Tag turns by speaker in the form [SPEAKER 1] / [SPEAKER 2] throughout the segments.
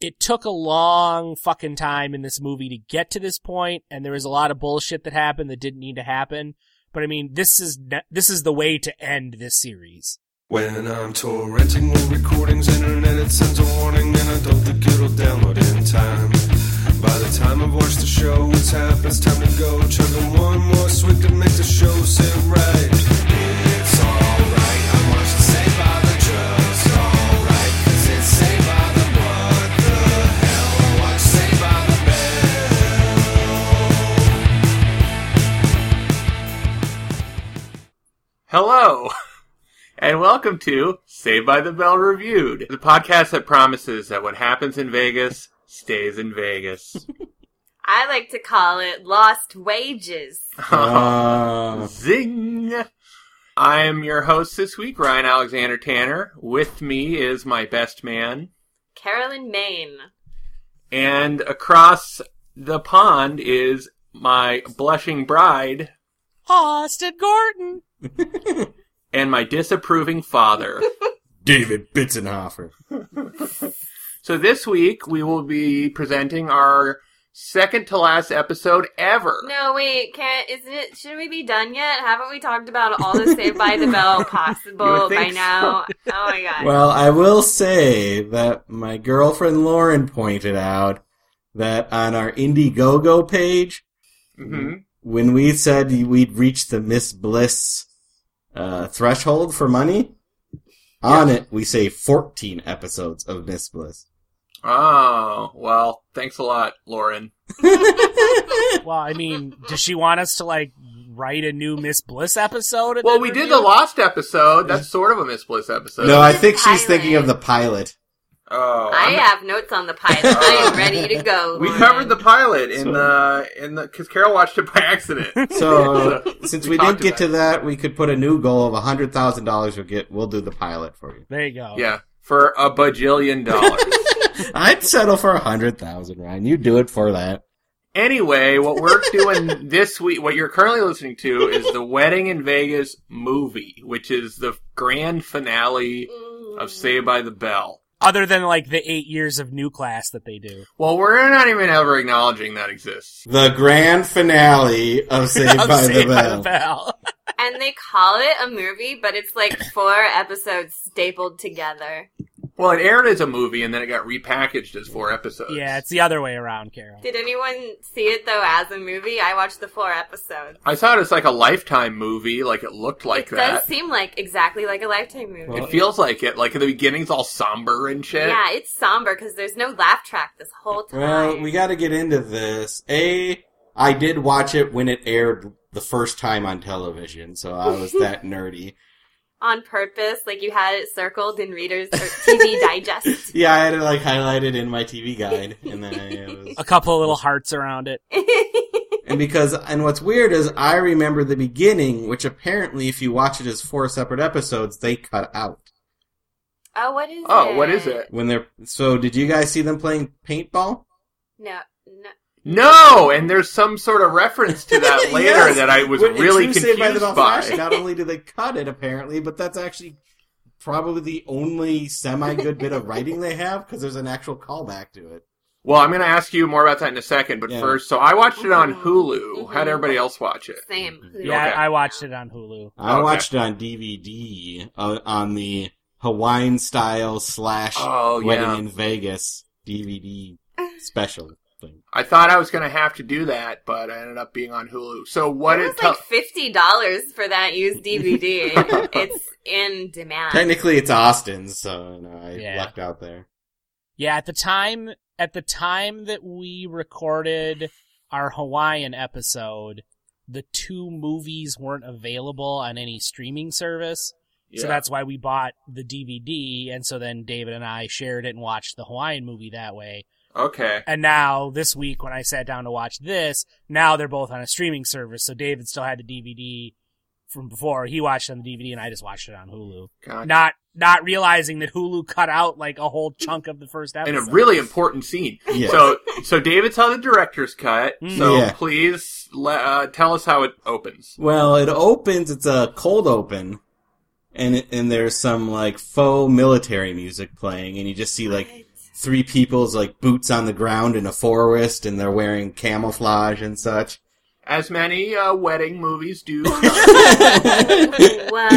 [SPEAKER 1] it took a long fucking time in this movie to get to this point, and there was a lot of bullshit that happened that didn't need to happen. But I mean, this is ne- this is the way to end this series.
[SPEAKER 2] When I'm torrenting old recordings, internet it sends a warning, and I don't think it'll download in time. By the time I've watched the show, it's half, it's time to go. Chugging one more swig to make the show sit right. It's alright, I watched it Saved by the Drugs, alright, cause it's Saved by the What the Hell. I watched Saved by the Bell.
[SPEAKER 3] Hello, and welcome to Saved by the Bell Reviewed, the podcast that promises that what happens in Vegas stays in Vegas.
[SPEAKER 4] I like to call it lost wages.
[SPEAKER 3] Zing! I am your host this week, Ryan Alexander Tanner. With me is my best man,
[SPEAKER 4] Carolyn Maine.
[SPEAKER 3] and across the pond is my blushing bride
[SPEAKER 1] Austin Gordon.
[SPEAKER 3] and my disapproving father.
[SPEAKER 5] David Bitzenhofer.
[SPEAKER 3] So this week we will be presenting our second to last episode ever.
[SPEAKER 4] No, wait, can't isn't it? Shouldn't we be done yet? Haven't we talked about all the Saved by the Bell
[SPEAKER 3] You
[SPEAKER 4] possible
[SPEAKER 3] would think
[SPEAKER 4] by now? Oh my god!
[SPEAKER 5] Well, I will say that my girlfriend Lauren pointed out that on our Indiegogo page,
[SPEAKER 3] hmm
[SPEAKER 5] when we said we'd reached the Miss Bliss uh, threshold for money, on it we say 14 episodes of Miss Bliss.
[SPEAKER 3] Oh, well, thanks a lot, Lauren.
[SPEAKER 1] Well, I mean, does she want us to like write a new Miss Bliss episode? and
[SPEAKER 3] Well,
[SPEAKER 1] then
[SPEAKER 3] we did
[SPEAKER 1] review
[SPEAKER 3] the
[SPEAKER 1] it?
[SPEAKER 3] lost episode. That's sort of a Miss Bliss episode.
[SPEAKER 5] No, I
[SPEAKER 4] Miss
[SPEAKER 5] think she's
[SPEAKER 4] Pilot.
[SPEAKER 5] thinking of the pilot.
[SPEAKER 3] oh,
[SPEAKER 4] I have notes on the pilot. I am ready to go.
[SPEAKER 3] we
[SPEAKER 4] Lauren.
[SPEAKER 3] covered the pilot in the in the because Carol watched it by accident.
[SPEAKER 5] So, since
[SPEAKER 3] We
[SPEAKER 5] we,
[SPEAKER 3] talked
[SPEAKER 5] didn't get
[SPEAKER 3] about
[SPEAKER 5] to
[SPEAKER 3] it.
[SPEAKER 5] that, we could put a new goal of $100,000 we'll get. We'll do the pilot for you.
[SPEAKER 1] There you go.
[SPEAKER 3] yeah, for a bajillion dollars.
[SPEAKER 5] I'd settle for a hundred thousand, Ryan. You do it for that.
[SPEAKER 3] anyway, what we're doing this week, what you're currently listening to, is the Wedding in Vegas movie, which is the grand finale of Saved by the Bell.
[SPEAKER 1] Other than like the eight years of new class that they do.
[SPEAKER 3] Well, we're not even ever acknowledging that exists.
[SPEAKER 5] The grand finale of Saved
[SPEAKER 1] Of
[SPEAKER 5] by the
[SPEAKER 1] Saved
[SPEAKER 5] Bell.
[SPEAKER 1] Bell.
[SPEAKER 4] and they call it a movie, but it's like four episodes stapled together.
[SPEAKER 3] Well, it aired as a movie and then it got repackaged as four episodes.
[SPEAKER 1] yeah, it's the other way around, Carol.
[SPEAKER 4] Did anyone see it though as a movie? I watched the four episodes.
[SPEAKER 3] I saw it as like a lifetime movie, like it looked like
[SPEAKER 4] it
[SPEAKER 3] that.
[SPEAKER 4] does seem like exactly like a lifetime movie.
[SPEAKER 5] Well,
[SPEAKER 3] it feels like it. Like at the beginning's all somber and shit.
[SPEAKER 4] Yeah, it's somber because there's no laugh track this whole time.
[SPEAKER 5] Well, we got to get into this. A, I did watch it when it aired the first time on television, so I was that nerdy.
[SPEAKER 4] on purpose, like you had it circled in readers or TV Digest.
[SPEAKER 5] Yeah, I had it like highlighted in my TV guide, and then I it was.
[SPEAKER 1] A couple of little hearts around it.
[SPEAKER 5] And because, and what's weird is I remember the beginning, which apparently, if you watch it as four separate episodes, they cut out
[SPEAKER 4] oh, what is?
[SPEAKER 3] Oh,
[SPEAKER 4] it?
[SPEAKER 3] what is it?
[SPEAKER 5] when they're. So, did you guys see them playing paintball?
[SPEAKER 4] No, no.
[SPEAKER 3] No, and there's some sort of reference to that later
[SPEAKER 5] Yes.
[SPEAKER 3] that I was
[SPEAKER 5] When- in
[SPEAKER 3] really
[SPEAKER 5] True
[SPEAKER 3] confused
[SPEAKER 5] Saved
[SPEAKER 3] by.
[SPEAKER 5] the Bell Flash, not only do they cut it apparently, but that's actually probably the only semi good bit of writing they have because there's an actual callback to it.
[SPEAKER 3] Well, I'm going to ask you more about that in a second, but
[SPEAKER 5] Yeah.
[SPEAKER 3] first, so I watched it on
[SPEAKER 4] Mhm.
[SPEAKER 3] Hulu. How
[SPEAKER 4] Mhm.
[SPEAKER 3] would everybody else watch it?
[SPEAKER 4] Same.
[SPEAKER 5] Mm-hmm.
[SPEAKER 1] Yeah,
[SPEAKER 3] Okay.
[SPEAKER 1] I I watched it on Hulu.
[SPEAKER 5] I
[SPEAKER 3] Okay.
[SPEAKER 5] watched it on DVD uh, on the Hawaiian style slash
[SPEAKER 3] Oh,
[SPEAKER 5] wedding
[SPEAKER 3] yeah.
[SPEAKER 5] in Vegas DVD special thing.
[SPEAKER 3] I thought I was going to have to do that, but I ended up being on Hulu. So what
[SPEAKER 4] it
[SPEAKER 3] is
[SPEAKER 4] was like fifty dollars for that used DVD. it's in demand.
[SPEAKER 5] Technically, it's Austin's, so you know, I
[SPEAKER 1] Yeah.
[SPEAKER 5] lucked out there.
[SPEAKER 1] Yeah, at the time at the time that we recorded our Hawaiian episode, the two movies weren't available on any streaming service. So that's why we bought the DVD and so then David and I shared it and watched the Hawaiian movie that way.
[SPEAKER 3] okay.
[SPEAKER 1] And now this week when I sat down to watch this, now they're both on a streaming service. So David still had the DVD from before. He watched it on the DVD and I just watched it on Hulu.
[SPEAKER 3] God.
[SPEAKER 1] Not not realizing that Hulu cut out like a whole chunk of the first
[SPEAKER 3] And
[SPEAKER 1] episode.
[SPEAKER 3] a really important scene.
[SPEAKER 5] Yeah.
[SPEAKER 3] So, so David saw the director's cut.
[SPEAKER 1] Mm.
[SPEAKER 3] So
[SPEAKER 5] Yeah.
[SPEAKER 3] please le- uh, tell us how it opens.
[SPEAKER 5] Well, it opens. It's a cold open, and it, and there's some like faux military music playing, and you just see like three people's like boots on the ground in a forest and they're wearing camouflage and such.
[SPEAKER 3] As many uh, wedding movies do. Oh,
[SPEAKER 4] what?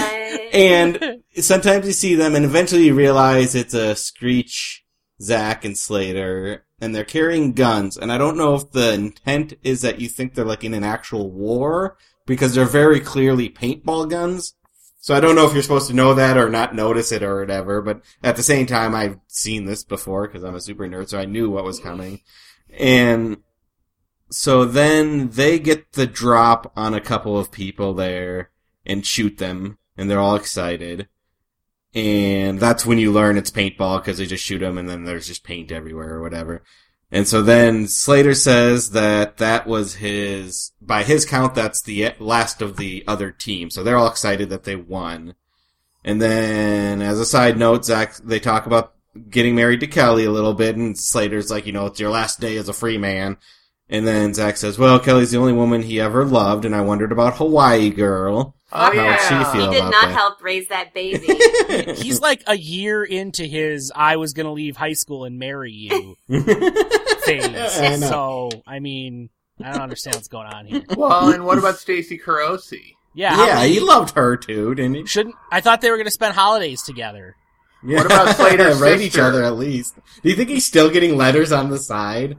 [SPEAKER 5] and sometimes you see them and eventually you realize it's a Screech, Zack, and Slater, and they're carrying guns. And I don't know if the intent is that you think they're like in an actual war because they're very clearly paintball guns. So I don't know if you're supposed to know that or not notice it or whatever, but at the same time, I've seen this before because I'm a super nerd, so I knew what was coming. And so then they get the drop on a couple of people there and shoot them, and they're all excited. And that's when you learn it's paintball because they just shoot them and then there's just paint everywhere or whatever. And so then Slater says that that was his, by his count, that's the last of the other team. So they're all excited that they won. And then, as a side note, Zach, they talk about getting married to Kelly a little bit, and Slater's like, you know, it's your last day as a free man. And then Zach says, well, Kelly's the only woman he ever loved, and I wondered about Hawaii Girl.
[SPEAKER 3] oh,
[SPEAKER 5] How would she
[SPEAKER 3] yeah.
[SPEAKER 5] feel?
[SPEAKER 4] He did
[SPEAKER 5] about
[SPEAKER 4] not
[SPEAKER 5] that.
[SPEAKER 4] help raise that baby.
[SPEAKER 1] He's like a year into his I was going to leave high school and marry you phase.
[SPEAKER 5] I know.
[SPEAKER 1] so, I mean, I don't understand what's going on here.
[SPEAKER 3] Well, and what about Stacy Carosi?
[SPEAKER 1] Yeah. how
[SPEAKER 5] yeah,
[SPEAKER 1] many-
[SPEAKER 5] he loved her too, didn't he?
[SPEAKER 1] shouldn't I thought they were going to spend holidays together.
[SPEAKER 5] Yeah.
[SPEAKER 3] What about Slater's
[SPEAKER 5] Write
[SPEAKER 3] sister?
[SPEAKER 5] each other at least. Do you think he's still getting letters on the side?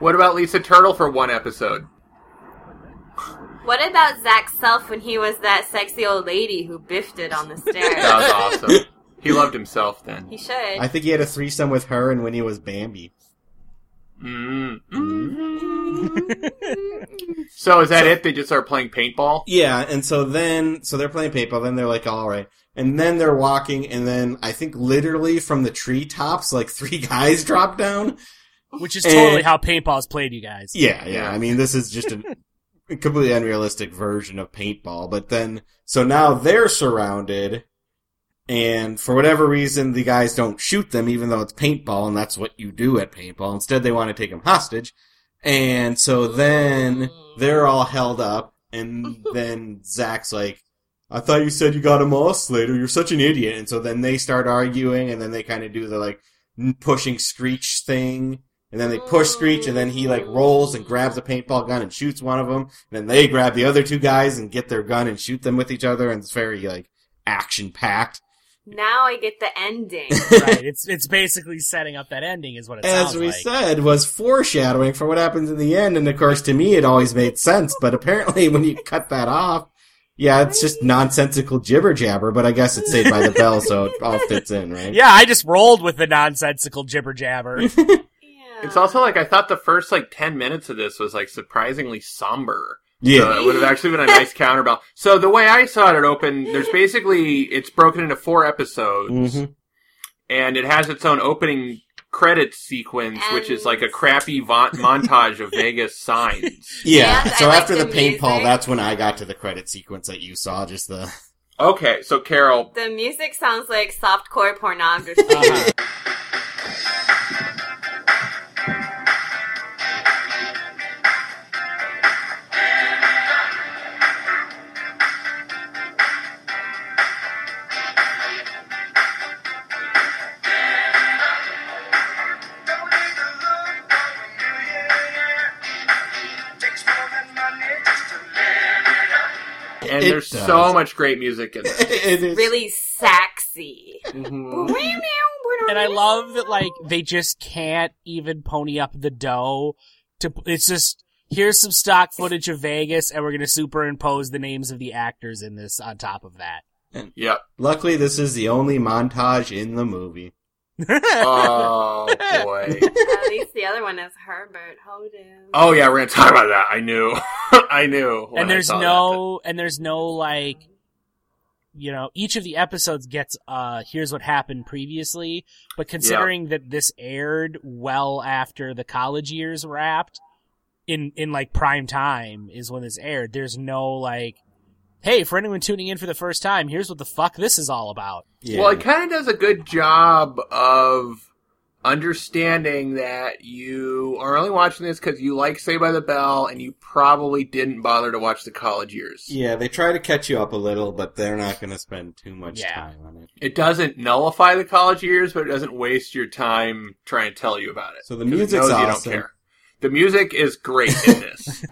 [SPEAKER 3] What about Lisa Turtle for one episode?
[SPEAKER 4] What about Zach's self when he was that sexy old lady who biffed it on the
[SPEAKER 3] That
[SPEAKER 4] stairs?
[SPEAKER 3] was awesome. He loved himself then.
[SPEAKER 4] he should.
[SPEAKER 5] I think he had a threesome with her and when he was Bambi.
[SPEAKER 3] Mm. Mm-hmm. so is that it? They just start playing paintball?
[SPEAKER 5] Yeah, and so then, so they're playing paintball, then they're like, alright. And then they're walking, and then I think literally from the treetops, like three guys drop down.
[SPEAKER 1] Which is
[SPEAKER 5] And-
[SPEAKER 1] totally how paintball's played, you guys.
[SPEAKER 5] Yeah, yeah. I mean, this is just a completely unrealistic version of paintball. But then, so now they're surrounded, and for whatever reason, the guys don't shoot them, even though it's paintball, and that's what you do at paintball. Instead, they want to take them hostage. And so then they're all held up, and then Zach's like, I thought you said you got him all, Slater. You're such an idiot. And so then they start arguing, and then they kind of do the like n- pushing Screech thing. And then they push Screech, and then he like rolls and grabs a paintball gun and shoots one of them. And then they grab the other two guys and get their gun and shoot them with each other. And it's very like action packed.
[SPEAKER 4] now I get the ending.
[SPEAKER 1] right. It's it's basically setting up that ending is what it
[SPEAKER 5] As
[SPEAKER 1] sounds
[SPEAKER 5] we
[SPEAKER 1] like.
[SPEAKER 5] said, was foreshadowing for what happens in the end. And of course, to me, it always made sense. But apparently, when you cut that off, yeah, it's just nonsensical jibber jabber. But I guess it's Saved by the Bell, so it all fits in, right?
[SPEAKER 1] Yeah, I just rolled with the nonsensical jibber jabber.
[SPEAKER 4] Yeah.
[SPEAKER 3] It's also like I thought the first like ten minutes of this was like surprisingly somber.
[SPEAKER 5] Yeah.
[SPEAKER 3] So it would have actually been a nice counterbalance. So the way I saw it, it opened. There's basically it's broken into four episodes,
[SPEAKER 5] Mhm.
[SPEAKER 3] and it has its own opening credits sequence, which is like a crappy vo- montage of Vegas signs.
[SPEAKER 5] Yeah.
[SPEAKER 4] Yes, I
[SPEAKER 5] so
[SPEAKER 4] like
[SPEAKER 5] after
[SPEAKER 4] the
[SPEAKER 5] the paintball,
[SPEAKER 4] music.
[SPEAKER 5] that's when I got to the credit sequence that you saw, just the.
[SPEAKER 3] Okay, so Carol,
[SPEAKER 4] the music sounds like softcore pornography.
[SPEAKER 1] Uh-huh.
[SPEAKER 3] and
[SPEAKER 5] It
[SPEAKER 3] there's
[SPEAKER 5] does.
[SPEAKER 3] so much great music in it.
[SPEAKER 5] It is-
[SPEAKER 4] really sexy.
[SPEAKER 5] Mm-hmm.
[SPEAKER 1] and I love that like they just can't even pony up the dough to it's just here's some stock footage of Vegas and we're going to superimpose the names of the actors in this on top of that.
[SPEAKER 3] yep.
[SPEAKER 5] Luckily, this is the only montage in the movie.
[SPEAKER 3] Oh boy.
[SPEAKER 4] At least the other one is Herbert Holden.
[SPEAKER 3] Oh yeah, we're gonna talk about that. I knew. I knew. when I
[SPEAKER 1] and there's
[SPEAKER 3] saw
[SPEAKER 1] no and there's no like you know, each of the episodes gets uh here's what happened previously, but considering that this aired well after the college years wrapped in in like prime time is when this aired, there's no like hey, for anyone tuning in for the first time, here's what the fuck this is all about.
[SPEAKER 3] Well, it kind of does a good job of understanding that you are only watching this because you like Say by the Bell and you probably didn't bother to watch the college years.
[SPEAKER 5] Yeah, they try to catch you up a little, but they're not going to spend too much
[SPEAKER 1] Yeah.
[SPEAKER 5] time on it.
[SPEAKER 3] It doesn't nullify the college years, but it doesn't waste your time trying to tell you about it.
[SPEAKER 5] So the
[SPEAKER 3] 'Cause it
[SPEAKER 5] music's
[SPEAKER 3] knows you don't
[SPEAKER 5] awesome.
[SPEAKER 3] care. The music is great in this.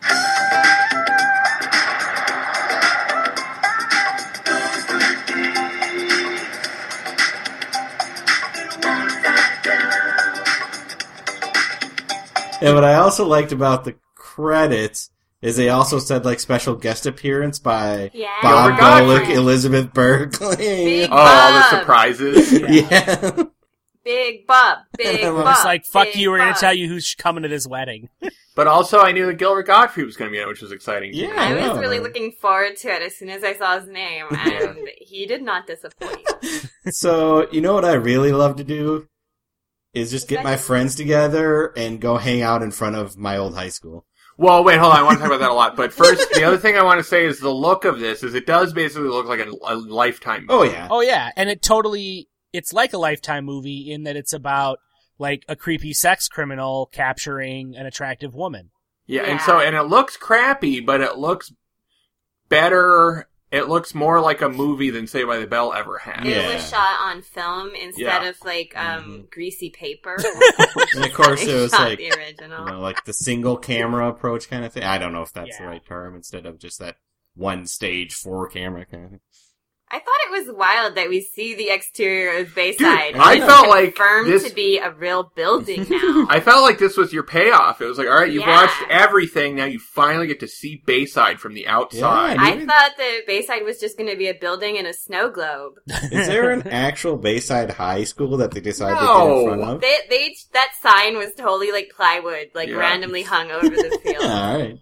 [SPEAKER 5] And what I also liked about the credits is they also said like special guest appearance by
[SPEAKER 4] Yeah.
[SPEAKER 5] Bob
[SPEAKER 3] Gilbert Godfrey.
[SPEAKER 5] Golick, Elizabeth Berkley.
[SPEAKER 4] Big-
[SPEAKER 3] oh, all the
[SPEAKER 4] Bob.
[SPEAKER 3] surprises.
[SPEAKER 5] Yeah.
[SPEAKER 4] Big Bob. Big
[SPEAKER 5] I'm
[SPEAKER 4] Bob.
[SPEAKER 5] just
[SPEAKER 1] It's like, fuck
[SPEAKER 4] big
[SPEAKER 1] you, we're going
[SPEAKER 4] Bob.
[SPEAKER 1] to tell you who's coming to this wedding.
[SPEAKER 3] But also, I knew that Gilbert Godfrey was going to be in it, which was exciting.
[SPEAKER 5] Yeah.
[SPEAKER 4] I was
[SPEAKER 5] Yeah.
[SPEAKER 4] really looking forward to it as soon as I saw his name, and he did not disappoint.
[SPEAKER 5] So, you know what I really love to do? Is just get my friends together and go hang out in front of my old high school.
[SPEAKER 3] Well, wait, hold on. I want to talk about that a lot. But first, the other thing I want to say is the look of this is it does basically look like a, a lifetime.
[SPEAKER 5] Oh, yeah.
[SPEAKER 1] Oh, yeah. And it totally, it's like a Lifetime movie in that it's about, like, a creepy sex criminal capturing an attractive woman.
[SPEAKER 3] Yeah, and so and it looks crappy, but it looks better. It looks more like a movie than Say by the Bell ever had.
[SPEAKER 5] Yeah.
[SPEAKER 4] It was shot on film instead
[SPEAKER 3] Yeah.
[SPEAKER 4] of like um
[SPEAKER 5] Mhm.
[SPEAKER 4] greasy paper.
[SPEAKER 5] And of course, it
[SPEAKER 4] They
[SPEAKER 5] was
[SPEAKER 4] shot
[SPEAKER 5] like,
[SPEAKER 4] the
[SPEAKER 5] you
[SPEAKER 4] original.
[SPEAKER 5] know, like the single camera approach kind of thing. I don't know if that's the
[SPEAKER 1] Yeah.
[SPEAKER 5] right term instead of just that one stage, four camera kind of thing.
[SPEAKER 4] I thought it was wild that we see the exterior of Bayside.
[SPEAKER 3] Dude,
[SPEAKER 4] and
[SPEAKER 3] I
[SPEAKER 4] it's
[SPEAKER 3] felt like
[SPEAKER 4] confirmed
[SPEAKER 3] this-
[SPEAKER 4] to be a real building now.
[SPEAKER 3] I felt like this was your payoff. It was like, all right, you've
[SPEAKER 4] Yeah.
[SPEAKER 3] watched everything. Now you finally get to see Bayside from the outside.
[SPEAKER 5] Yeah.
[SPEAKER 4] I thought that Bayside was just going to be a building and a snow globe.
[SPEAKER 5] Is there an actual Bayside High School that they decided
[SPEAKER 3] No.
[SPEAKER 5] to get in front of?
[SPEAKER 4] They, they that sign was totally like plywood, like
[SPEAKER 3] Yeah.
[SPEAKER 4] randomly hung over the field.
[SPEAKER 5] All right.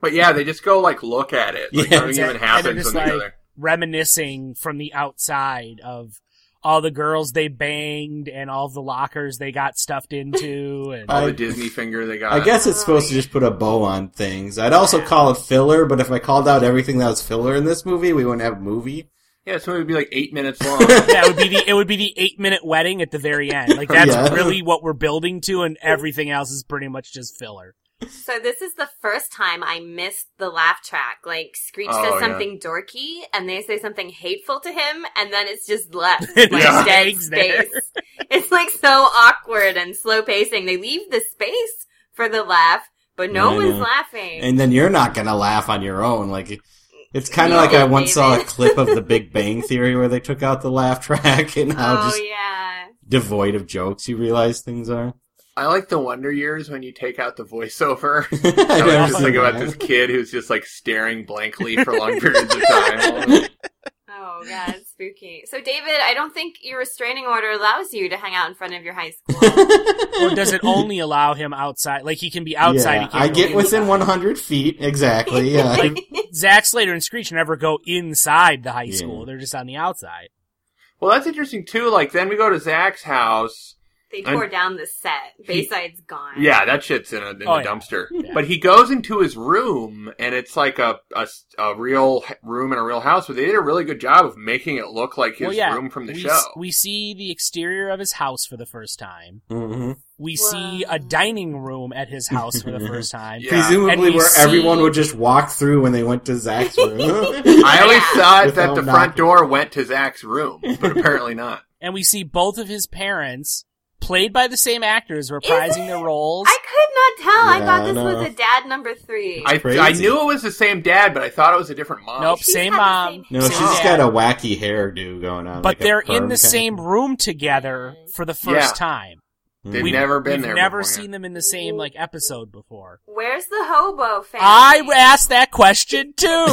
[SPEAKER 3] But yeah, they just go like look at it. Like,
[SPEAKER 5] Yeah,
[SPEAKER 3] nothing
[SPEAKER 1] exactly.
[SPEAKER 3] even
[SPEAKER 1] And they're
[SPEAKER 3] happens
[SPEAKER 1] just
[SPEAKER 3] when they go
[SPEAKER 1] like-
[SPEAKER 3] there.
[SPEAKER 1] Reminiscing from the outside of all the girls they banged and all the lockers they got stuffed into. And
[SPEAKER 5] Uh,
[SPEAKER 3] All
[SPEAKER 5] I-
[SPEAKER 3] the Disney finger they got.
[SPEAKER 5] I guess it's supposed to just put a bow on things. I'd also call it filler, but if I called out everything that was filler in this movie, we wouldn't have a movie.
[SPEAKER 3] Yeah, this movie would be like eight minutes long.
[SPEAKER 1] yeah, it would be the it would be the eight minute wedding at the very end. Like that's
[SPEAKER 5] Yeah.
[SPEAKER 1] really what we're building to, and everything else is pretty much just filler.
[SPEAKER 4] So this is the first time I missed the laugh track. Like Screech
[SPEAKER 3] Oh,
[SPEAKER 4] says
[SPEAKER 3] yeah.
[SPEAKER 4] something dorky, and they say something hateful to him, and then it's just left
[SPEAKER 1] It
[SPEAKER 4] like
[SPEAKER 3] just
[SPEAKER 4] dead
[SPEAKER 1] hangs
[SPEAKER 4] space.
[SPEAKER 1] there.
[SPEAKER 4] It's like so awkward and slow pacing. They leave the space for the laugh, but no
[SPEAKER 5] I
[SPEAKER 4] one's
[SPEAKER 5] know.
[SPEAKER 4] laughing.
[SPEAKER 5] And then you're not gonna laugh on your own. Like, it's kind of like I
[SPEAKER 4] Yeah,
[SPEAKER 5] once saw a
[SPEAKER 4] David.
[SPEAKER 5] clip of The Big Bang Theory where they took out the laugh track and how
[SPEAKER 4] oh
[SPEAKER 5] just
[SPEAKER 4] yeah,
[SPEAKER 5] devoid of jokes you realize things are.
[SPEAKER 3] I like the Wonder Years when you take out the voiceover.
[SPEAKER 5] I
[SPEAKER 3] I
[SPEAKER 5] never
[SPEAKER 3] was just
[SPEAKER 5] seen
[SPEAKER 3] thinking about
[SPEAKER 5] that.
[SPEAKER 3] this kid who's just like staring blankly for long periods of time.
[SPEAKER 4] oh god, it's spooky. So David, I don't think your restraining order allows you to hang out in front of your high school.
[SPEAKER 1] Or does it only allow him outside? Like he can be outside.
[SPEAKER 5] Yeah,
[SPEAKER 1] he can't
[SPEAKER 5] I
[SPEAKER 1] go
[SPEAKER 5] get
[SPEAKER 1] in-
[SPEAKER 5] within 100 feet exactly. Yeah.
[SPEAKER 1] Like Zack Slater and Screech never go inside the high
[SPEAKER 5] Yeah.
[SPEAKER 1] school. They're just on the outside.
[SPEAKER 3] Well, that's interesting too. Like then we go to Zach's house.
[SPEAKER 4] they
[SPEAKER 3] I'm-
[SPEAKER 4] tore down the set. Bayside's gone.
[SPEAKER 3] Yeah, that shit's in a, in
[SPEAKER 1] Oh,
[SPEAKER 3] a
[SPEAKER 1] yeah.
[SPEAKER 3] dumpster.
[SPEAKER 1] Yeah.
[SPEAKER 3] But he goes into his room, and it's like a, a s- a real h- room in a real house. But they did a really good job of making it look like his
[SPEAKER 1] well, yeah,
[SPEAKER 3] room from the
[SPEAKER 1] we,
[SPEAKER 3] show.
[SPEAKER 1] we see the exterior of his house for the first time.
[SPEAKER 5] hmm
[SPEAKER 1] We
[SPEAKER 4] Wow.
[SPEAKER 1] see a dining room at his house for the first time.
[SPEAKER 3] Yeah.
[SPEAKER 1] And
[SPEAKER 5] Presumably,
[SPEAKER 1] we
[SPEAKER 5] where
[SPEAKER 1] see-
[SPEAKER 5] everyone would just walk through when they went to Zach's room.
[SPEAKER 3] I always
[SPEAKER 4] Yeah.
[SPEAKER 3] thought
[SPEAKER 5] Without
[SPEAKER 3] that the front
[SPEAKER 5] knocking.
[SPEAKER 3] door went to Zach's room, but apparently not.
[SPEAKER 1] And we see both of his parents, played by the same actors,
[SPEAKER 4] it?
[SPEAKER 1] reprising their roles.
[SPEAKER 4] I could not tell. I
[SPEAKER 5] Yeah,
[SPEAKER 4] thought this
[SPEAKER 5] no.
[SPEAKER 4] was a dad number three.
[SPEAKER 3] I, I
[SPEAKER 5] Crazy.
[SPEAKER 3] knew it was the same dad, but I thought it was a different mom.
[SPEAKER 1] Nope,
[SPEAKER 4] She's
[SPEAKER 1] same
[SPEAKER 4] got the
[SPEAKER 1] mom.
[SPEAKER 4] same
[SPEAKER 5] No, she's
[SPEAKER 1] same
[SPEAKER 5] just
[SPEAKER 1] dad.
[SPEAKER 5] got a wacky hairdo going on.
[SPEAKER 1] But
[SPEAKER 5] like a
[SPEAKER 1] they're
[SPEAKER 5] perm
[SPEAKER 1] in the
[SPEAKER 5] kinda
[SPEAKER 1] same
[SPEAKER 5] thing.
[SPEAKER 1] room together for the first
[SPEAKER 3] Yeah.
[SPEAKER 1] time.
[SPEAKER 3] They've
[SPEAKER 5] Mm.
[SPEAKER 3] never been
[SPEAKER 1] We've
[SPEAKER 3] there.
[SPEAKER 1] never
[SPEAKER 3] before, yeah.
[SPEAKER 1] seen them in the same like episode before.
[SPEAKER 4] Where's the hobo family?
[SPEAKER 1] I asked that question too.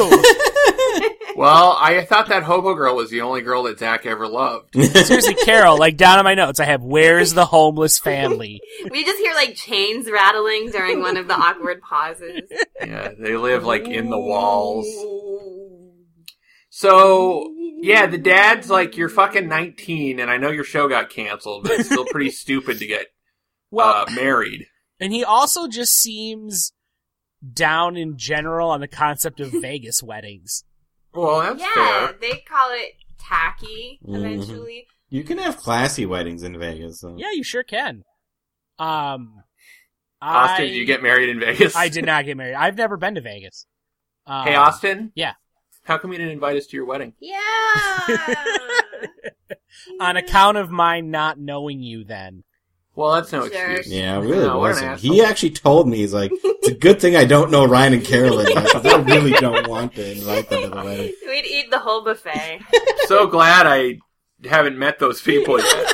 [SPEAKER 3] Well, I thought that hobo girl was the only girl that Zach ever loved.
[SPEAKER 5] Mm-hmm.
[SPEAKER 1] Seriously, Carol, like down in my notes, I have where's the homeless family?
[SPEAKER 4] We just hear like chains rattling during one of the awkward pauses.
[SPEAKER 3] Yeah, they live like in the walls. So yeah, the dad's like, "You're fucking 19, and I know your show got canceled, but it's still pretty stupid to get
[SPEAKER 1] Well,
[SPEAKER 3] uh, married."
[SPEAKER 1] and he also just seems down in general on the concept of Vegas weddings.
[SPEAKER 3] Well, that's
[SPEAKER 4] yeah,
[SPEAKER 3] fair.
[SPEAKER 4] they call it tacky
[SPEAKER 1] Mm-hmm.
[SPEAKER 5] Mhm.
[SPEAKER 4] eventually.
[SPEAKER 5] You can have classy weddings in Vegas. Though.
[SPEAKER 1] Yeah, you sure can. Um,
[SPEAKER 3] Austin,
[SPEAKER 1] I,
[SPEAKER 3] did you get married in Vegas?
[SPEAKER 1] I did not get married. I've never been to Vegas. Um,
[SPEAKER 3] Hey, Austin.
[SPEAKER 1] yeah.
[SPEAKER 3] How come you didn't invite us to your wedding?
[SPEAKER 4] Yeah.
[SPEAKER 1] On account of my not knowing you, then
[SPEAKER 3] Well, that's no
[SPEAKER 4] Sure.
[SPEAKER 3] excuse.
[SPEAKER 5] Yeah, it really
[SPEAKER 3] No, we're an
[SPEAKER 5] wasn't.
[SPEAKER 3] asshole.
[SPEAKER 5] He actually told me, he's like, it's a good thing I don't know Ryan and Carolyn, because I really don't want to invite them to the wedding.
[SPEAKER 4] We'd eat the whole buffet.
[SPEAKER 3] so glad I haven't met those people yet.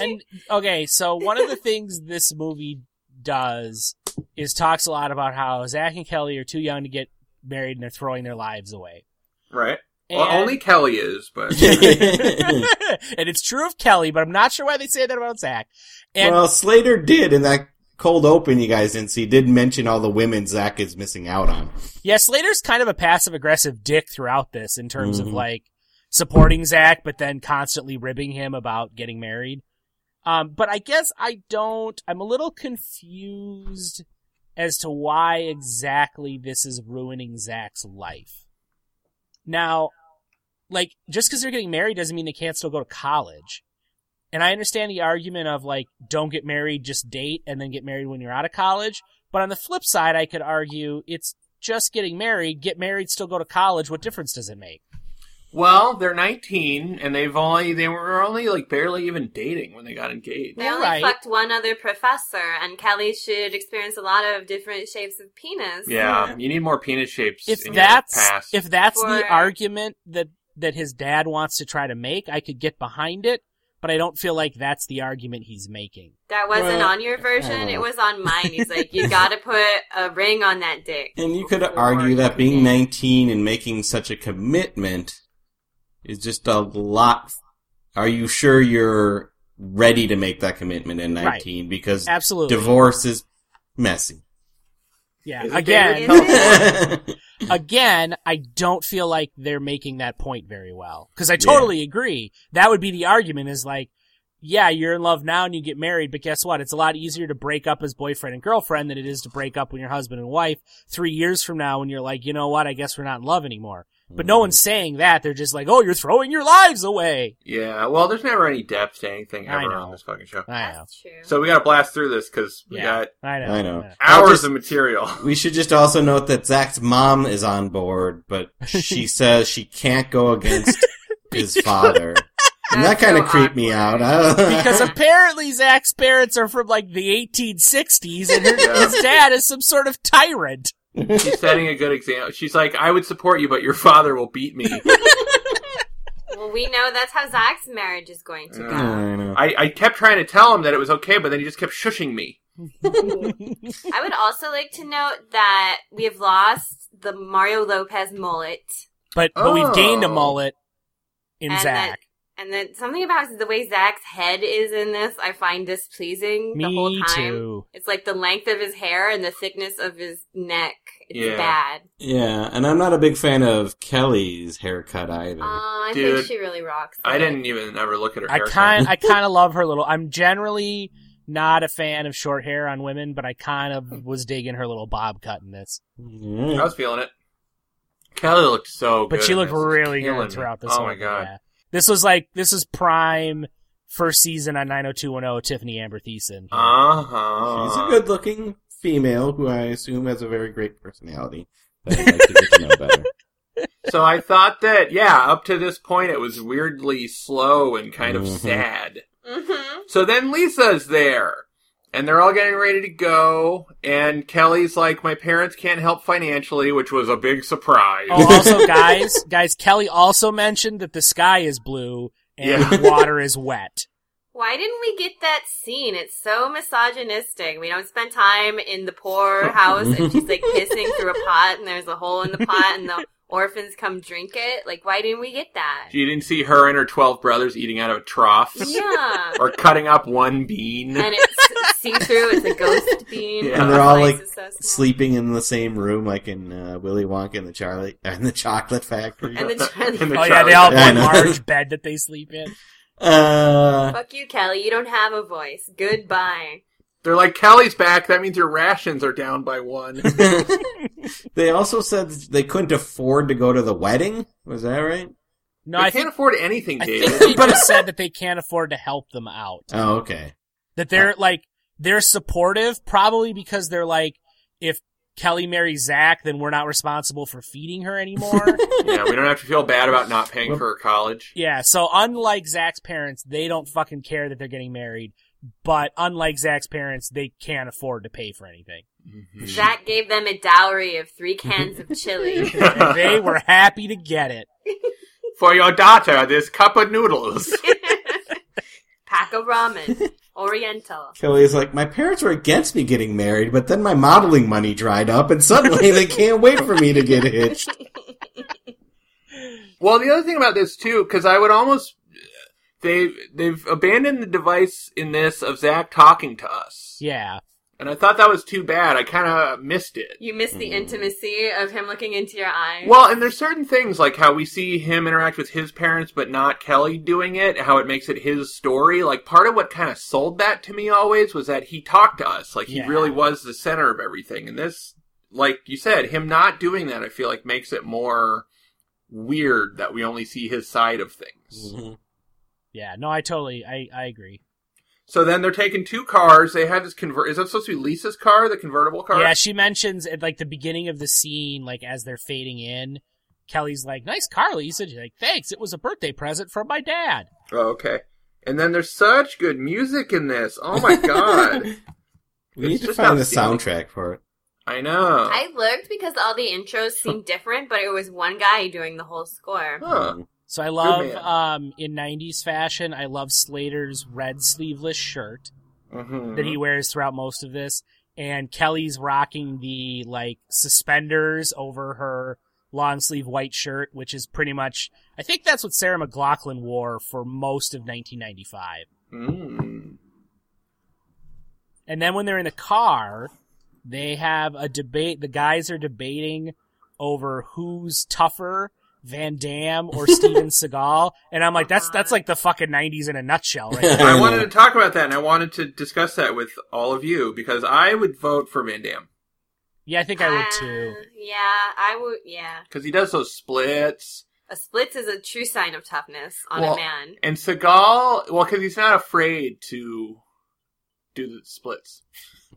[SPEAKER 1] and okay, so one of the things this movie does is talks a lot about how Zach and Kelly are too young to get married and they're throwing their lives away.
[SPEAKER 3] Right? Well,
[SPEAKER 1] And-
[SPEAKER 3] only Kelly is, but
[SPEAKER 1] and it's true of Kelly, but I'm not sure why they say that about Zach. And
[SPEAKER 5] well, Slater did in that cold open you guys didn't see, did mention all the women Zach is missing out on.
[SPEAKER 1] yeah, Slater's kind of a passive aggressive dick throughout this in terms
[SPEAKER 3] Mm-hmm.
[SPEAKER 5] Mhm.
[SPEAKER 1] of like supporting Zach, but then constantly ribbing him about getting married. Um, but I guess I don't, I'm a little confused as to why exactly this is ruining Zach's life. Now, like, just because they're getting married doesn't mean they can't still go to college. And I understand the argument of like, don't get married, just date, and then get married when you're out of college. But on the flip side, I could argue it's just getting married, get married, still go to college. What difference does it make?
[SPEAKER 3] well, they're 19 and they've only they were only like barely even dating when they got engaged.
[SPEAKER 4] They only
[SPEAKER 1] Right.
[SPEAKER 4] fucked one other professor, and Kelly should experience a lot of different shapes of penis.
[SPEAKER 3] Yeah, you need more penis shapes
[SPEAKER 1] If
[SPEAKER 3] in your
[SPEAKER 1] that's
[SPEAKER 3] past.
[SPEAKER 1] if that's
[SPEAKER 4] For-
[SPEAKER 1] the argument that that his dad wants to try to make, I could get behind it, but I don't feel like that's the argument he's making.
[SPEAKER 4] That wasn't
[SPEAKER 5] Well,
[SPEAKER 4] on your version.
[SPEAKER 5] know.
[SPEAKER 1] uh,
[SPEAKER 4] It was on mine. He's like, you gotta put a ring on that dick.
[SPEAKER 5] And you could
[SPEAKER 4] before
[SPEAKER 5] argue that
[SPEAKER 4] you
[SPEAKER 5] being
[SPEAKER 4] get-
[SPEAKER 5] 19 and making such a commitment is just a lot. Are you sure you're ready to make that commitment at 19? Because
[SPEAKER 1] Absolutely.
[SPEAKER 5] divorce is messy.
[SPEAKER 1] yeah.
[SPEAKER 3] Is it
[SPEAKER 1] Again,
[SPEAKER 4] David?
[SPEAKER 1] again, I don't feel like they're making that point very well. Cause I totally agree. That would be the argument is like, yeah, you're in love now and you get married, but guess what? It's a lot easier to break up as boyfriend and girlfriend than it is to break up when you're husband and wife three years from now when you're like, you know what? I guess we're not in love anymore. But no one's saying that. They're just like, oh, you're throwing your lives away.
[SPEAKER 3] yeah, well, there's never any depth to anything
[SPEAKER 1] I
[SPEAKER 3] ever
[SPEAKER 1] know.
[SPEAKER 3] on this fucking show.
[SPEAKER 1] I know.
[SPEAKER 4] That's true.
[SPEAKER 3] So we got to blast through this because we
[SPEAKER 1] Yeah.
[SPEAKER 3] got
[SPEAKER 1] I know.
[SPEAKER 5] I know.
[SPEAKER 3] hours
[SPEAKER 5] just-
[SPEAKER 3] of material.
[SPEAKER 5] We should just also note that Zach's mom is on board, but she says she can't go against his father. And that
[SPEAKER 4] That's
[SPEAKER 5] kind of
[SPEAKER 4] so
[SPEAKER 5] creeped me out.
[SPEAKER 4] awkward.
[SPEAKER 1] Because apparently Zach's parents are from like the 1860s and her,
[SPEAKER 3] Yeah.
[SPEAKER 1] his dad is some sort of tyrant.
[SPEAKER 3] She's setting a good example. She's like, I would support you, but your father will beat me.
[SPEAKER 4] well, we know that's how Zach's marriage is going to
[SPEAKER 5] Oh,
[SPEAKER 4] go.
[SPEAKER 5] I know.
[SPEAKER 3] I, I kept trying to tell him that it was okay, but then he just kept shushing me.
[SPEAKER 4] I would also like to note that we have lost the Mario Lopez mullet,
[SPEAKER 1] But but
[SPEAKER 3] Oh.
[SPEAKER 1] we've gained a mullet in
[SPEAKER 4] And
[SPEAKER 1] Zach.
[SPEAKER 4] and then something about the way Zach's head is in this, I find displeasing the whole
[SPEAKER 1] Me
[SPEAKER 4] time.
[SPEAKER 1] too.
[SPEAKER 4] It's like the length of his hair and the thickness of his neck. It's
[SPEAKER 3] Yeah.
[SPEAKER 4] bad.
[SPEAKER 5] Yeah, and I'm not a big fan of Kelly's haircut either.
[SPEAKER 4] Uh, I
[SPEAKER 3] Dude,
[SPEAKER 4] think she really rocks.
[SPEAKER 3] I
[SPEAKER 4] it.
[SPEAKER 3] didn't even ever look at her.
[SPEAKER 1] I
[SPEAKER 3] haircut.
[SPEAKER 1] kind I kind of love her little. I'm generally not a fan of short hair on women, but I kind of was digging her little bob cut in this.
[SPEAKER 5] Yeah.
[SPEAKER 3] I was feeling it. Kelly looked so good.
[SPEAKER 1] But she
[SPEAKER 3] in
[SPEAKER 1] looked
[SPEAKER 3] Oh, this. It's
[SPEAKER 1] really
[SPEAKER 3] killing
[SPEAKER 1] good
[SPEAKER 3] me.
[SPEAKER 1] throughout this.
[SPEAKER 3] Oh
[SPEAKER 1] whole-
[SPEAKER 3] my god.
[SPEAKER 1] yeah. This was like this was prime first season on 90210 Tiffany Amber Thiessen.
[SPEAKER 3] Uh
[SPEAKER 5] She's a
[SPEAKER 3] huh.
[SPEAKER 5] good looking female who I assume has a very great personality. That I'd like to get to know better.
[SPEAKER 3] So I thought that yeah, up to this point it was weirdly slow and kind of
[SPEAKER 5] Mhm.
[SPEAKER 3] sad.
[SPEAKER 4] Mm-hmm.
[SPEAKER 3] So then Lisa's there, and they're all getting ready to go. And Kelly's like, "My parents can't help financially," which was a big surprise.
[SPEAKER 1] Oh, also guys, guys, Kelly also mentioned that the sky is blue and
[SPEAKER 3] Yeah.
[SPEAKER 1] water is wet.
[SPEAKER 4] Why didn't we get that scene? It's so misogynistic. We don't spend time in the poor house and she's like pissing through a pot and there's a hole in the pot and the orphans come drink it. Like, why didn't we get that?
[SPEAKER 3] You didn't see her and her twelve brothers eating out of troughs
[SPEAKER 4] Yeah.
[SPEAKER 3] or cutting up one bean.
[SPEAKER 4] And it's see through, it's a ghost bean.
[SPEAKER 3] Yeah.
[SPEAKER 5] And they're all,
[SPEAKER 4] Slice
[SPEAKER 5] like,
[SPEAKER 4] is so small.
[SPEAKER 5] Sleeping in the same room, like in uh, Willy Wonka and the Charlie and the Chocolate Factory.
[SPEAKER 4] And the Charlie.
[SPEAKER 3] And the
[SPEAKER 1] Oh yeah, they
[SPEAKER 3] Charlie
[SPEAKER 1] all
[SPEAKER 5] Yeah, I
[SPEAKER 1] have
[SPEAKER 5] know.
[SPEAKER 1] one large bed that they sleep in.
[SPEAKER 5] uh,
[SPEAKER 4] Fuck you, Kelly. You don't have a voice. Goodbye.
[SPEAKER 3] They're like, Kelly's back. That means your rations are down by one.
[SPEAKER 5] they also said that they couldn't afford to go to the wedding. Was that right?
[SPEAKER 1] No,
[SPEAKER 3] they
[SPEAKER 1] I
[SPEAKER 3] can't
[SPEAKER 1] think
[SPEAKER 3] afford anything,
[SPEAKER 1] I
[SPEAKER 3] David.
[SPEAKER 1] think they just said that they can't afford to help them out.
[SPEAKER 5] Oh, okay.
[SPEAKER 1] That they're like they're supportive, probably because they're like, if Kelly marries Zach, then we're not responsible for feeding her anymore.
[SPEAKER 3] yeah, we don't have to feel bad about not paying for her college.
[SPEAKER 1] yeah, so unlike Zach's parents, they don't fucking care that they're getting married. But unlike Zach's parents, they can't afford to pay for anything.
[SPEAKER 5] Hmm.
[SPEAKER 4] Zach gave them a dowry of three cans of chili.
[SPEAKER 1] And they were happy to get it.
[SPEAKER 3] For your daughter, this cup of noodles.
[SPEAKER 4] Pack of ramen. Oriental.
[SPEAKER 5] Kelly's like, my parents were against me getting married, but then my modeling money dried up, and suddenly they can't wait for me to get hitched.
[SPEAKER 3] Well, the other thing about this too, because I would almost they they've abandoned the device in this of Zach talking to us,
[SPEAKER 1] Yeah.
[SPEAKER 3] and I thought that was too bad. I kind of missed it.
[SPEAKER 4] You miss
[SPEAKER 5] Hmm.
[SPEAKER 4] the intimacy of him looking into your eyes.
[SPEAKER 3] Well, and there's certain things like how we see him interact with his parents, but not Kelly doing it. How it makes it his story. Like part of what kind of sold that to me always was that he talked to us. Like he
[SPEAKER 1] Yeah.
[SPEAKER 3] really was the center of everything. And this, like you said, him not doing that, I feel like makes it more weird that we only see his side of things.
[SPEAKER 1] Mm-hmm. Yeah. No, I totally I, I agree.
[SPEAKER 3] So then they're taking two cars. They have this convert. Is that supposed to be Lisa's car, the convertible car?
[SPEAKER 1] Yeah, she mentions at like the beginning of the scene, like as they're fading in, Kelly's like, "Nice car, Lisa." She's like, "Thanks. It was a birthday present from my dad."
[SPEAKER 3] Oh, okay. And then there's such good music in this. Oh my god.
[SPEAKER 5] We
[SPEAKER 3] It's
[SPEAKER 5] need to
[SPEAKER 3] just
[SPEAKER 5] find the
[SPEAKER 3] outstanding.
[SPEAKER 5] soundtrack for it.
[SPEAKER 3] I know.
[SPEAKER 4] I looked because all the intros seemed different, but it was one guy doing the whole score.
[SPEAKER 3] Huh.
[SPEAKER 1] So I love,
[SPEAKER 3] man.
[SPEAKER 1] um, in '90s fashion, I love Slater's red sleeveless shirt
[SPEAKER 3] Mhm.
[SPEAKER 1] that he wears throughout most of this, and Kelly's rocking the like suspenders over her long sleeve white shirt, which is pretty much, I think that's what Sarah McLaughlin wore for most of 1995.
[SPEAKER 3] Mm.
[SPEAKER 1] And then when they're in the car, they have a debate. The guys are debating over who's tougher, Van Damme or Steven Seagal. And I'm like, that's that's like the fucking '90s in a nutshell, right? there.
[SPEAKER 3] I wanted to talk about that, and I wanted to discuss that with all of you because I would vote for Van Damme
[SPEAKER 1] yeah, I think I would too.
[SPEAKER 4] Uh, yeah, I would. Yeah,
[SPEAKER 3] because he does those splits.
[SPEAKER 4] a splits is a true sign of toughness on
[SPEAKER 3] Well,
[SPEAKER 4] a man.
[SPEAKER 3] And Seagal, well, because he's not afraid to do the splits.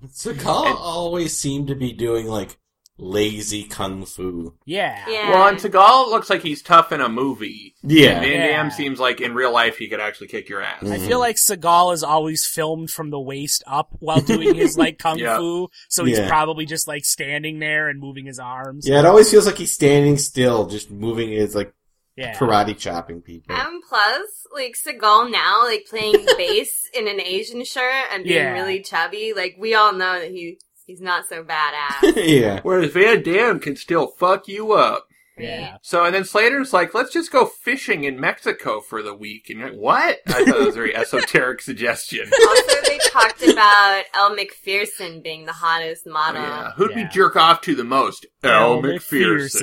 [SPEAKER 5] Seagal always seemed to be doing like lazy kung fu.
[SPEAKER 1] Yeah.
[SPEAKER 4] Yeah.
[SPEAKER 3] Well, and Seagal looks like he's tough in a movie.
[SPEAKER 5] Yeah.
[SPEAKER 3] Van Damme
[SPEAKER 1] Yeah. Mm-hmm.
[SPEAKER 3] seems like in real life he could actually kick your ass.
[SPEAKER 1] I feel like Seagal is always filmed from the waist up while doing his like kung
[SPEAKER 3] Yeah.
[SPEAKER 1] fu, so he's
[SPEAKER 5] Yeah.
[SPEAKER 1] probably just like standing there and moving his arms.
[SPEAKER 5] Yeah, it always feels like he's standing still, just moving his like
[SPEAKER 1] Yeah.
[SPEAKER 5] karate chopping people.
[SPEAKER 4] and plus, like Seagal now, like playing bass in an Asian shirt and being
[SPEAKER 1] Yeah.
[SPEAKER 4] really chubby. Like we all know that he he's not so badass.
[SPEAKER 5] yeah.
[SPEAKER 3] Whereas Van Damme can still fuck you up.
[SPEAKER 1] Yeah.
[SPEAKER 3] So, and then Slater's like, let's just go fishing in Mexico for the week. And you're like, what? I thought it was a very esoteric suggestion.
[SPEAKER 4] also, they talked about Elle McPherson being the hottest model.
[SPEAKER 3] Oh, Yeah. Who'd we
[SPEAKER 1] Oh, Yeah.
[SPEAKER 3] jerk off to the most?
[SPEAKER 1] Al
[SPEAKER 3] Al McPherson.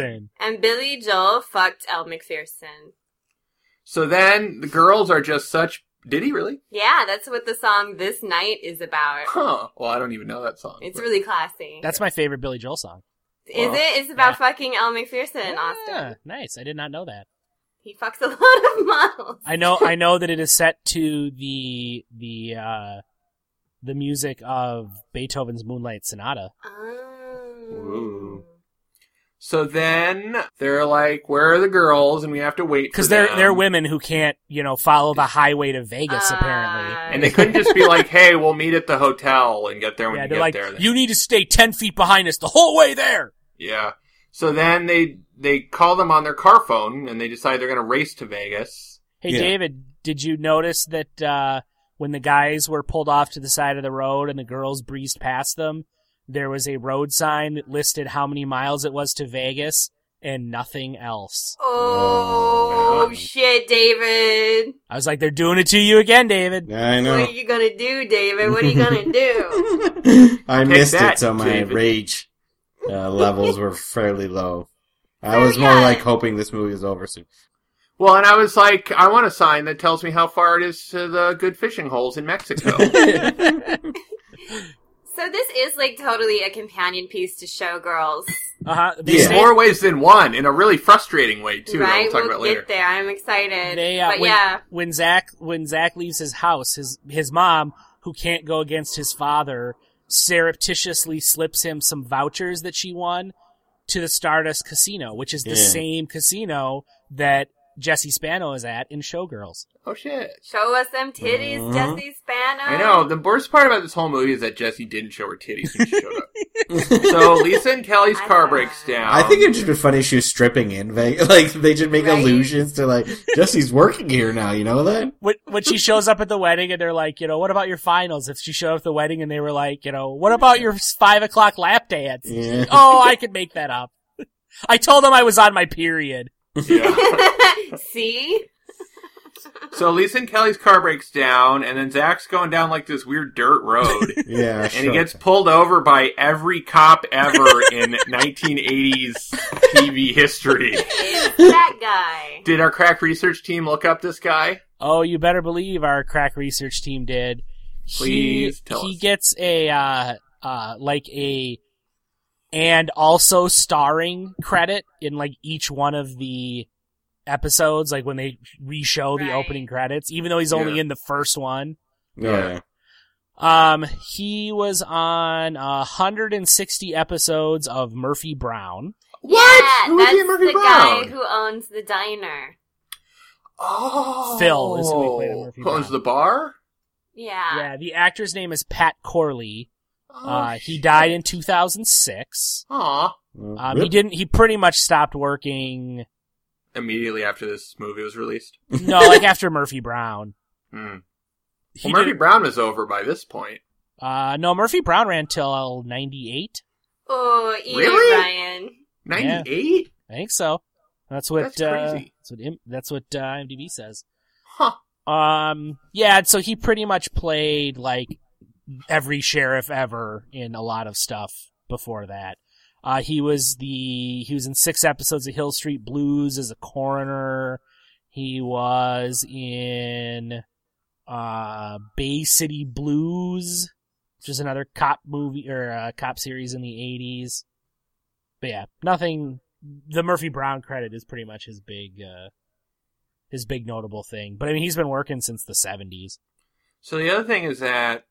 [SPEAKER 1] McPherson.
[SPEAKER 4] And Billy Joel fucked Elle McPherson.
[SPEAKER 3] So then the girls are just such. Did he really?
[SPEAKER 4] Yeah, that's what the song This Night is about.
[SPEAKER 3] Huh. Well, I don't even know that song.
[SPEAKER 4] It's really classy.
[SPEAKER 1] That's my favorite Billy Joel song.
[SPEAKER 4] is
[SPEAKER 3] Wow.
[SPEAKER 4] it? It's about fucking Elle McPherson in
[SPEAKER 1] Yeah,
[SPEAKER 4] Austin.
[SPEAKER 1] nice. I did not know that.
[SPEAKER 4] He fucks a lot of models.
[SPEAKER 1] I know I know that it is set to the the uh the music of Beethoven's Moonlight Sonata.
[SPEAKER 4] Oh.
[SPEAKER 3] Ooh. So then they're like, "Where are the girls?" And we have to wait
[SPEAKER 1] Because
[SPEAKER 3] because
[SPEAKER 1] they're they're women who can't, you know, follow the highway to Vegas
[SPEAKER 3] uh,
[SPEAKER 1] apparently.
[SPEAKER 4] Ah.
[SPEAKER 3] and they couldn't just be like, "Hey, we'll meet at the hotel and get there when
[SPEAKER 1] Yeah,
[SPEAKER 3] you
[SPEAKER 1] they're
[SPEAKER 3] get
[SPEAKER 1] like
[SPEAKER 3] there." then."
[SPEAKER 1] you need to stay ten feet behind us the whole way there.
[SPEAKER 3] yeah. So then they they call them on their car phone and they decide they're going to race to Vegas.
[SPEAKER 1] Hey
[SPEAKER 5] Yeah.
[SPEAKER 1] David, did you notice that uh when the guys were pulled off to the side of the road and the girls breezed past them, there was a road sign that listed how many miles it was to Vegas and nothing else.
[SPEAKER 4] Oh,
[SPEAKER 3] Oh.
[SPEAKER 4] shit, David.
[SPEAKER 1] I was like, they're doing it to you again, David.
[SPEAKER 5] I
[SPEAKER 4] What
[SPEAKER 5] know.
[SPEAKER 4] are you gonna do, David? What are you gonna do?
[SPEAKER 5] I
[SPEAKER 3] Take
[SPEAKER 5] missed
[SPEAKER 3] that,
[SPEAKER 5] it, so my
[SPEAKER 3] David.
[SPEAKER 5] rage uh, levels were fairly low. I
[SPEAKER 4] Fair
[SPEAKER 5] was more
[SPEAKER 4] yet.
[SPEAKER 5] like hoping this movie was over soon.
[SPEAKER 3] Well, and I was like, I want a sign that
[SPEAKER 1] Uh-huh.
[SPEAKER 3] tells me how far it is to the good fishing holes in Mexico.
[SPEAKER 4] So this is like totally a companion piece to Showgirls,
[SPEAKER 1] Uh huh. They
[SPEAKER 3] In
[SPEAKER 1] say
[SPEAKER 3] more ways than one, in a really frustrating way too. that
[SPEAKER 4] right?
[SPEAKER 3] We'll talk
[SPEAKER 4] we'll
[SPEAKER 3] about
[SPEAKER 4] get
[SPEAKER 3] later.
[SPEAKER 4] there. I'm excited.
[SPEAKER 1] they, uh,
[SPEAKER 4] but
[SPEAKER 1] when,
[SPEAKER 4] yeah,
[SPEAKER 1] when Zach when Zach leaves his house, his his mom, who can't go against his father, surreptitiously slips him some vouchers that she won to the Stardust Casino, which is the
[SPEAKER 5] Yeah.
[SPEAKER 1] same casino that Jesse Spano is at in Showgirls.
[SPEAKER 3] Oh shit!
[SPEAKER 4] show us them titties,
[SPEAKER 3] Uh-huh.
[SPEAKER 5] Mhm.
[SPEAKER 4] Jesse Spano.
[SPEAKER 3] I know. The worst part about this whole movie is that Jesse didn't show her titties when she showed up. so Lisa and Kelly's car breaks down.
[SPEAKER 5] I think it'd just be funny if she was stripping in. Ve- Like, they just make
[SPEAKER 4] Right?
[SPEAKER 5] allusions to, like, Jesse's working here now, you know that?
[SPEAKER 1] When, when she shows up at the wedding and they're like, you know, what about your finals? If she showed up at the wedding and they were like, you know, what about your five o'clock lap dance?
[SPEAKER 5] Yeah.
[SPEAKER 1] oh, I could make that up. I told them I was on my period.
[SPEAKER 3] Yeah.
[SPEAKER 4] See,
[SPEAKER 3] So Lisa and Kelly's car breaks down, and then Zach's going down like this weird dirt road, and
[SPEAKER 5] Yeah,
[SPEAKER 3] he
[SPEAKER 5] sure.
[SPEAKER 3] gets pulled over by every cop ever in 1980s TV history.
[SPEAKER 4] it's that guy.
[SPEAKER 3] Did our crack research team look up this guy?
[SPEAKER 1] Oh, you better believe our crack research team did.
[SPEAKER 3] Please
[SPEAKER 1] he,
[SPEAKER 3] tell
[SPEAKER 1] he
[SPEAKER 3] us.
[SPEAKER 1] gets a uh uh like a and also starring credit in like each one of the episodes, like when they reshow the
[SPEAKER 4] Right.
[SPEAKER 1] opening credits, even though he's only
[SPEAKER 3] Yeah.
[SPEAKER 1] in the first one.
[SPEAKER 5] yeah.
[SPEAKER 1] Um, he was on uh, 160 episodes of Murphy Brown.
[SPEAKER 3] What?
[SPEAKER 4] Yeah,
[SPEAKER 3] Who's
[SPEAKER 4] that's
[SPEAKER 3] Ian Murphy
[SPEAKER 4] the
[SPEAKER 3] Brown?
[SPEAKER 4] guy who owns the diner.
[SPEAKER 3] Oh,
[SPEAKER 1] Phil is who we played on Murphy
[SPEAKER 3] Who owns
[SPEAKER 1] Brown.
[SPEAKER 3] the bar?
[SPEAKER 4] Yeah.
[SPEAKER 1] Yeah, the actor's name is Pat Corley.
[SPEAKER 3] Oh,
[SPEAKER 1] Uh, he died in 2006.
[SPEAKER 3] Aw. Uh,
[SPEAKER 1] Um, he didn't. He pretty much stopped working.
[SPEAKER 3] Immediately after this movie was released.
[SPEAKER 1] No, like after Murphy Brown.
[SPEAKER 3] Hmm.
[SPEAKER 1] He
[SPEAKER 3] Well, Murphy
[SPEAKER 1] did-
[SPEAKER 3] Brown was over by this point.
[SPEAKER 1] uh, no, Murphy Brown ran till '98.
[SPEAKER 4] Oh, eat
[SPEAKER 3] Really?
[SPEAKER 4] it, Ryan.
[SPEAKER 3] 98?
[SPEAKER 1] I think so. That's what.
[SPEAKER 3] That's
[SPEAKER 1] uh,
[SPEAKER 3] crazy.
[SPEAKER 1] that's what. im- That's what uh, IMDb says.
[SPEAKER 3] Huh.
[SPEAKER 1] Um, yeah, and so he pretty much played like every sheriff ever in a lot of stuff before that. Uh, he was the he was in six episodes of Hill Street Blues as a coroner. He was in uh, Bay City Blues, which is another cop movie or uh, cop series in the '80s. But yeah, nothing. The Murphy Brown credit is pretty much his big uh, his big notable thing. But I mean, he's been working since the seventies.
[SPEAKER 3] So the other thing is that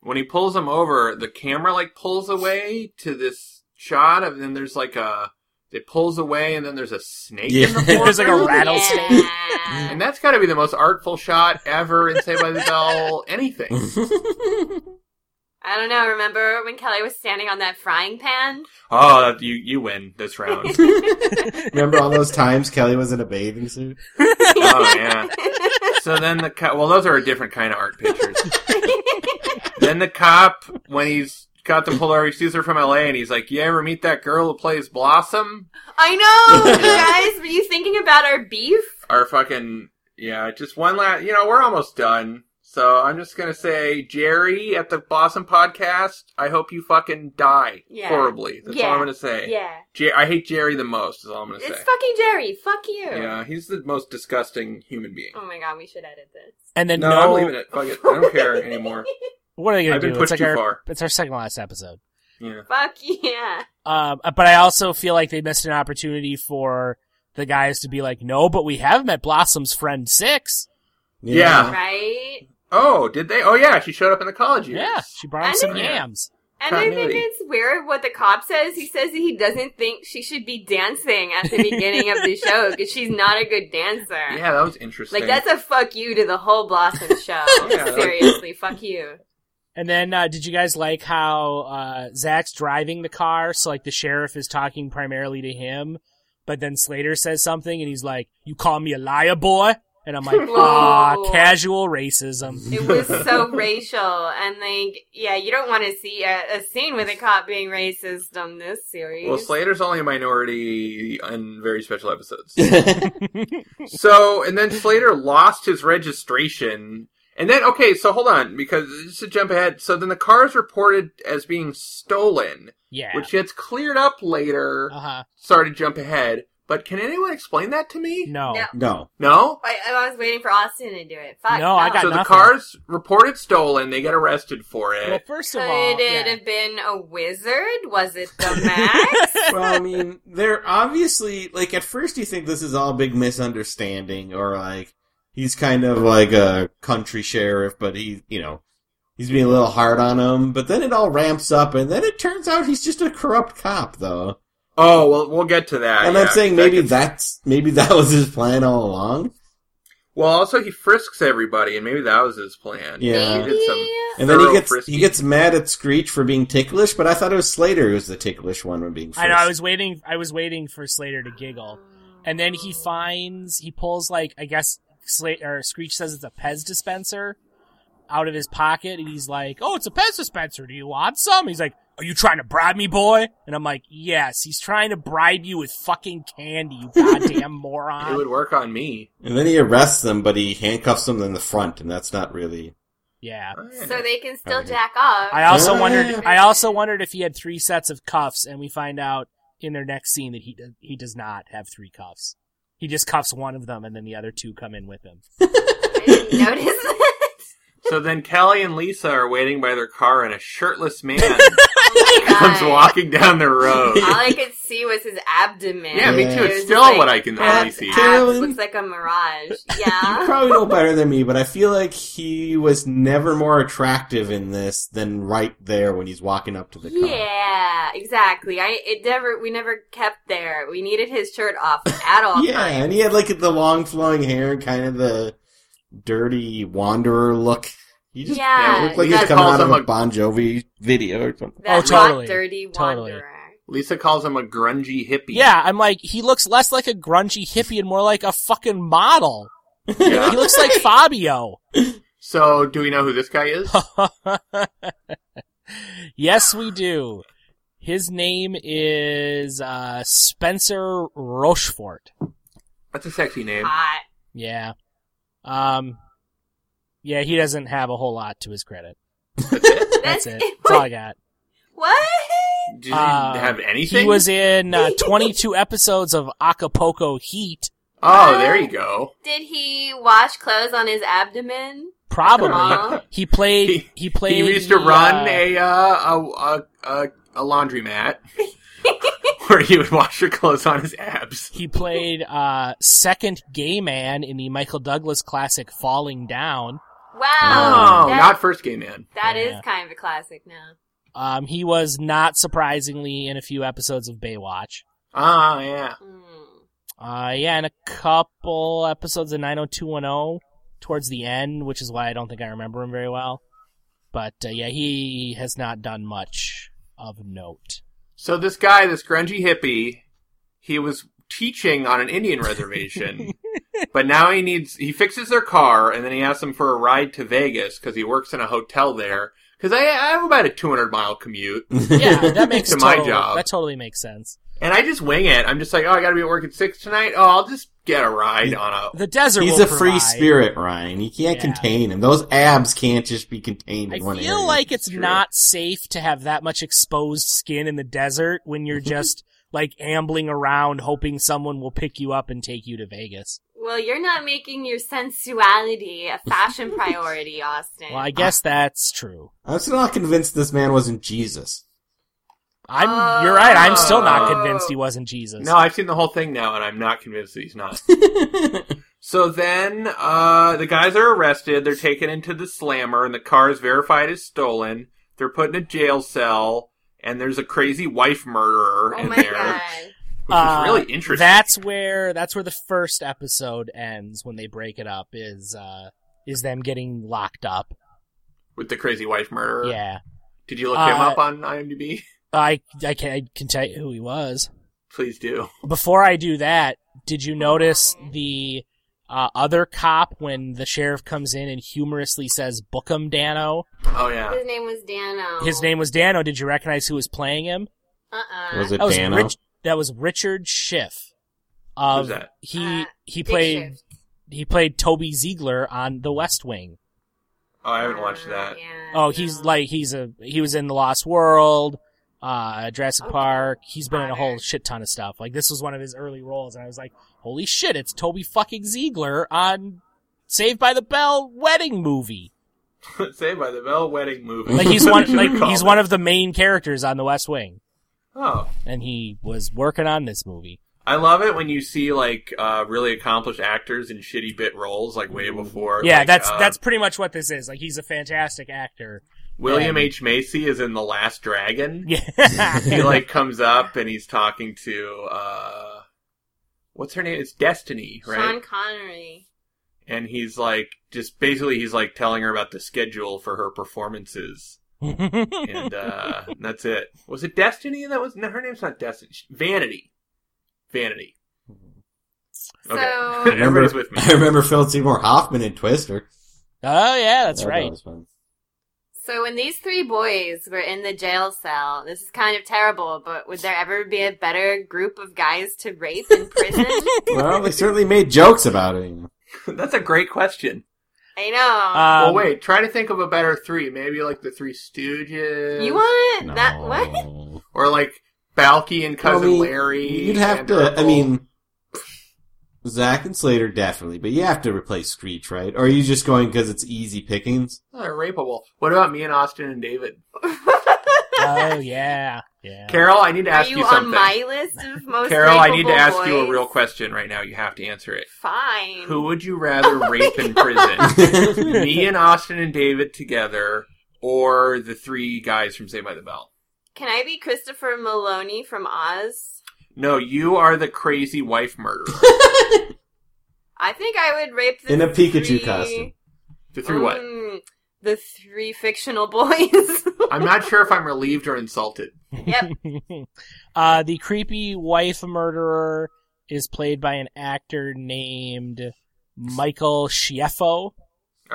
[SPEAKER 3] when he pulls him over, the camera like pulls away to this shot of then there's like a it pulls away and then there's a snake in the
[SPEAKER 5] Yeah.
[SPEAKER 3] foreground.
[SPEAKER 1] There's like a rattlesnake.
[SPEAKER 4] Yeah.
[SPEAKER 3] And that's got to be the most artful shot ever in Saved by the Bell anything.
[SPEAKER 4] I don't know. Remember when Kelly was standing on that frying pan?
[SPEAKER 3] Oh, you you win this round.
[SPEAKER 5] Remember all those times Kelly was in a bathing suit?
[SPEAKER 3] oh yeah. So then the co- well, those are a different kind of art pictures. then the cop, when he's got the pull over, he sees her from L.A. and he's like, "You ever meet that girl who plays Blossom?"
[SPEAKER 4] I know, you guys. Were you thinking about our beef?
[SPEAKER 3] our fucking yeah, just one last. You know, we're almost done, so I'm just gonna say, Jerry at the Blossom Podcast, I hope you fucking die
[SPEAKER 4] Yeah.
[SPEAKER 3] horribly. That's all
[SPEAKER 4] Yeah.
[SPEAKER 3] I'm gonna say.
[SPEAKER 4] Yeah,
[SPEAKER 3] Jer- I hate Jerry the most. Is all I'm gonna
[SPEAKER 4] it's
[SPEAKER 3] say.
[SPEAKER 4] fucking Jerry. Fuck you.
[SPEAKER 3] yeah, he's the most disgusting human being.
[SPEAKER 4] Oh my god, we should edit this.
[SPEAKER 1] And then
[SPEAKER 3] No,
[SPEAKER 1] no,
[SPEAKER 3] I'm leaving it. Fuck it. I don't care anymore.
[SPEAKER 1] what are they gonna
[SPEAKER 3] I've been
[SPEAKER 1] do?
[SPEAKER 3] pushed
[SPEAKER 1] it's like
[SPEAKER 3] too
[SPEAKER 1] our
[SPEAKER 3] far.
[SPEAKER 1] it's our second last episode.
[SPEAKER 3] Yeah.
[SPEAKER 4] Fuck yeah.
[SPEAKER 1] Um, but I also feel like they missed an opportunity for the guys to be like, no, but we have met Blossom's friend six.
[SPEAKER 3] Yeah.
[SPEAKER 4] Right?
[SPEAKER 3] Oh, did they? Oh yeah, she showed up in the college years.
[SPEAKER 1] Yeah, she brought him
[SPEAKER 4] I
[SPEAKER 1] some
[SPEAKER 3] think-
[SPEAKER 1] yams.
[SPEAKER 4] And I think
[SPEAKER 3] Continuity.
[SPEAKER 4] it's weird what the cop says. He says that he doesn't think she should be dancing at the beginning of the show because she's not a good dancer.
[SPEAKER 3] Yeah, that was interesting.
[SPEAKER 4] Like that's a fuck you to the whole Blossom show.
[SPEAKER 3] that-
[SPEAKER 4] Seriously, fuck you.
[SPEAKER 1] And then, uh, did you guys like how uh, Zach's driving the car? So like the sheriff is talking primarily to him, but then Slater says something, and he's like, "You call me a liar, boy," and I'm like, "Ah,
[SPEAKER 4] Whoa.
[SPEAKER 1] casual racism."
[SPEAKER 4] It was so racial, and like, yeah, you don't want to see a, a scene with a cop being racist on this series.
[SPEAKER 3] well, Slater's only a minority in very special episodes.
[SPEAKER 5] Yeah.
[SPEAKER 3] So, and then Slater lost his registration. And then, okay, so hold on, because just to jump ahead, so then the car is reported as being stolen,
[SPEAKER 1] Yeah.
[SPEAKER 3] which gets cleared up later.
[SPEAKER 1] Uh huh.
[SPEAKER 3] Sorry to jump ahead. But can anyone explain that to me?
[SPEAKER 1] No.
[SPEAKER 4] No.
[SPEAKER 5] No.
[SPEAKER 3] No?
[SPEAKER 4] I, I was waiting for Austin to do it. Fuck.
[SPEAKER 1] No, I got
[SPEAKER 3] so the
[SPEAKER 1] nothing.
[SPEAKER 3] car's reported stolen. They get arrested for
[SPEAKER 1] Well,
[SPEAKER 3] it.
[SPEAKER 1] first
[SPEAKER 4] Could
[SPEAKER 1] of all,
[SPEAKER 4] it
[SPEAKER 1] yeah.
[SPEAKER 4] have been a wizard? Was it the Max?
[SPEAKER 5] Well, I mean, they're obviously like at first you think this is all big misunderstanding or like he's kind of like a country sheriff, but he, you know, he's being a little hard on him. But then it all ramps up, and then it turns out he's just a corrupt cop, though.
[SPEAKER 3] oh, well, we'll get to that.
[SPEAKER 5] and
[SPEAKER 3] yeah,
[SPEAKER 5] I'm saying
[SPEAKER 3] 'cause I
[SPEAKER 5] maybe
[SPEAKER 3] could-
[SPEAKER 5] that's maybe that was his plan all along.
[SPEAKER 3] Well, also he frisks everybody, and maybe that was his plan.
[SPEAKER 5] Yeah.
[SPEAKER 3] He did some
[SPEAKER 5] And then he
[SPEAKER 3] thorough
[SPEAKER 5] gets
[SPEAKER 3] frisking.
[SPEAKER 5] he gets mad at Screech for being ticklish, but I thought it was Slater who was the ticklish one when being. First.
[SPEAKER 1] I know. I was waiting. I was waiting for Slater to giggle, and then he finds he pulls like I guess Slater or Screech says it's a Pez dispenser out of his pocket, and he's like, "Oh, it's a Pez dispenser. Do you want some?" He's like, "Are you trying to bribe me, boy?" And I'm like, "Yes." He's trying to bribe you with fucking candy, you goddamn
[SPEAKER 3] It
[SPEAKER 1] moron.
[SPEAKER 3] would work on me.
[SPEAKER 5] And then he arrests them, but he handcuffs them in the front, and that's not really.
[SPEAKER 1] Yeah.
[SPEAKER 4] so they can still
[SPEAKER 5] Okay.
[SPEAKER 4] jack off.
[SPEAKER 1] I also
[SPEAKER 5] Yeah.
[SPEAKER 1] wondered. I also wondered if he had three sets of cuffs, and we find out in their next scene that he does, he does not have three cuffs. He just cuffs one of them, and then the other two come in with him.
[SPEAKER 4] I didn't notice that.
[SPEAKER 3] So then Kelly and Lisa are waiting by their car, and a shirtless man
[SPEAKER 4] Oh my
[SPEAKER 3] comes
[SPEAKER 4] God.
[SPEAKER 3] walking down the road.
[SPEAKER 4] All I could see was his abdomen.
[SPEAKER 3] yeah, me
[SPEAKER 5] Yeah.
[SPEAKER 3] too.
[SPEAKER 4] It was
[SPEAKER 3] It's still
[SPEAKER 4] like,
[SPEAKER 3] what I can only
[SPEAKER 4] abs,
[SPEAKER 3] see.
[SPEAKER 4] abs,
[SPEAKER 5] Carolyn.
[SPEAKER 4] looks like a mirage.
[SPEAKER 5] You
[SPEAKER 4] Yeah.
[SPEAKER 5] probably know better than me, but I feel like he was never more attractive in this than right there when he's walking up to the car.
[SPEAKER 4] Yeah, exactly. I it never we never kept there. We needed his shirt off at all
[SPEAKER 5] Yeah,
[SPEAKER 4] times.
[SPEAKER 5] and he had like the long flowing hair and kind of the dirty wanderer look. He just
[SPEAKER 4] Yeah,
[SPEAKER 5] yeah, looked like
[SPEAKER 4] you
[SPEAKER 5] he's
[SPEAKER 4] guys
[SPEAKER 5] coming
[SPEAKER 3] calls
[SPEAKER 5] out of
[SPEAKER 3] him
[SPEAKER 5] a
[SPEAKER 3] a-
[SPEAKER 5] Bon Jovi video or something.
[SPEAKER 4] That
[SPEAKER 1] Oh, totally.
[SPEAKER 4] hot, dirty
[SPEAKER 1] Totally.
[SPEAKER 4] wanderer.
[SPEAKER 3] Lisa calls him a grungy hippie.
[SPEAKER 1] Yeah, I'm like, he looks less like a grungy hippie and more like a fucking model.
[SPEAKER 3] Yeah.
[SPEAKER 1] He looks like Fabio.
[SPEAKER 3] So do we know who this guy is?
[SPEAKER 1] yes, we do. His name is uh, Spencer Rochefort.
[SPEAKER 3] That's a sexy name.
[SPEAKER 4] Hot.
[SPEAKER 1] Yeah. Um. Yeah, he doesn't have a whole lot to his credit. That's it. That's all I got.
[SPEAKER 4] What?
[SPEAKER 3] Did he
[SPEAKER 1] Uh,
[SPEAKER 3] have anything?
[SPEAKER 1] He was in uh, 22 episodes of Acapulco Heat,
[SPEAKER 3] oh, there you go.
[SPEAKER 4] Did he wash clothes on his abdomen?
[SPEAKER 1] probably.
[SPEAKER 4] Aw.
[SPEAKER 1] He played. He played.
[SPEAKER 3] He used to
[SPEAKER 1] the, uh,
[SPEAKER 3] run a, uh, a a a a laundromat where he would wash your clothes on his abs.
[SPEAKER 1] He played uh, second gay man in the Michael Douglas classic Falling Down.
[SPEAKER 4] wow.
[SPEAKER 3] Oh,
[SPEAKER 4] that,
[SPEAKER 3] not first gay man.
[SPEAKER 4] that is
[SPEAKER 1] Yeah.
[SPEAKER 4] kind of a classic now.
[SPEAKER 1] Um, he was not surprisingly in a few episodes of Baywatch.
[SPEAKER 3] Ah, yeah.
[SPEAKER 4] Mm.
[SPEAKER 1] Uh, yeah, and a couple episodes of 90210 towards the end, which is why I don't think I remember him very well. But uh, yeah, he has not done much of note.
[SPEAKER 3] So this guy, this grungy hippie, he was teaching on an Indian reservation, but now he needs he fixes their car and then he asks them for a ride to Vegas because he works in a hotel there. Because I, I have about a 200 mile commute,
[SPEAKER 1] Yeah, that makes
[SPEAKER 3] To my
[SPEAKER 1] total-
[SPEAKER 3] job.
[SPEAKER 1] That totally makes sense.
[SPEAKER 3] and I just wing it. I'm just like, oh, I got to be at work at six tonight. Oh, I'll just get a ride on a.
[SPEAKER 1] The desert.
[SPEAKER 5] He's
[SPEAKER 1] will
[SPEAKER 5] a free
[SPEAKER 1] provide.
[SPEAKER 5] spirit, Ryan. You can't
[SPEAKER 1] Yeah.
[SPEAKER 5] contain him. Those abs can't just be contained
[SPEAKER 1] I
[SPEAKER 5] in one
[SPEAKER 1] feel
[SPEAKER 5] area.
[SPEAKER 1] like it's
[SPEAKER 3] True.
[SPEAKER 1] not safe to have that much exposed skin in the desert when you're just like ambling around hoping someone will pick you up and take you to Vegas.
[SPEAKER 4] Well, you're not making your sensuality a fashion priority, Austin.
[SPEAKER 1] Well,
[SPEAKER 5] Ah.
[SPEAKER 1] I guess that's true.
[SPEAKER 5] I'm still not convinced this man wasn't Jesus.
[SPEAKER 1] I'm you're right, I'm still not
[SPEAKER 3] Oh.
[SPEAKER 1] convinced he wasn't Jesus.
[SPEAKER 3] No, I've seen the whole thing now, and I'm not convinced that he's not. so then, uh, the guys are arrested. They're taken into the slammer, and the car is verified as stolen. They're put in a jail cell, and there's a crazy wife murderer
[SPEAKER 4] oh
[SPEAKER 3] in
[SPEAKER 4] my
[SPEAKER 3] there,
[SPEAKER 4] god.
[SPEAKER 3] which
[SPEAKER 1] Uh,
[SPEAKER 3] is really interesting.
[SPEAKER 1] That's where that's where the first episode ends when they break it up is uh is them getting locked up.
[SPEAKER 3] with the crazy wife murderer.
[SPEAKER 1] Yeah.
[SPEAKER 3] Did you look
[SPEAKER 1] Uh,
[SPEAKER 3] him up on IMDb?
[SPEAKER 1] I I can I can tell you who he was.
[SPEAKER 3] Please do.
[SPEAKER 1] before I do that, did you notice the uh, other cop when the sheriff comes in and humorously says "Book 'em, Dano"?
[SPEAKER 3] Oh yeah.
[SPEAKER 4] His name was Dano.
[SPEAKER 1] His name was Dano. Did you recognize who was playing him?
[SPEAKER 4] Uh-uh.
[SPEAKER 5] Was it
[SPEAKER 1] That was
[SPEAKER 5] Dano?
[SPEAKER 1] Rich- that was Richard Schiff.
[SPEAKER 3] Who's
[SPEAKER 1] Of
[SPEAKER 3] that?
[SPEAKER 1] he
[SPEAKER 4] Uh,
[SPEAKER 1] he
[SPEAKER 4] Big
[SPEAKER 1] played
[SPEAKER 4] Shift.
[SPEAKER 1] he played Toby Ziegler on The West Wing.
[SPEAKER 3] Oh, I haven't watched that.
[SPEAKER 4] Yeah,
[SPEAKER 1] Oh, he's
[SPEAKER 4] no.
[SPEAKER 1] like he's a he was in The Lost World. uh, Jurassic
[SPEAKER 4] Okay.
[SPEAKER 1] Park. He's been in a whole
[SPEAKER 4] Alright.
[SPEAKER 1] shit ton of stuff. Like this was one of his early roles, and I was like, holy shit, it's Toby fucking Ziegler on Saved by the Bell wedding movie.
[SPEAKER 3] Saved by the Bell wedding movie.
[SPEAKER 1] Like he's one,
[SPEAKER 3] Should
[SPEAKER 1] like
[SPEAKER 3] we call
[SPEAKER 1] he's
[SPEAKER 3] it?
[SPEAKER 1] one of the main characters on The West Wing,
[SPEAKER 3] Oh,
[SPEAKER 1] and he was working on this movie.
[SPEAKER 3] I love it when you see like uh, really accomplished actors in shitty bit roles, like way before.
[SPEAKER 1] Mm-hmm. Yeah,
[SPEAKER 3] like,
[SPEAKER 1] that's
[SPEAKER 3] uh,
[SPEAKER 1] that's pretty much what this is. Like he's a fantastic actor.
[SPEAKER 3] William
[SPEAKER 1] yeah.
[SPEAKER 3] H Macy is in The Last Dragon. he
[SPEAKER 1] Yeah,
[SPEAKER 3] like comes up and he's talking to uh, what's her name? It's Destiny, right?
[SPEAKER 4] Sean Connery.
[SPEAKER 3] and he's like just basically he's like telling her about the schedule for her performances and uh that's it was it destiny that was no her name's not destiny She- vanity vanity
[SPEAKER 4] So
[SPEAKER 3] okay everybody's with me
[SPEAKER 5] I remember Philip Seymour Hoffman in Twister.
[SPEAKER 1] oh yeah, that's
[SPEAKER 5] That
[SPEAKER 1] right.
[SPEAKER 5] was fun.
[SPEAKER 4] So when these three boys were in the jail cell, this is kind of terrible, but would there ever be a better group of guys to rape in prison?
[SPEAKER 5] well, they certainly made jokes about it. You know.
[SPEAKER 3] that's a great question
[SPEAKER 4] I know.
[SPEAKER 1] Um,
[SPEAKER 3] well wait try to think of a better three maybe like the three stooges
[SPEAKER 4] you want that
[SPEAKER 5] No.
[SPEAKER 4] what?
[SPEAKER 3] or like balky and cousin
[SPEAKER 5] I mean,
[SPEAKER 3] larry
[SPEAKER 5] You'd have
[SPEAKER 3] and
[SPEAKER 5] to. I
[SPEAKER 3] Urkel.
[SPEAKER 5] mean, Zach and Slater definitely, but you have to replace Screech, right? Or are you just going because it's easy pickings?
[SPEAKER 3] Oh, they're rapeable what about me and austin and david
[SPEAKER 1] oh yeah, yeah.
[SPEAKER 3] carol i need to
[SPEAKER 4] Are
[SPEAKER 3] ask
[SPEAKER 4] you,
[SPEAKER 3] you,
[SPEAKER 4] on
[SPEAKER 3] something
[SPEAKER 4] my list of most
[SPEAKER 3] carol i need to
[SPEAKER 4] rapeable
[SPEAKER 3] ask you a
[SPEAKER 4] boys?
[SPEAKER 3] real question right now you have to answer it
[SPEAKER 4] Fine.
[SPEAKER 3] Who would you rather rape in prison? Me and Austin and David together, or the three guys from Saved by the Bell?
[SPEAKER 4] Can I be Christopher Maloney from Oz?
[SPEAKER 3] No, you are the crazy wife murderer.
[SPEAKER 4] I think I would rape the
[SPEAKER 5] in a Pikachu
[SPEAKER 4] three-
[SPEAKER 5] costume.
[SPEAKER 3] The three what?
[SPEAKER 4] Mm, the three fictional boys.
[SPEAKER 3] I'm not sure if I'm relieved or insulted.
[SPEAKER 4] yep.
[SPEAKER 1] uh, the creepy wife murderer is played by an actor named Michael Schieffo.
[SPEAKER 3] All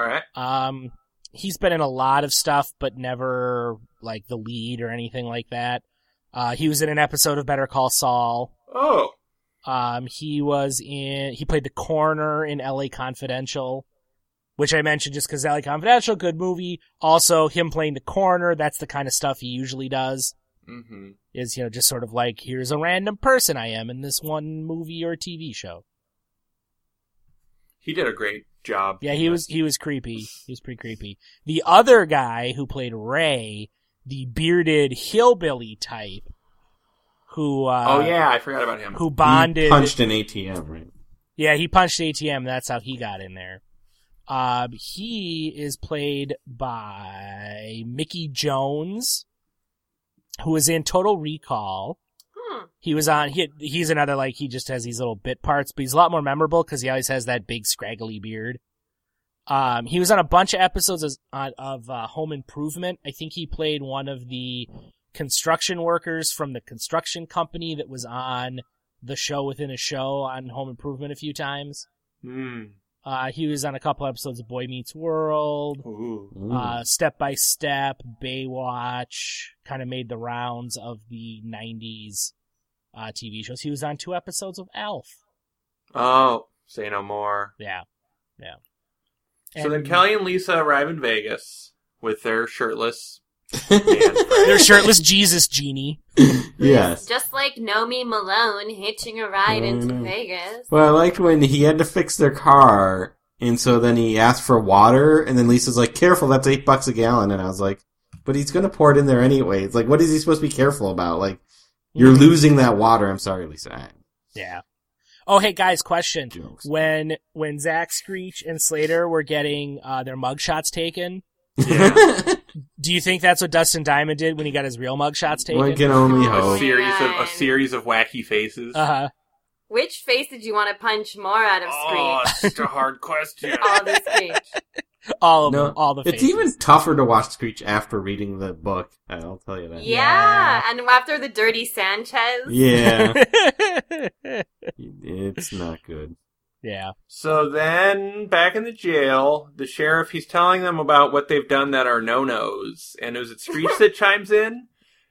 [SPEAKER 3] right.
[SPEAKER 1] Um, he's been in a lot of stuff, but never like the lead or anything like that. Uh, he was in an episode of Better Call Saul.
[SPEAKER 3] Oh,
[SPEAKER 1] Um, he was in. He played the coroner in L.A. Confidential, which I mentioned just because L.A. Confidential, good movie. Also, him playing the coroner. That's the kind of stuff he usually does.
[SPEAKER 3] hmm
[SPEAKER 1] Is you know just sort of like here's a random person I am in this one movie or TV show.
[SPEAKER 3] he did a great job.
[SPEAKER 1] Yeah, he was he was creepy. He was pretty creepy. The other guy who played Ray, the bearded hillbilly type, who uh,
[SPEAKER 3] Oh yeah, I forgot about him.
[SPEAKER 1] who bonded
[SPEAKER 5] He punched an ATM, right?
[SPEAKER 1] Yeah, he punched ATM. That's how he got in there. Um, he is played by Mickey Jones, who was in Total Recall.
[SPEAKER 4] Hmm.
[SPEAKER 1] He was on. He he's another like he just has these little bit parts, but he's a lot more memorable because he always has that big scraggly beard. Um, he was on a bunch of episodes of, on- of uh, Home Improvement. I think he played one of the construction workers from the construction company that was on the show within a show on Home Improvement a few times.
[SPEAKER 3] Mm.
[SPEAKER 1] Uh, he was on a couple episodes of Boy Meets World,
[SPEAKER 3] Ooh.
[SPEAKER 1] uh, Step by Step, Baywatch, kind of made the rounds of the 90s uh, TV shows. He was on two episodes of Elf.
[SPEAKER 3] Oh, say no more.
[SPEAKER 1] Yeah. Yeah.
[SPEAKER 3] so then
[SPEAKER 1] And
[SPEAKER 3] Kelly and Lisa arrive in Vegas with their shirtless.
[SPEAKER 1] Their shirtless Jesus genie.
[SPEAKER 5] yes.
[SPEAKER 4] Just like Nomi Malone hitching a ride into
[SPEAKER 5] Mm.
[SPEAKER 4] Vegas.
[SPEAKER 5] Well, I liked when he had to fix their car, and so then he asked for water, and then Lisa's like, "Careful, that's eight bucks a gallon." And I was like, "But he's gonna pour it in there anyway." It's like, what is he supposed to be careful about? Like, you're
[SPEAKER 1] Mm-hmm.
[SPEAKER 5] losing that water. I'm sorry, Lisa. I-
[SPEAKER 1] Yeah. Oh, hey guys, question.
[SPEAKER 5] Jokes.
[SPEAKER 1] When when Zach Screech and Slater were getting uh, their mugshots taken, do you think that's what Dustin Diamond did when he got his real mugshots taken?
[SPEAKER 5] One can only
[SPEAKER 3] A
[SPEAKER 4] Oh.
[SPEAKER 5] hope.
[SPEAKER 3] series of a
[SPEAKER 4] Man.
[SPEAKER 3] series of wacky faces.
[SPEAKER 1] uh-huh.
[SPEAKER 4] Which face did you want to punch more out of
[SPEAKER 3] Oh,
[SPEAKER 4] Screech?
[SPEAKER 3] it's such a hard question.
[SPEAKER 4] All the Screech.
[SPEAKER 1] All of
[SPEAKER 5] No,
[SPEAKER 1] them, all the
[SPEAKER 5] It's
[SPEAKER 1] faces.
[SPEAKER 5] even tougher to watch Screech after reading the book. I'll tell you that.
[SPEAKER 4] Yeah, and after the dirty Sanchez.
[SPEAKER 5] Yeah, it's not good.
[SPEAKER 1] yeah.
[SPEAKER 3] So then, back in the jail, the sheriff he's telling them about what they've done that are no nos, and is it Screech that chimes in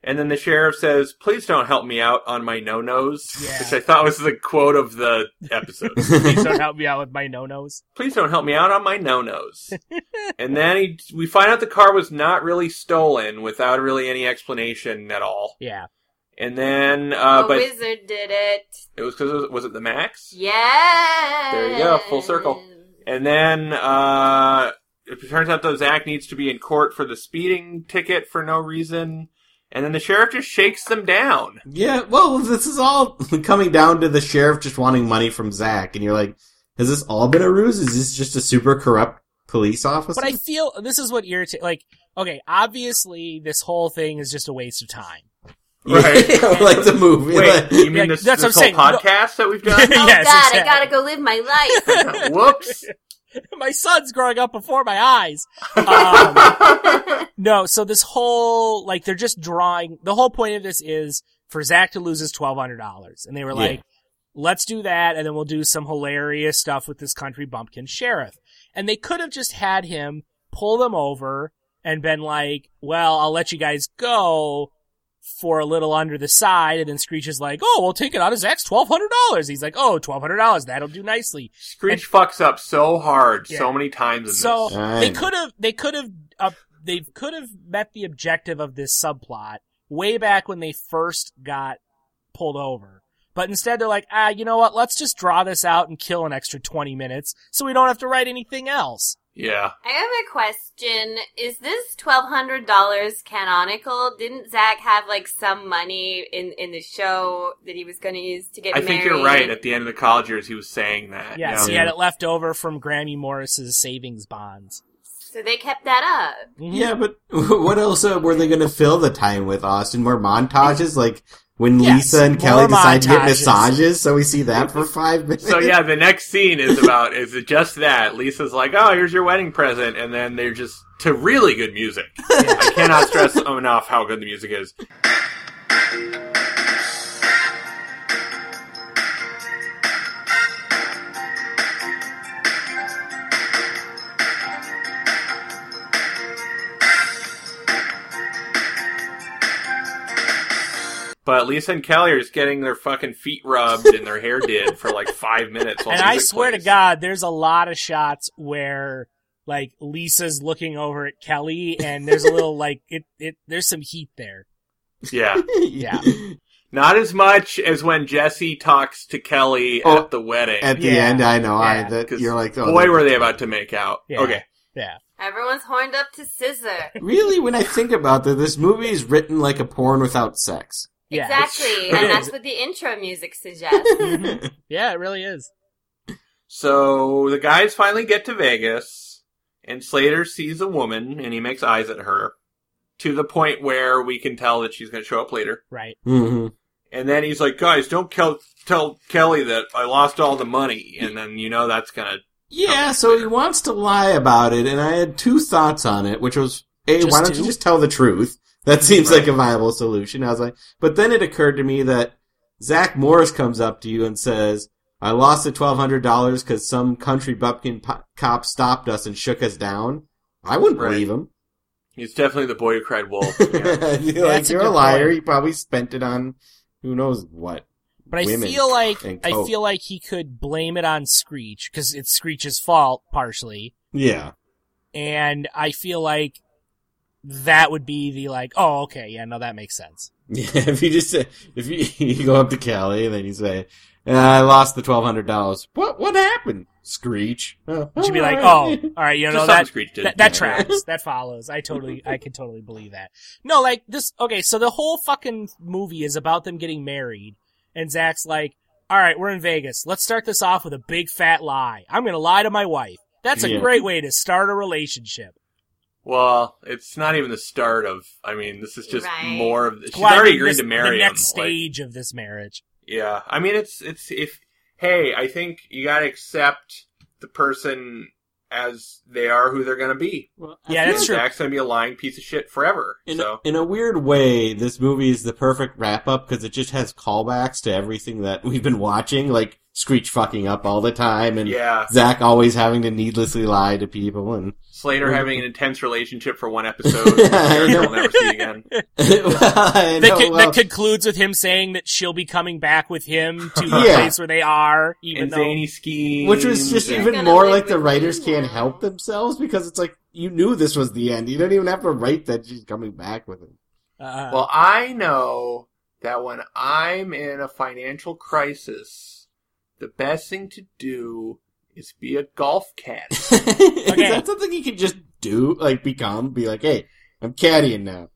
[SPEAKER 3] And then the sheriff says, "Please don't help me out on my no nos,"
[SPEAKER 1] Yeah.
[SPEAKER 3] which I thought was the quote of the episode.
[SPEAKER 1] Please don't help me out with my no nos.
[SPEAKER 3] please don't help me out on my no nos. and then he, we find out the car was not really stolen without really any explanation at all.
[SPEAKER 1] Yeah.
[SPEAKER 3] And then, uh,
[SPEAKER 4] a
[SPEAKER 3] but
[SPEAKER 4] wizard did it.
[SPEAKER 3] it was because was, was it the Max?
[SPEAKER 4] Yeah.
[SPEAKER 3] There you go, full
[SPEAKER 4] Oh,
[SPEAKER 3] circle. And then uh, it turns out though Zach needs to be in court for the speeding ticket for no reason. And then the sheriff just shakes them down.
[SPEAKER 5] Yeah, well, this is all coming down to the sheriff just wanting money from Zach, and you're like, has this all been a ruse? Is this just a super corrupt police officer?
[SPEAKER 1] But I feel this is what irritates. Like, okay, obviously this whole thing is just a waste of time.
[SPEAKER 3] Right.
[SPEAKER 5] Yeah, like the movie.
[SPEAKER 3] Wait,
[SPEAKER 5] like-
[SPEAKER 3] you mean
[SPEAKER 1] Like,
[SPEAKER 3] this,
[SPEAKER 1] that's
[SPEAKER 3] this
[SPEAKER 1] what
[SPEAKER 3] whole
[SPEAKER 1] I'm saying. No-
[SPEAKER 3] podcast that we've done?
[SPEAKER 4] Oh
[SPEAKER 1] Yes,
[SPEAKER 4] God,
[SPEAKER 1] exactly.
[SPEAKER 4] I gotta go live my life.
[SPEAKER 3] Whoops.
[SPEAKER 1] my son's growing up before my eyes. Um, no, so this whole like they're just drawing. The whole point of this is for Zach to lose his twelve hundred dollars, and they were
[SPEAKER 5] Yeah.
[SPEAKER 1] like, "Let's do that, and then we'll do some hilarious stuff with this country bumpkin sheriff." And they could have just had him pull them over and been like, "Well, I'll let you guys go." For a little under the side, and then Screech is like, "Oh, we'll take it out of Zach's twelve hundred dollars." He's like, "Oh, twelve hundred dollars, that'll do nicely."
[SPEAKER 3] Screech fucks up so hard,
[SPEAKER 1] Yeah.
[SPEAKER 3] so many times. In
[SPEAKER 1] So
[SPEAKER 3] this.
[SPEAKER 5] Right.
[SPEAKER 1] they could have they could have uh, they could have met the objective of this subplot way back when they first got pulled over. But instead they're like, "Ah, you know what? Let's just draw this out and kill an extra 20 minutes so we don't have to write anything else."
[SPEAKER 3] yeah,
[SPEAKER 4] I have a question. Is this twelve hundred dollars canonical? Didn't Zach have like some money in in the show that he was going to use to get
[SPEAKER 3] I
[SPEAKER 4] married?
[SPEAKER 3] think you're right. At the end of the college years, he was saying that.
[SPEAKER 1] Yes,
[SPEAKER 3] Yeah.
[SPEAKER 1] he had it left over from Grammy Morris's savings bonds.
[SPEAKER 4] So they kept that up.
[SPEAKER 1] Mhm.
[SPEAKER 5] yeah, but what else uh, were they going to fill the time with, Austin? More montages? Like when
[SPEAKER 1] Yes,
[SPEAKER 5] Lisa and
[SPEAKER 1] more
[SPEAKER 5] Kelly decide to get
[SPEAKER 1] montages.
[SPEAKER 5] massages, so we see that for five minutes?
[SPEAKER 3] So yeah, the next scene is about is it just that Lisa's like, "Oh, here's your wedding present," and then they're just to really good music. I cannot stress enough how good the music is. But Lisa and Kelly are just getting their fucking feet rubbed and their hair did for like five minutes. While
[SPEAKER 1] And I
[SPEAKER 3] music
[SPEAKER 1] swear
[SPEAKER 3] plays.
[SPEAKER 1] to God, there's a lot of shots where like Lisa's looking over at Kelly and there's a little like it it there's some heat there.
[SPEAKER 3] yeah,
[SPEAKER 1] Yeah.
[SPEAKER 3] not as much as when Jesse talks to Kelly
[SPEAKER 5] Oh,
[SPEAKER 3] at the wedding.
[SPEAKER 5] At the
[SPEAKER 1] Yeah.
[SPEAKER 5] end, I know. I
[SPEAKER 1] Yeah.
[SPEAKER 5] that
[SPEAKER 3] 'Cause
[SPEAKER 5] you're like, oh,
[SPEAKER 3] boy, were they about to make out.
[SPEAKER 1] Yeah.
[SPEAKER 3] Okay,
[SPEAKER 1] Yeah.
[SPEAKER 4] Everyone's horned up to scissor.
[SPEAKER 5] really. When I think about that, this movie is written like a porn without sex.
[SPEAKER 1] Yeah.
[SPEAKER 4] exactly,
[SPEAKER 3] true.
[SPEAKER 4] and that's what the intro music suggests.
[SPEAKER 1] Yeah, it really is.
[SPEAKER 3] so the guys finally get to Vegas, and Slater sees a woman, and he makes eyes at her to the point where we can tell that she's going to show up later.
[SPEAKER 1] Right.
[SPEAKER 5] hmm
[SPEAKER 3] And then he's like, "Guys, don't Kel- tell Kelly that I lost all the money." And then you know that's going to
[SPEAKER 5] Yeah, so he wants to lie about it, and I had two thoughts on it, which was, A,
[SPEAKER 1] Just
[SPEAKER 5] why don't
[SPEAKER 1] two? Mm-hmm.
[SPEAKER 5] you just tell the truth? That seems
[SPEAKER 3] Right.
[SPEAKER 5] like a viable solution. I was like, but then it occurred to me that Zach Morris comes up to you and says, I lost the $1,200 because some country bumpkin po- cop stopped us and shook us down. I wouldn't
[SPEAKER 3] Right.
[SPEAKER 5] believe him.
[SPEAKER 3] He's definitely the boy who cried wolf. Yeah.
[SPEAKER 5] you're like,
[SPEAKER 1] That's a
[SPEAKER 5] you're a
[SPEAKER 1] good
[SPEAKER 5] liar.
[SPEAKER 1] point.
[SPEAKER 5] He probably spent it on who knows what.
[SPEAKER 1] But I
[SPEAKER 5] Women
[SPEAKER 1] feel like
[SPEAKER 5] and
[SPEAKER 1] I
[SPEAKER 5] coke.
[SPEAKER 1] feel like he could blame it on Screech because it's Screech's fault partially,
[SPEAKER 5] Yeah.
[SPEAKER 1] and I feel like that would be the like, oh, okay, yeah, no, that makes sense.
[SPEAKER 5] Yeah, if you just say, if you, you go up to Callie and then you say, uh, "I lost the twelve hundred dollars." What what happened? Screech. Uh,
[SPEAKER 1] She'd be like, oh, all
[SPEAKER 5] alright.
[SPEAKER 1] right, you
[SPEAKER 3] Just
[SPEAKER 1] know
[SPEAKER 3] something
[SPEAKER 1] that
[SPEAKER 3] Screech did.
[SPEAKER 1] that, that
[SPEAKER 5] Yeah.
[SPEAKER 1] tracks, that follows. I totally, I can totally believe that. No, like this. Okay, so the whole fucking movie is about them getting married, and Zach's like, all right, we're in Vegas. Let's start this off with a big fat lie. I'm gonna lie to my wife. That's a
[SPEAKER 5] Yeah.
[SPEAKER 1] great way to start a relationship.
[SPEAKER 3] Well, it's not even the start of. I mean, this is just
[SPEAKER 4] Right.
[SPEAKER 3] more of. She's
[SPEAKER 1] Well, I
[SPEAKER 3] already
[SPEAKER 1] mean,
[SPEAKER 3] agreed
[SPEAKER 1] this-
[SPEAKER 3] to marry
[SPEAKER 1] the next
[SPEAKER 3] him. like,
[SPEAKER 1] stage of this marriage.
[SPEAKER 3] yeah, I mean, it's it's if. Hey, I think you gotta accept the person as they are, who they're gonna be.
[SPEAKER 1] Yeah, that's true.
[SPEAKER 3] Zach's gonna be a lying piece of shit forever.
[SPEAKER 5] In,
[SPEAKER 3] so
[SPEAKER 5] in a weird way, this movie is the perfect wrap up because it just has callbacks to everything that we've been watching. Like Screech fucking up all the time and
[SPEAKER 3] Yeah.
[SPEAKER 5] Zach always having to needlessly lie to people and
[SPEAKER 3] Slater having an intense relationship for one episode. Character we'll never see again.
[SPEAKER 5] I
[SPEAKER 1] That,
[SPEAKER 5] know,
[SPEAKER 1] co-
[SPEAKER 5] well,
[SPEAKER 1] that concludes with him saying that she'll be coming back with him to the
[SPEAKER 5] Yeah.
[SPEAKER 1] place where they are, even
[SPEAKER 3] And
[SPEAKER 1] though
[SPEAKER 3] zany schemes.
[SPEAKER 5] which was just
[SPEAKER 3] and-
[SPEAKER 4] He's
[SPEAKER 5] even
[SPEAKER 4] gonna
[SPEAKER 5] more
[SPEAKER 4] live
[SPEAKER 5] like the
[SPEAKER 4] with
[SPEAKER 5] writers
[SPEAKER 4] me
[SPEAKER 5] can't
[SPEAKER 4] now.
[SPEAKER 5] help themselves because it's like you knew this was the end. You don't even have to write that she's coming back with him.
[SPEAKER 1] uh,
[SPEAKER 3] Well, I know that when I'm in a financial crisis, the best thing to do is be a golf cat.
[SPEAKER 5] Is that something you can just do, like become, be like, hey, I'm caddying now.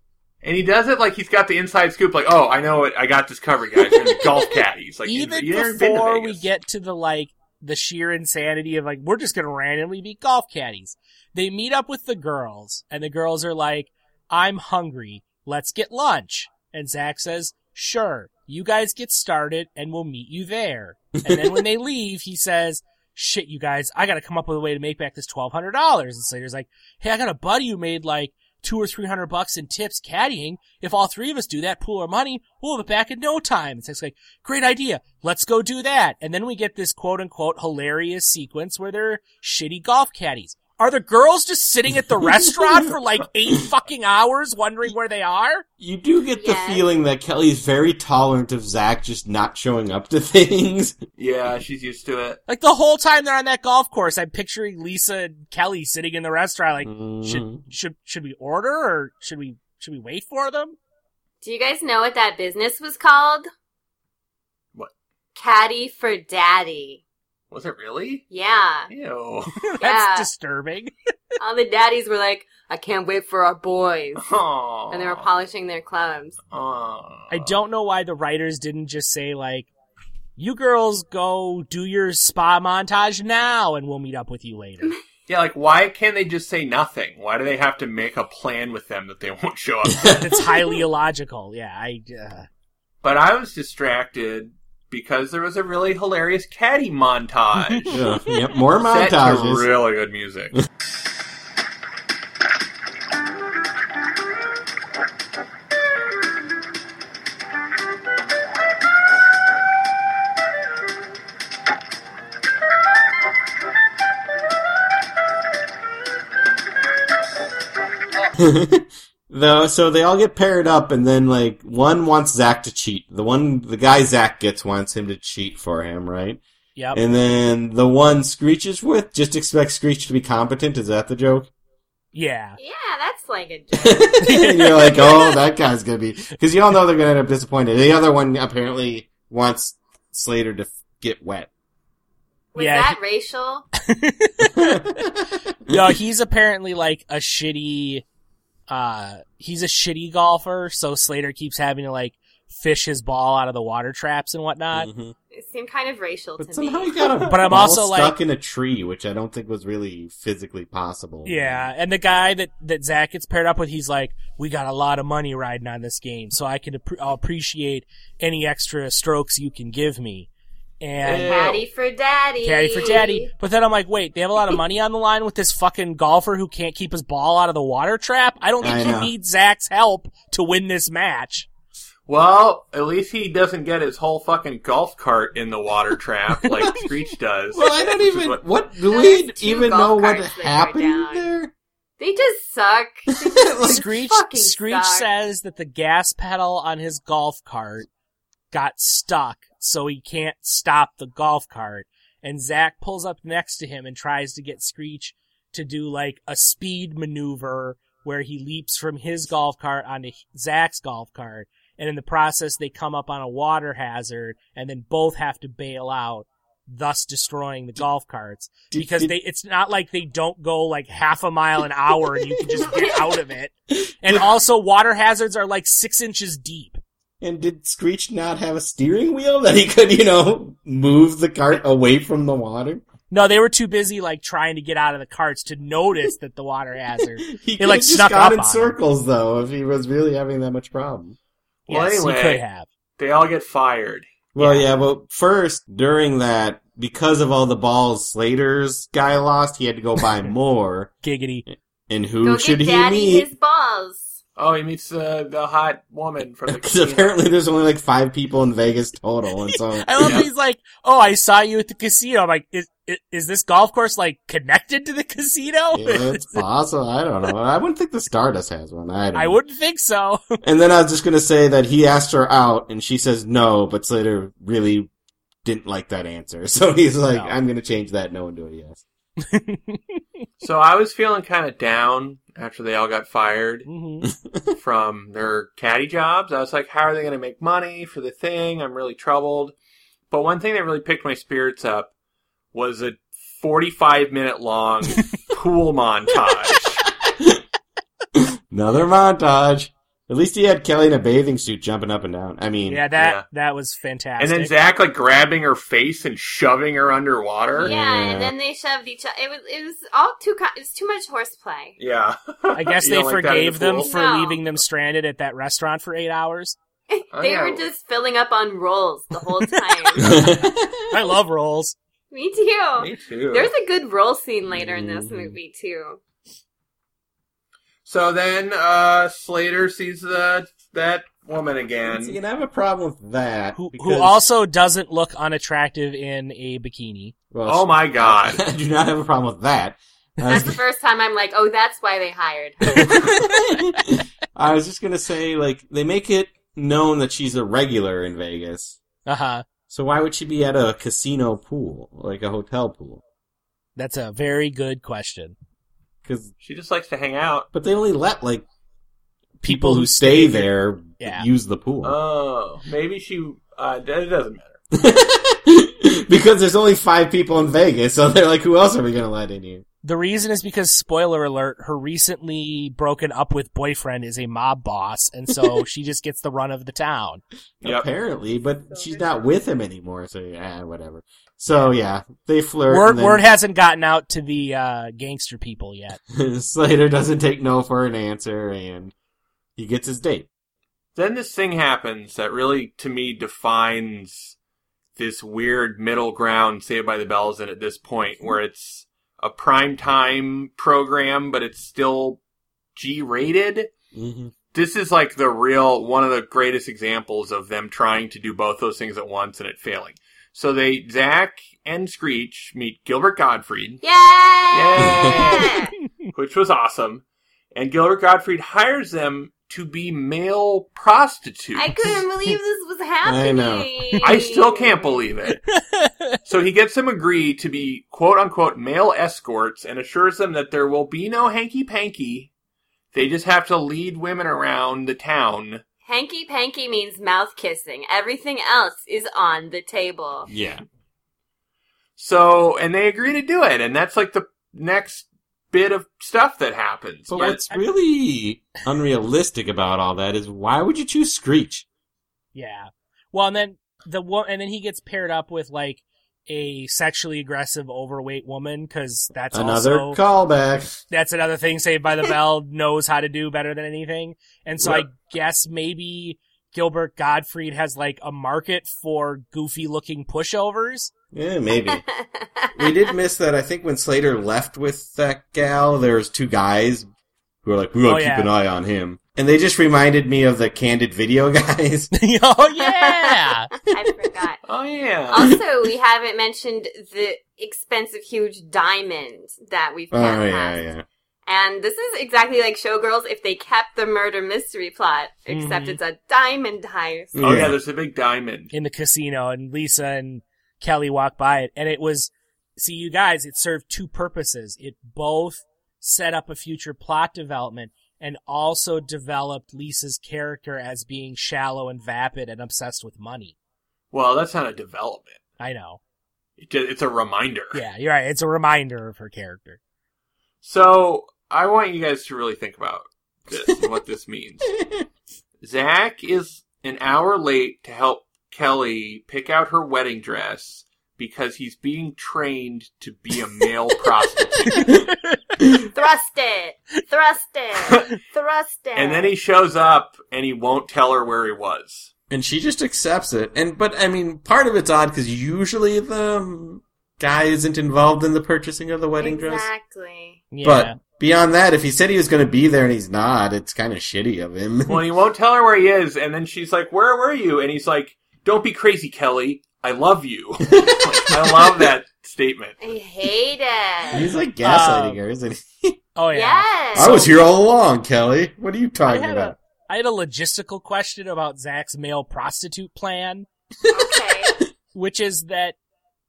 [SPEAKER 3] and he does it like he's got the inside scoop. Like, oh, I know it. I got this covered, guys. I'm a golf cat. He's like,
[SPEAKER 1] even
[SPEAKER 3] you never been to
[SPEAKER 1] before we
[SPEAKER 3] Vegas.
[SPEAKER 1] get to the like the sheer insanity of like we're just gonna randomly be golf caddies they meet up with the girls and the girls are like i'm hungry let's get lunch and zach says sure you guys get started and we'll meet you there and then when they leave he says shit you guys i gotta come up with a way to make back this $1200 and slater's like hey i got a buddy who made like two or three hundred bucks in tips caddying if all three of us do that pool our money we'll have it back in no time and zach's like great idea. Let's go do that. And then we get this quote unquote hilarious sequence where they're shitty golf caddies. Are the girls just sitting at the restaurant for like eight fucking hours wondering where they are?
[SPEAKER 5] You do get
[SPEAKER 4] Yes.
[SPEAKER 5] the feeling that Kelly's very tolerant of Zach just not showing up to things.
[SPEAKER 3] Yeah, she's used to it.
[SPEAKER 1] Like the whole time they're on that golf course, I'm picturing Lisa and Kelly sitting in the restaurant like,
[SPEAKER 5] Mm-hmm.
[SPEAKER 1] should, should, should we order or should we, should we wait for them?
[SPEAKER 4] Do you guys know what that business was called?
[SPEAKER 3] What?
[SPEAKER 4] Caddy for Daddy.
[SPEAKER 3] Was it really?
[SPEAKER 4] Yeah.
[SPEAKER 3] Ew.
[SPEAKER 1] That's
[SPEAKER 4] Yeah.
[SPEAKER 1] disturbing.
[SPEAKER 4] All the daddies were like, I can't wait for our boys.
[SPEAKER 3] Aw.
[SPEAKER 4] And they were polishing their clubs.
[SPEAKER 3] Aw.
[SPEAKER 1] I don't know why the writers didn't just say like, you girls go do your spa montage now and we'll meet up with you later.
[SPEAKER 3] Yeah, like why can't they just say nothing? Why do they have to make a plan with them that they won't show up?
[SPEAKER 1] It's highly illogical. Yeah, I. Uh,
[SPEAKER 3] But I was distracted because there was a really hilarious caddy montage.
[SPEAKER 5] Ugh, yep, more
[SPEAKER 3] Set to
[SPEAKER 5] montages.
[SPEAKER 3] really good music.
[SPEAKER 5] Though, so they all get paired up, and then like one wants Zach to cheat. The one, the guy Zach gets wants him to cheat for him, right?
[SPEAKER 1] yep.
[SPEAKER 5] And then the one Screech is with just expects Screech to be competent. Is that the joke?
[SPEAKER 1] yeah.
[SPEAKER 4] Yeah, that's like a joke.
[SPEAKER 5] and you're like, oh, that guy's gonna be because you all know they're gonna end up disappointed. The other one apparently wants Slater to f- get wet.
[SPEAKER 4] Was
[SPEAKER 1] Yeah,
[SPEAKER 4] that racial?
[SPEAKER 1] No, he's apparently like a shitty. Uh, he's a shitty golfer, so Slater keeps having to like fish his ball out of the water traps and whatnot.
[SPEAKER 5] Mhm.
[SPEAKER 4] It seemed kind of racial
[SPEAKER 5] But
[SPEAKER 4] to
[SPEAKER 5] somehow
[SPEAKER 4] me.
[SPEAKER 5] he got a
[SPEAKER 1] But I'm
[SPEAKER 5] ball
[SPEAKER 1] also, like-
[SPEAKER 5] stuck in a tree, which I don't think was really physically possible.
[SPEAKER 1] Yeah, and the guy that that Zach gets paired up with, he's like, "We got a lot of money riding on this game, so I can appre- I'll appreciate any extra strokes you can give me." And
[SPEAKER 4] Caddy for Daddy.
[SPEAKER 1] Caddy for daddy. But then I'm like, wait, they have a lot of money on the line with this fucking golfer who can't keep his ball out of the water trap? I don't think
[SPEAKER 5] I
[SPEAKER 1] you
[SPEAKER 5] know.
[SPEAKER 1] need Zach's help to win this match.
[SPEAKER 3] Well, at least he doesn't get his whole fucking golf cart in the water trap like Screech does.
[SPEAKER 5] Well, I don't
[SPEAKER 3] Which is
[SPEAKER 5] even.
[SPEAKER 3] what-
[SPEAKER 5] What do
[SPEAKER 4] No,
[SPEAKER 5] we
[SPEAKER 4] there's two
[SPEAKER 5] even
[SPEAKER 4] golf
[SPEAKER 5] know what
[SPEAKER 4] carts that go
[SPEAKER 5] happened
[SPEAKER 4] down.
[SPEAKER 5] there?
[SPEAKER 4] They just suck. They just
[SPEAKER 1] Screech
[SPEAKER 4] fucking
[SPEAKER 1] Screech
[SPEAKER 4] suck.
[SPEAKER 1] says that the gas pedal on his golf cart got stuck, so he can't stop the golf cart. And Zach pulls up next to him and tries to get Screech to do like a speed maneuver where he leaps from his golf cart onto Zach's golf cart. And in the process, they come up on a water hazard and then both have to bail out, thus destroying the golf carts
[SPEAKER 5] Did-
[SPEAKER 1] because
[SPEAKER 5] did-
[SPEAKER 1] they it's not like they don't go like half a mile an hour and you can just get out of it. And also water hazards are like six inches deep.
[SPEAKER 5] and did Screech not have a steering wheel that he could, you know, move the cart away from the water?
[SPEAKER 1] No, they were too busy like trying to get out of the carts to notice that the water hazard.
[SPEAKER 5] He
[SPEAKER 1] It, like,
[SPEAKER 5] could've just
[SPEAKER 1] snuck
[SPEAKER 5] gone
[SPEAKER 1] up
[SPEAKER 5] in
[SPEAKER 1] on him.
[SPEAKER 5] circles though if he was really having that much problem.
[SPEAKER 3] Well,
[SPEAKER 1] yes, you
[SPEAKER 3] anyway.
[SPEAKER 1] could have.
[SPEAKER 3] They all get fired.
[SPEAKER 5] Well, yeah. but first, during that, because of all the balls Slater's guy lost, he had to go buy more.
[SPEAKER 1] Giggity.
[SPEAKER 5] And who
[SPEAKER 4] Go
[SPEAKER 5] should
[SPEAKER 4] get
[SPEAKER 5] he
[SPEAKER 4] Daddy
[SPEAKER 5] meet?
[SPEAKER 4] his balls.
[SPEAKER 3] Oh, he meets uh, the hot woman from the
[SPEAKER 5] 'Cause
[SPEAKER 3] casino.
[SPEAKER 5] apparently there's only like five people in Vegas total, and so
[SPEAKER 1] I love
[SPEAKER 3] Yeah.
[SPEAKER 1] that he's like, "Oh, I saw you at the casino." I'm like, "Is is, is this golf course like connected to the casino?"
[SPEAKER 5] it's possible. I don't know. I wouldn't think the Stardust has one. I don't.
[SPEAKER 1] I
[SPEAKER 5] know.
[SPEAKER 1] wouldn't think so.
[SPEAKER 5] And then I was just gonna say that he asked her out, and she says no, but Slater really didn't like that answer, so he's like,
[SPEAKER 1] No.
[SPEAKER 5] "I'm gonna change that no into a yes."
[SPEAKER 3] So I was feeling kind of down after they all got fired
[SPEAKER 1] Mhm.
[SPEAKER 3] from their caddy jobs. I was like, how are they going to make money for the thing? I'm really troubled. But one thing that really picked my spirits up was a 45 minute long pool montage.
[SPEAKER 5] Another montage. At least he had Kelly in a bathing suit jumping up and down. I mean,
[SPEAKER 1] Yeah, that
[SPEAKER 3] Yeah.
[SPEAKER 1] that was
[SPEAKER 3] And
[SPEAKER 1] fantastic.
[SPEAKER 3] then Zach like grabbing her face and shoving her underwater.
[SPEAKER 4] Yeah, and then they shoved each other. It was it was all too co- it was too much horseplay.
[SPEAKER 3] Yeah.
[SPEAKER 1] I guess
[SPEAKER 3] You
[SPEAKER 1] they
[SPEAKER 3] don't like that in
[SPEAKER 1] forgave
[SPEAKER 3] the
[SPEAKER 1] them
[SPEAKER 3] pool?
[SPEAKER 1] for
[SPEAKER 4] No.
[SPEAKER 1] leaving them stranded at that restaurant for eight hours.
[SPEAKER 3] Oh,
[SPEAKER 4] they
[SPEAKER 3] yeah.
[SPEAKER 4] were just filling up on rolls the whole time.
[SPEAKER 1] I love rolls.
[SPEAKER 4] Me too.
[SPEAKER 3] Me too.
[SPEAKER 4] There's a good roll scene later in this
[SPEAKER 5] Mm.
[SPEAKER 4] movie too.
[SPEAKER 3] So then uh, Slater sees the that woman
[SPEAKER 5] and so you
[SPEAKER 3] again.
[SPEAKER 5] can have a problem with that.
[SPEAKER 1] Who, who
[SPEAKER 5] because-
[SPEAKER 1] also doesn't look unattractive in a bikini.
[SPEAKER 5] Well,
[SPEAKER 3] Oh my god.
[SPEAKER 5] I do not have a problem with that. I
[SPEAKER 4] That's the
[SPEAKER 5] was,
[SPEAKER 4] first time I'm like, oh, that's why they hired. her.
[SPEAKER 5] I was just gonna say, like, they make it known that she's a regular in Vegas,
[SPEAKER 1] Uh huh.
[SPEAKER 5] so why would she be at a casino pool, like a hotel pool?
[SPEAKER 1] That's a very good question.
[SPEAKER 5] Because,
[SPEAKER 3] She just likes to hang out.
[SPEAKER 5] but they only let like people,
[SPEAKER 1] who
[SPEAKER 5] who
[SPEAKER 1] stay
[SPEAKER 5] stay there
[SPEAKER 1] Yeah.
[SPEAKER 5] use the pool
[SPEAKER 3] Oh, maybe she. Uh, it doesn't matter.
[SPEAKER 5] because there's only five people in Vegas, so they're like, who else are we gonna let in here?
[SPEAKER 1] The reason is because, spoiler alert, her recently broken up with boyfriend is a mob boss, and so she just gets the run of the town.
[SPEAKER 3] Yep.
[SPEAKER 5] Apparently, but she's not with him anymore, so yeah, whatever. So yeah, they flirt.
[SPEAKER 1] Word,
[SPEAKER 5] and then-
[SPEAKER 1] word hasn't gotten out to the uh, gangster people yet.
[SPEAKER 5] Slater doesn't take no for an answer, and he gets his date.
[SPEAKER 3] Then this thing happens that really, to me, defines this weird middle ground Saved by the Bells. And at this point, where it's a prime time program, but it's still G rated.
[SPEAKER 5] Mm-hmm.
[SPEAKER 3] This is like the real one of the greatest examples of them trying to do both those things at once and it failing. So they Zach and Screech meet Gilbert Gottfried.
[SPEAKER 4] Yay!
[SPEAKER 3] Yay! which was awesome. And Gilbert Gottfried hires them to be male prostitutes.
[SPEAKER 4] I couldn't believe this was
[SPEAKER 5] I
[SPEAKER 4] happening.
[SPEAKER 5] know.
[SPEAKER 3] I still can't believe it. so he gets them agree to be quote unquote male escorts and assures them that there will be no hanky panky. They just have to lead women around the town.
[SPEAKER 4] Hanky panky means mouth kissing. Everything else is on the table.
[SPEAKER 5] Yeah.
[SPEAKER 3] So and they agree to do it, and that's like the next bit of stuff that happens.
[SPEAKER 5] But
[SPEAKER 3] But-
[SPEAKER 5] what's really unrealistic about all that is why would you choose Screech?
[SPEAKER 1] Yeah. Well, and then the wo- and then he gets paired up with like a sexually aggressive, overweight woman because that's
[SPEAKER 5] Another
[SPEAKER 1] also
[SPEAKER 5] callback.
[SPEAKER 1] that's another thing Saved by the Bell knows how to do better than anything. And so
[SPEAKER 3] Yep.
[SPEAKER 1] I guess maybe Gilbert Gottfried has like a market for goofy looking pushovers.
[SPEAKER 5] Yeah, maybe. we did miss that. I think when Slater left with that gal, there was two guys who were like, "We gotta
[SPEAKER 1] Oh,
[SPEAKER 5] keep
[SPEAKER 1] yeah.
[SPEAKER 5] an eye on him," and they just reminded me of the candid video guys.
[SPEAKER 1] oh yeah.
[SPEAKER 4] I forgot.
[SPEAKER 3] oh yeah.
[SPEAKER 4] Also, we haven't mentioned the expensive, huge diamond that we've
[SPEAKER 5] oh
[SPEAKER 4] had.
[SPEAKER 5] yeah, yeah.
[SPEAKER 4] And this is exactly like Showgirls if they kept the murder mystery plot, except
[SPEAKER 1] Mhm.
[SPEAKER 4] it's a diamond heist.
[SPEAKER 3] oh yeah, there's a big diamond.
[SPEAKER 1] in the casino and Lisa and Kelly walk by it and it was see you guys it served two purposes it both set up a future plot development and also developed Lisa's character as being shallow and vapid and obsessed with money
[SPEAKER 3] Well, that's not a development.
[SPEAKER 1] I know
[SPEAKER 3] It ju- It's a reminder.
[SPEAKER 1] yeah you're right it's a reminder of her character
[SPEAKER 3] So I want you guys to really think about this and what this means. Zach is an hour late to help Kelly pick out her wedding dress because he's being trained to be a male prostitute.
[SPEAKER 4] Thrust it! Thrust it! Thrust it!
[SPEAKER 3] And then he shows up and he won't tell her where he was.
[SPEAKER 5] and she just accepts it. And but I mean, part of it's odd because usually the um, guy isn't involved in the purchasing of the wedding dress.
[SPEAKER 4] Exactly.
[SPEAKER 1] yeah
[SPEAKER 5] But beyond that, if he said he was going to be there and he's not, it's kind of shitty of him.
[SPEAKER 3] Well, he won't tell her where he is, and then she's like, "Where were you?" And he's like, "Don't be crazy, Kelly. I love you." Like, I love that statement.
[SPEAKER 4] I hate it.
[SPEAKER 5] he's like gaslighting
[SPEAKER 1] Um,
[SPEAKER 5] her, isn't he?
[SPEAKER 1] Oh yeah.
[SPEAKER 4] Yes.
[SPEAKER 5] I was here all along, Kelly. What are you talking
[SPEAKER 1] I had
[SPEAKER 5] about?
[SPEAKER 1] I had a logistical question about Zach's male prostitute plan,
[SPEAKER 4] okay.
[SPEAKER 1] which is that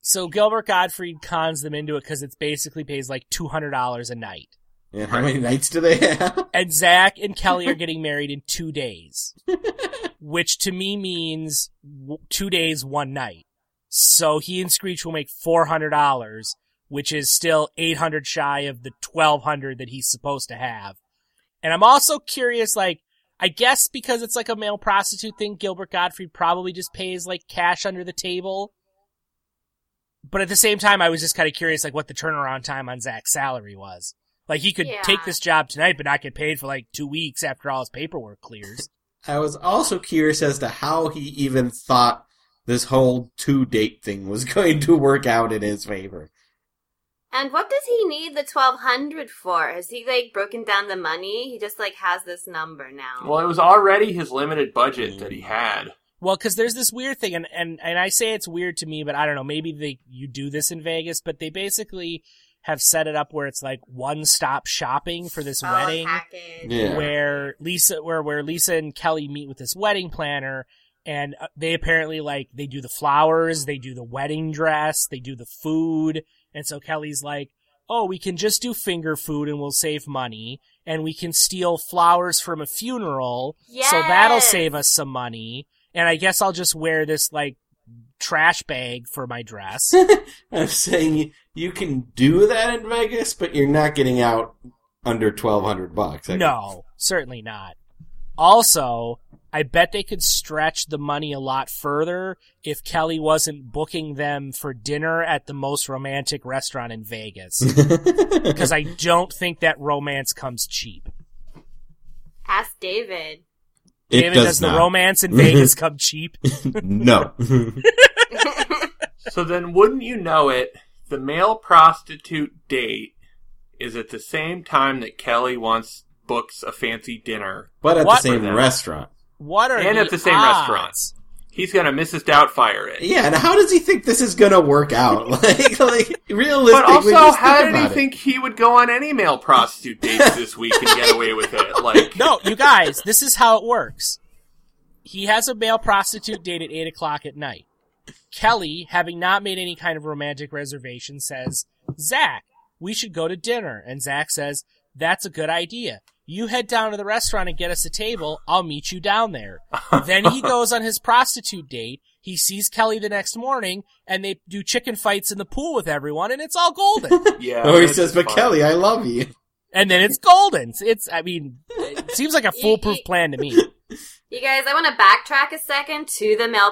[SPEAKER 1] so Gilbert Gottfried cons them into it because it's basically pays like two hundred dollars a night.
[SPEAKER 5] Yeah, how many nights do they have?
[SPEAKER 1] And Zach and Kelly are getting married in two days, which to me means w- two days, one night. So he and Screech will make four hundred dollars, which is still eight hundred shy of the twelve hundred that he's supposed to have. And I'm also curious, like, I guess because it's like a male prostitute thing, Gilbert Gottfried probably just pays like cash under the table. But at the same time, I was just kind of curious, like, what the turnaround time on Zach's salary was. Like, he could
[SPEAKER 4] Yeah.
[SPEAKER 1] take this job tonight, but not get paid for like two weeks after all his paperwork clears.
[SPEAKER 5] I was also curious as to how he even thought this whole two date thing was going to work out in his favor.
[SPEAKER 4] And what does he need the twelve hundred for? Has he like broken down the money? He just like has this number now.
[SPEAKER 3] Well, it was already his limited budget that he had.
[SPEAKER 1] Well, because there's this weird thing, and, and and I say it's weird to me, but I don't know. Maybe they you do this in Vegas, but they basically have set it up where it's like one stop shopping for this
[SPEAKER 4] Oh,
[SPEAKER 1] wedding,
[SPEAKER 4] package.
[SPEAKER 5] Yeah.
[SPEAKER 1] where Lisa where where Lisa and Kelly meet with this wedding planner, and uh, they apparently like they do the flowers, they do the wedding dress, they do the food, and so Kelly's like, oh, we can just do finger food and we'll save money, and we can steal flowers from a funeral. So that'll
[SPEAKER 4] Yes.
[SPEAKER 1] save us some money. And I guess I'll just wear this like trash bag for my dress.
[SPEAKER 5] I'm saying you, you can do that in Vegas, but you're not getting out under twelve hundred bucks. I
[SPEAKER 1] no, certainly not. Also, I bet they could stretch the money a lot further if Kelly wasn't booking them for dinner at the most romantic restaurant in Vegas. Because I don't think that romance comes cheap.
[SPEAKER 4] Ask David.
[SPEAKER 5] It
[SPEAKER 1] David,
[SPEAKER 5] does,
[SPEAKER 1] the
[SPEAKER 5] not.
[SPEAKER 1] romance in Vegas come cheap?
[SPEAKER 5] no.
[SPEAKER 3] So then, wouldn't you know it? The male prostitute date is at the same time that Kelly wants books a fancy dinner.
[SPEAKER 5] but at
[SPEAKER 1] What
[SPEAKER 5] the same
[SPEAKER 3] were they?
[SPEAKER 5] restaurant.
[SPEAKER 1] What are
[SPEAKER 3] And
[SPEAKER 1] the
[SPEAKER 3] at the same
[SPEAKER 1] odds?
[SPEAKER 3] restaurant. He's gonna Mrs. Doubtfire it.
[SPEAKER 5] Yeah, and how does he think this is gonna work out? like, like realistically,
[SPEAKER 3] But also,
[SPEAKER 5] just
[SPEAKER 3] how
[SPEAKER 5] think
[SPEAKER 3] did he
[SPEAKER 5] about it.
[SPEAKER 3] think he would go on any male prostitute dates this week and get away with it? Like,
[SPEAKER 1] No, you guys, this is how it works. He has a male prostitute date at 8 o'clock at night. Kelly, having not made any kind of romantic reservation, says, Zach, we should go to dinner. And Zach says, That's a good idea. You head down to the restaurant and get us a table. I'll meet you down there. then he goes on his prostitute date. He sees Kelly the next morning, and they do chicken fights in the pool with everyone, and it's all golden.
[SPEAKER 3] yeah.
[SPEAKER 5] Oh, he
[SPEAKER 3] this
[SPEAKER 5] says,
[SPEAKER 3] is
[SPEAKER 5] "But
[SPEAKER 3] fun.
[SPEAKER 5] Kelly, I love you."
[SPEAKER 1] and then it's golden. It's, I mean, it seems like a foolproof plan to me.
[SPEAKER 4] You guys, I want to backtrack a second to the male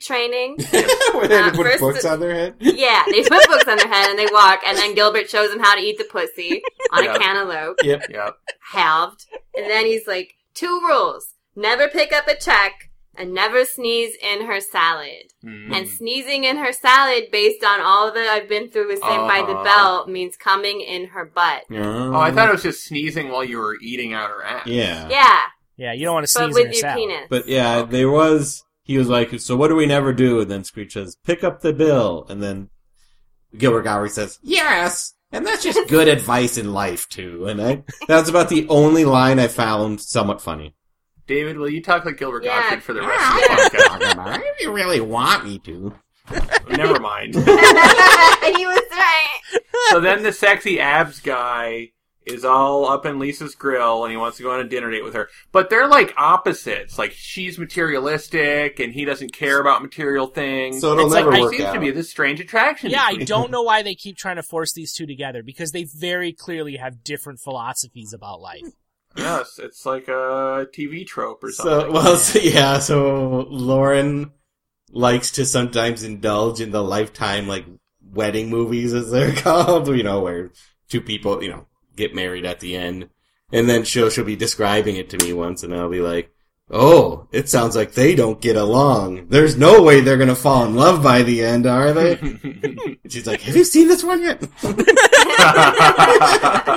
[SPEAKER 4] training.
[SPEAKER 5] Where they
[SPEAKER 4] Uh,
[SPEAKER 5] put
[SPEAKER 4] first-
[SPEAKER 5] books on their head.
[SPEAKER 3] Oh,
[SPEAKER 4] yeah, they put books on their head and they walk, and then Gilbert shows them how to eat the pussy on
[SPEAKER 3] Yeah.
[SPEAKER 4] a cantaloupe,
[SPEAKER 5] Yep.
[SPEAKER 3] Yeah.
[SPEAKER 4] halved. And then he's like, two rules never pick up a check and never sneeze in her salad.
[SPEAKER 3] Mm.
[SPEAKER 4] And
[SPEAKER 5] Mm-hmm.
[SPEAKER 4] sneezing in her salad, based on all that I've been through with Saved by the
[SPEAKER 3] Uh-huh.
[SPEAKER 4] Bell, means coming in her butt.
[SPEAKER 3] Oh, I thought it was just sneezing while you were eating out her ass.
[SPEAKER 5] Um, Yeah.
[SPEAKER 4] Yeah,
[SPEAKER 1] Yeah, you don't want to sneeze
[SPEAKER 4] but
[SPEAKER 1] in
[SPEAKER 4] with
[SPEAKER 1] your
[SPEAKER 4] your
[SPEAKER 1] salad.
[SPEAKER 4] penis.
[SPEAKER 5] But yeah, there was. He was like, "So what do we never do?" And then Screech says, "Pick up the bill." And then Gilbert Gottfried says, "Yes." And that's just good advice in life too. And I, that's about the only line I found somewhat funny.
[SPEAKER 3] David, will you talk like Gilbert
[SPEAKER 4] Yeah.
[SPEAKER 3] Gottfried for the rest of the podcast?
[SPEAKER 5] if you really want me to.
[SPEAKER 3] Never mind.
[SPEAKER 4] he was right.
[SPEAKER 3] so then the sexy abs guy is all up in Lisa's grill and he wants to go on a dinner date with her. But they're like opposites. Like she's materialistic and he doesn't care about material things.
[SPEAKER 5] So it'll
[SPEAKER 1] It's like,
[SPEAKER 5] never
[SPEAKER 1] I
[SPEAKER 3] there
[SPEAKER 5] work
[SPEAKER 3] seems
[SPEAKER 5] out.
[SPEAKER 3] to be this strange attraction.
[SPEAKER 1] Yeah, I
[SPEAKER 3] between
[SPEAKER 1] don't know why they keep trying to force these two together because they very clearly have different philosophies about life.
[SPEAKER 3] Yes, it's like a TV trope or something.
[SPEAKER 5] So well, so, yeah. So Lauren likes to sometimes indulge in the lifetime like wedding movies, as they're called. You know, where two people you know get married at the end, and then she'll she'll be describing it to me once, and I'll be like, Oh, it sounds like they don't get along. There's no way they're gonna fall in love by the end, are they? And She's like, have you seen this one yet?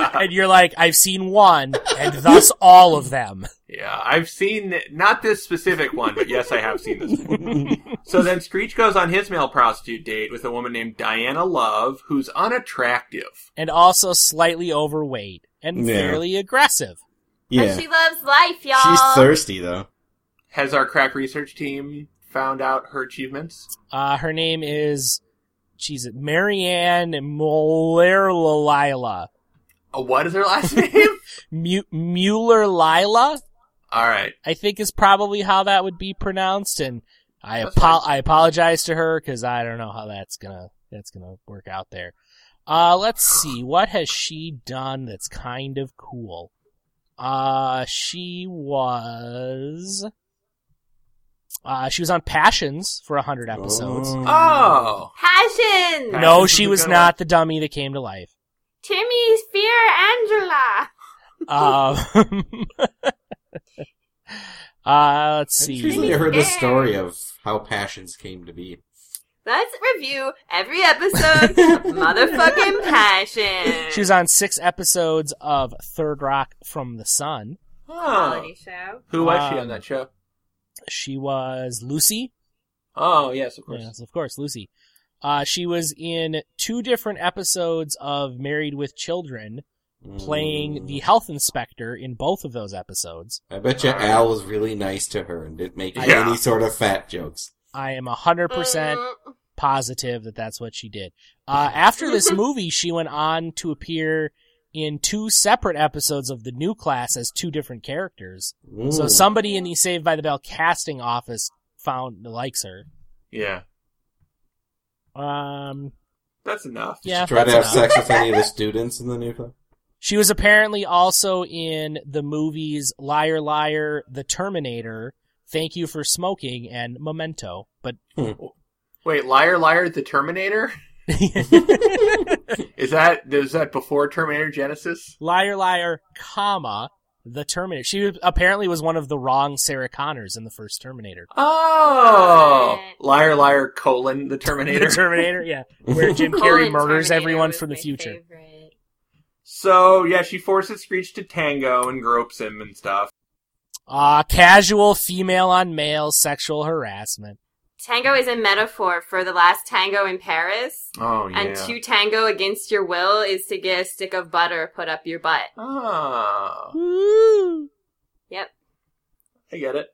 [SPEAKER 1] And you're like, I've seen one, and thus all of them.
[SPEAKER 3] Yeah, I've seen not this specific one, but yes, I have seen this one. so then Screech goes on his male prostitute date with a woman named Diana Love, who's unattractive.
[SPEAKER 1] And also slightly overweight and
[SPEAKER 5] Yeah.
[SPEAKER 1] fairly aggressive.
[SPEAKER 5] yeah.
[SPEAKER 4] And she loves life, y'all.
[SPEAKER 5] She's thirsty though.
[SPEAKER 3] Has our crack research team found out her achievements?
[SPEAKER 1] Uh, her name is, she's Marianne Mueller-Lila.
[SPEAKER 3] Uh, What is her last name?
[SPEAKER 1] Mu- Mueller-Lila?
[SPEAKER 3] All right.
[SPEAKER 1] I think is probably how that would be pronounced, and I
[SPEAKER 3] That's
[SPEAKER 1] apo-
[SPEAKER 3] nice.
[SPEAKER 1] I apologize to her because I don't know how that's gonna that's gonna work out there. Uh, let's see what has she done that's kind of cool. Uh, she was uh she was on Passions for a hundred episodes.
[SPEAKER 3] Oh,
[SPEAKER 4] Passion.
[SPEAKER 3] No.
[SPEAKER 1] No,
[SPEAKER 3] Passions
[SPEAKER 1] she
[SPEAKER 3] was
[SPEAKER 1] was
[SPEAKER 3] a good
[SPEAKER 1] not
[SPEAKER 3] one.
[SPEAKER 1] the dummy that came to life.
[SPEAKER 4] Timmy Spear Angela.
[SPEAKER 1] Um, uh, let's
[SPEAKER 5] I've
[SPEAKER 1] see.
[SPEAKER 5] usually heard the story of how passions came to be.
[SPEAKER 4] Let's review every episode of Motherfucking Passion.
[SPEAKER 1] She was on six episodes of Third Rock from the Sun.
[SPEAKER 3] Huh.
[SPEAKER 4] quality
[SPEAKER 5] Uh.
[SPEAKER 4] show.
[SPEAKER 3] Who was she
[SPEAKER 1] Um,
[SPEAKER 3] on that show?
[SPEAKER 1] She was Lucy.
[SPEAKER 3] Oh, yes, of course.
[SPEAKER 1] Yes, of course, Lucy. Uh, she was in two different episodes of Married with Children, playing the health inspector in both of those episodes.
[SPEAKER 5] Mm. I bet you Al was really nice to her and didn't make
[SPEAKER 3] Yeah.
[SPEAKER 5] any sort of fat jokes.
[SPEAKER 1] I am 100%
[SPEAKER 4] Mm.
[SPEAKER 1] positive that that's what she did. Uh, after this movie, she went on to appear in two separate episodes of The New Class as two different characters. So
[SPEAKER 5] Mm.
[SPEAKER 1] somebody in the Saved by the Bell casting office found likes her.
[SPEAKER 3] Yeah,
[SPEAKER 1] Um,
[SPEAKER 3] that's enough.
[SPEAKER 1] yeah,
[SPEAKER 5] Try to
[SPEAKER 1] that's
[SPEAKER 5] have
[SPEAKER 1] enough.
[SPEAKER 5] sex with any of the students in the new club?
[SPEAKER 1] She was apparently also in the movies Liar Liar, The Terminator, Thank You for Smoking, and Memento. But
[SPEAKER 3] Wait, liar, liar, the Terminator. Is that is that before Terminator Genesis?
[SPEAKER 1] Liar Liar, comma The Terminator. She was- apparently was one of the wrong Sarah Connors in the first Terminator.
[SPEAKER 3] Oh,
[SPEAKER 4] Alright.
[SPEAKER 3] liar, liar, colon, the Terminator.
[SPEAKER 1] The Terminator, yeah, where Jim Carrey
[SPEAKER 4] Colin
[SPEAKER 1] murders
[SPEAKER 4] Terminator
[SPEAKER 1] everyone
[SPEAKER 4] was
[SPEAKER 1] from the
[SPEAKER 4] my
[SPEAKER 1] future.
[SPEAKER 4] favorite.
[SPEAKER 3] so yeah, she forces Screech to tango and gropes him and stuff.
[SPEAKER 1] Uh, casual female on male sexual harassment.
[SPEAKER 4] Tango is a metaphor for the last tango in Paris.
[SPEAKER 3] Oh yeah.
[SPEAKER 4] And to tango against your will is to get a stick of butter put up your butt.
[SPEAKER 3] oh,
[SPEAKER 4] Yep.
[SPEAKER 3] I get it.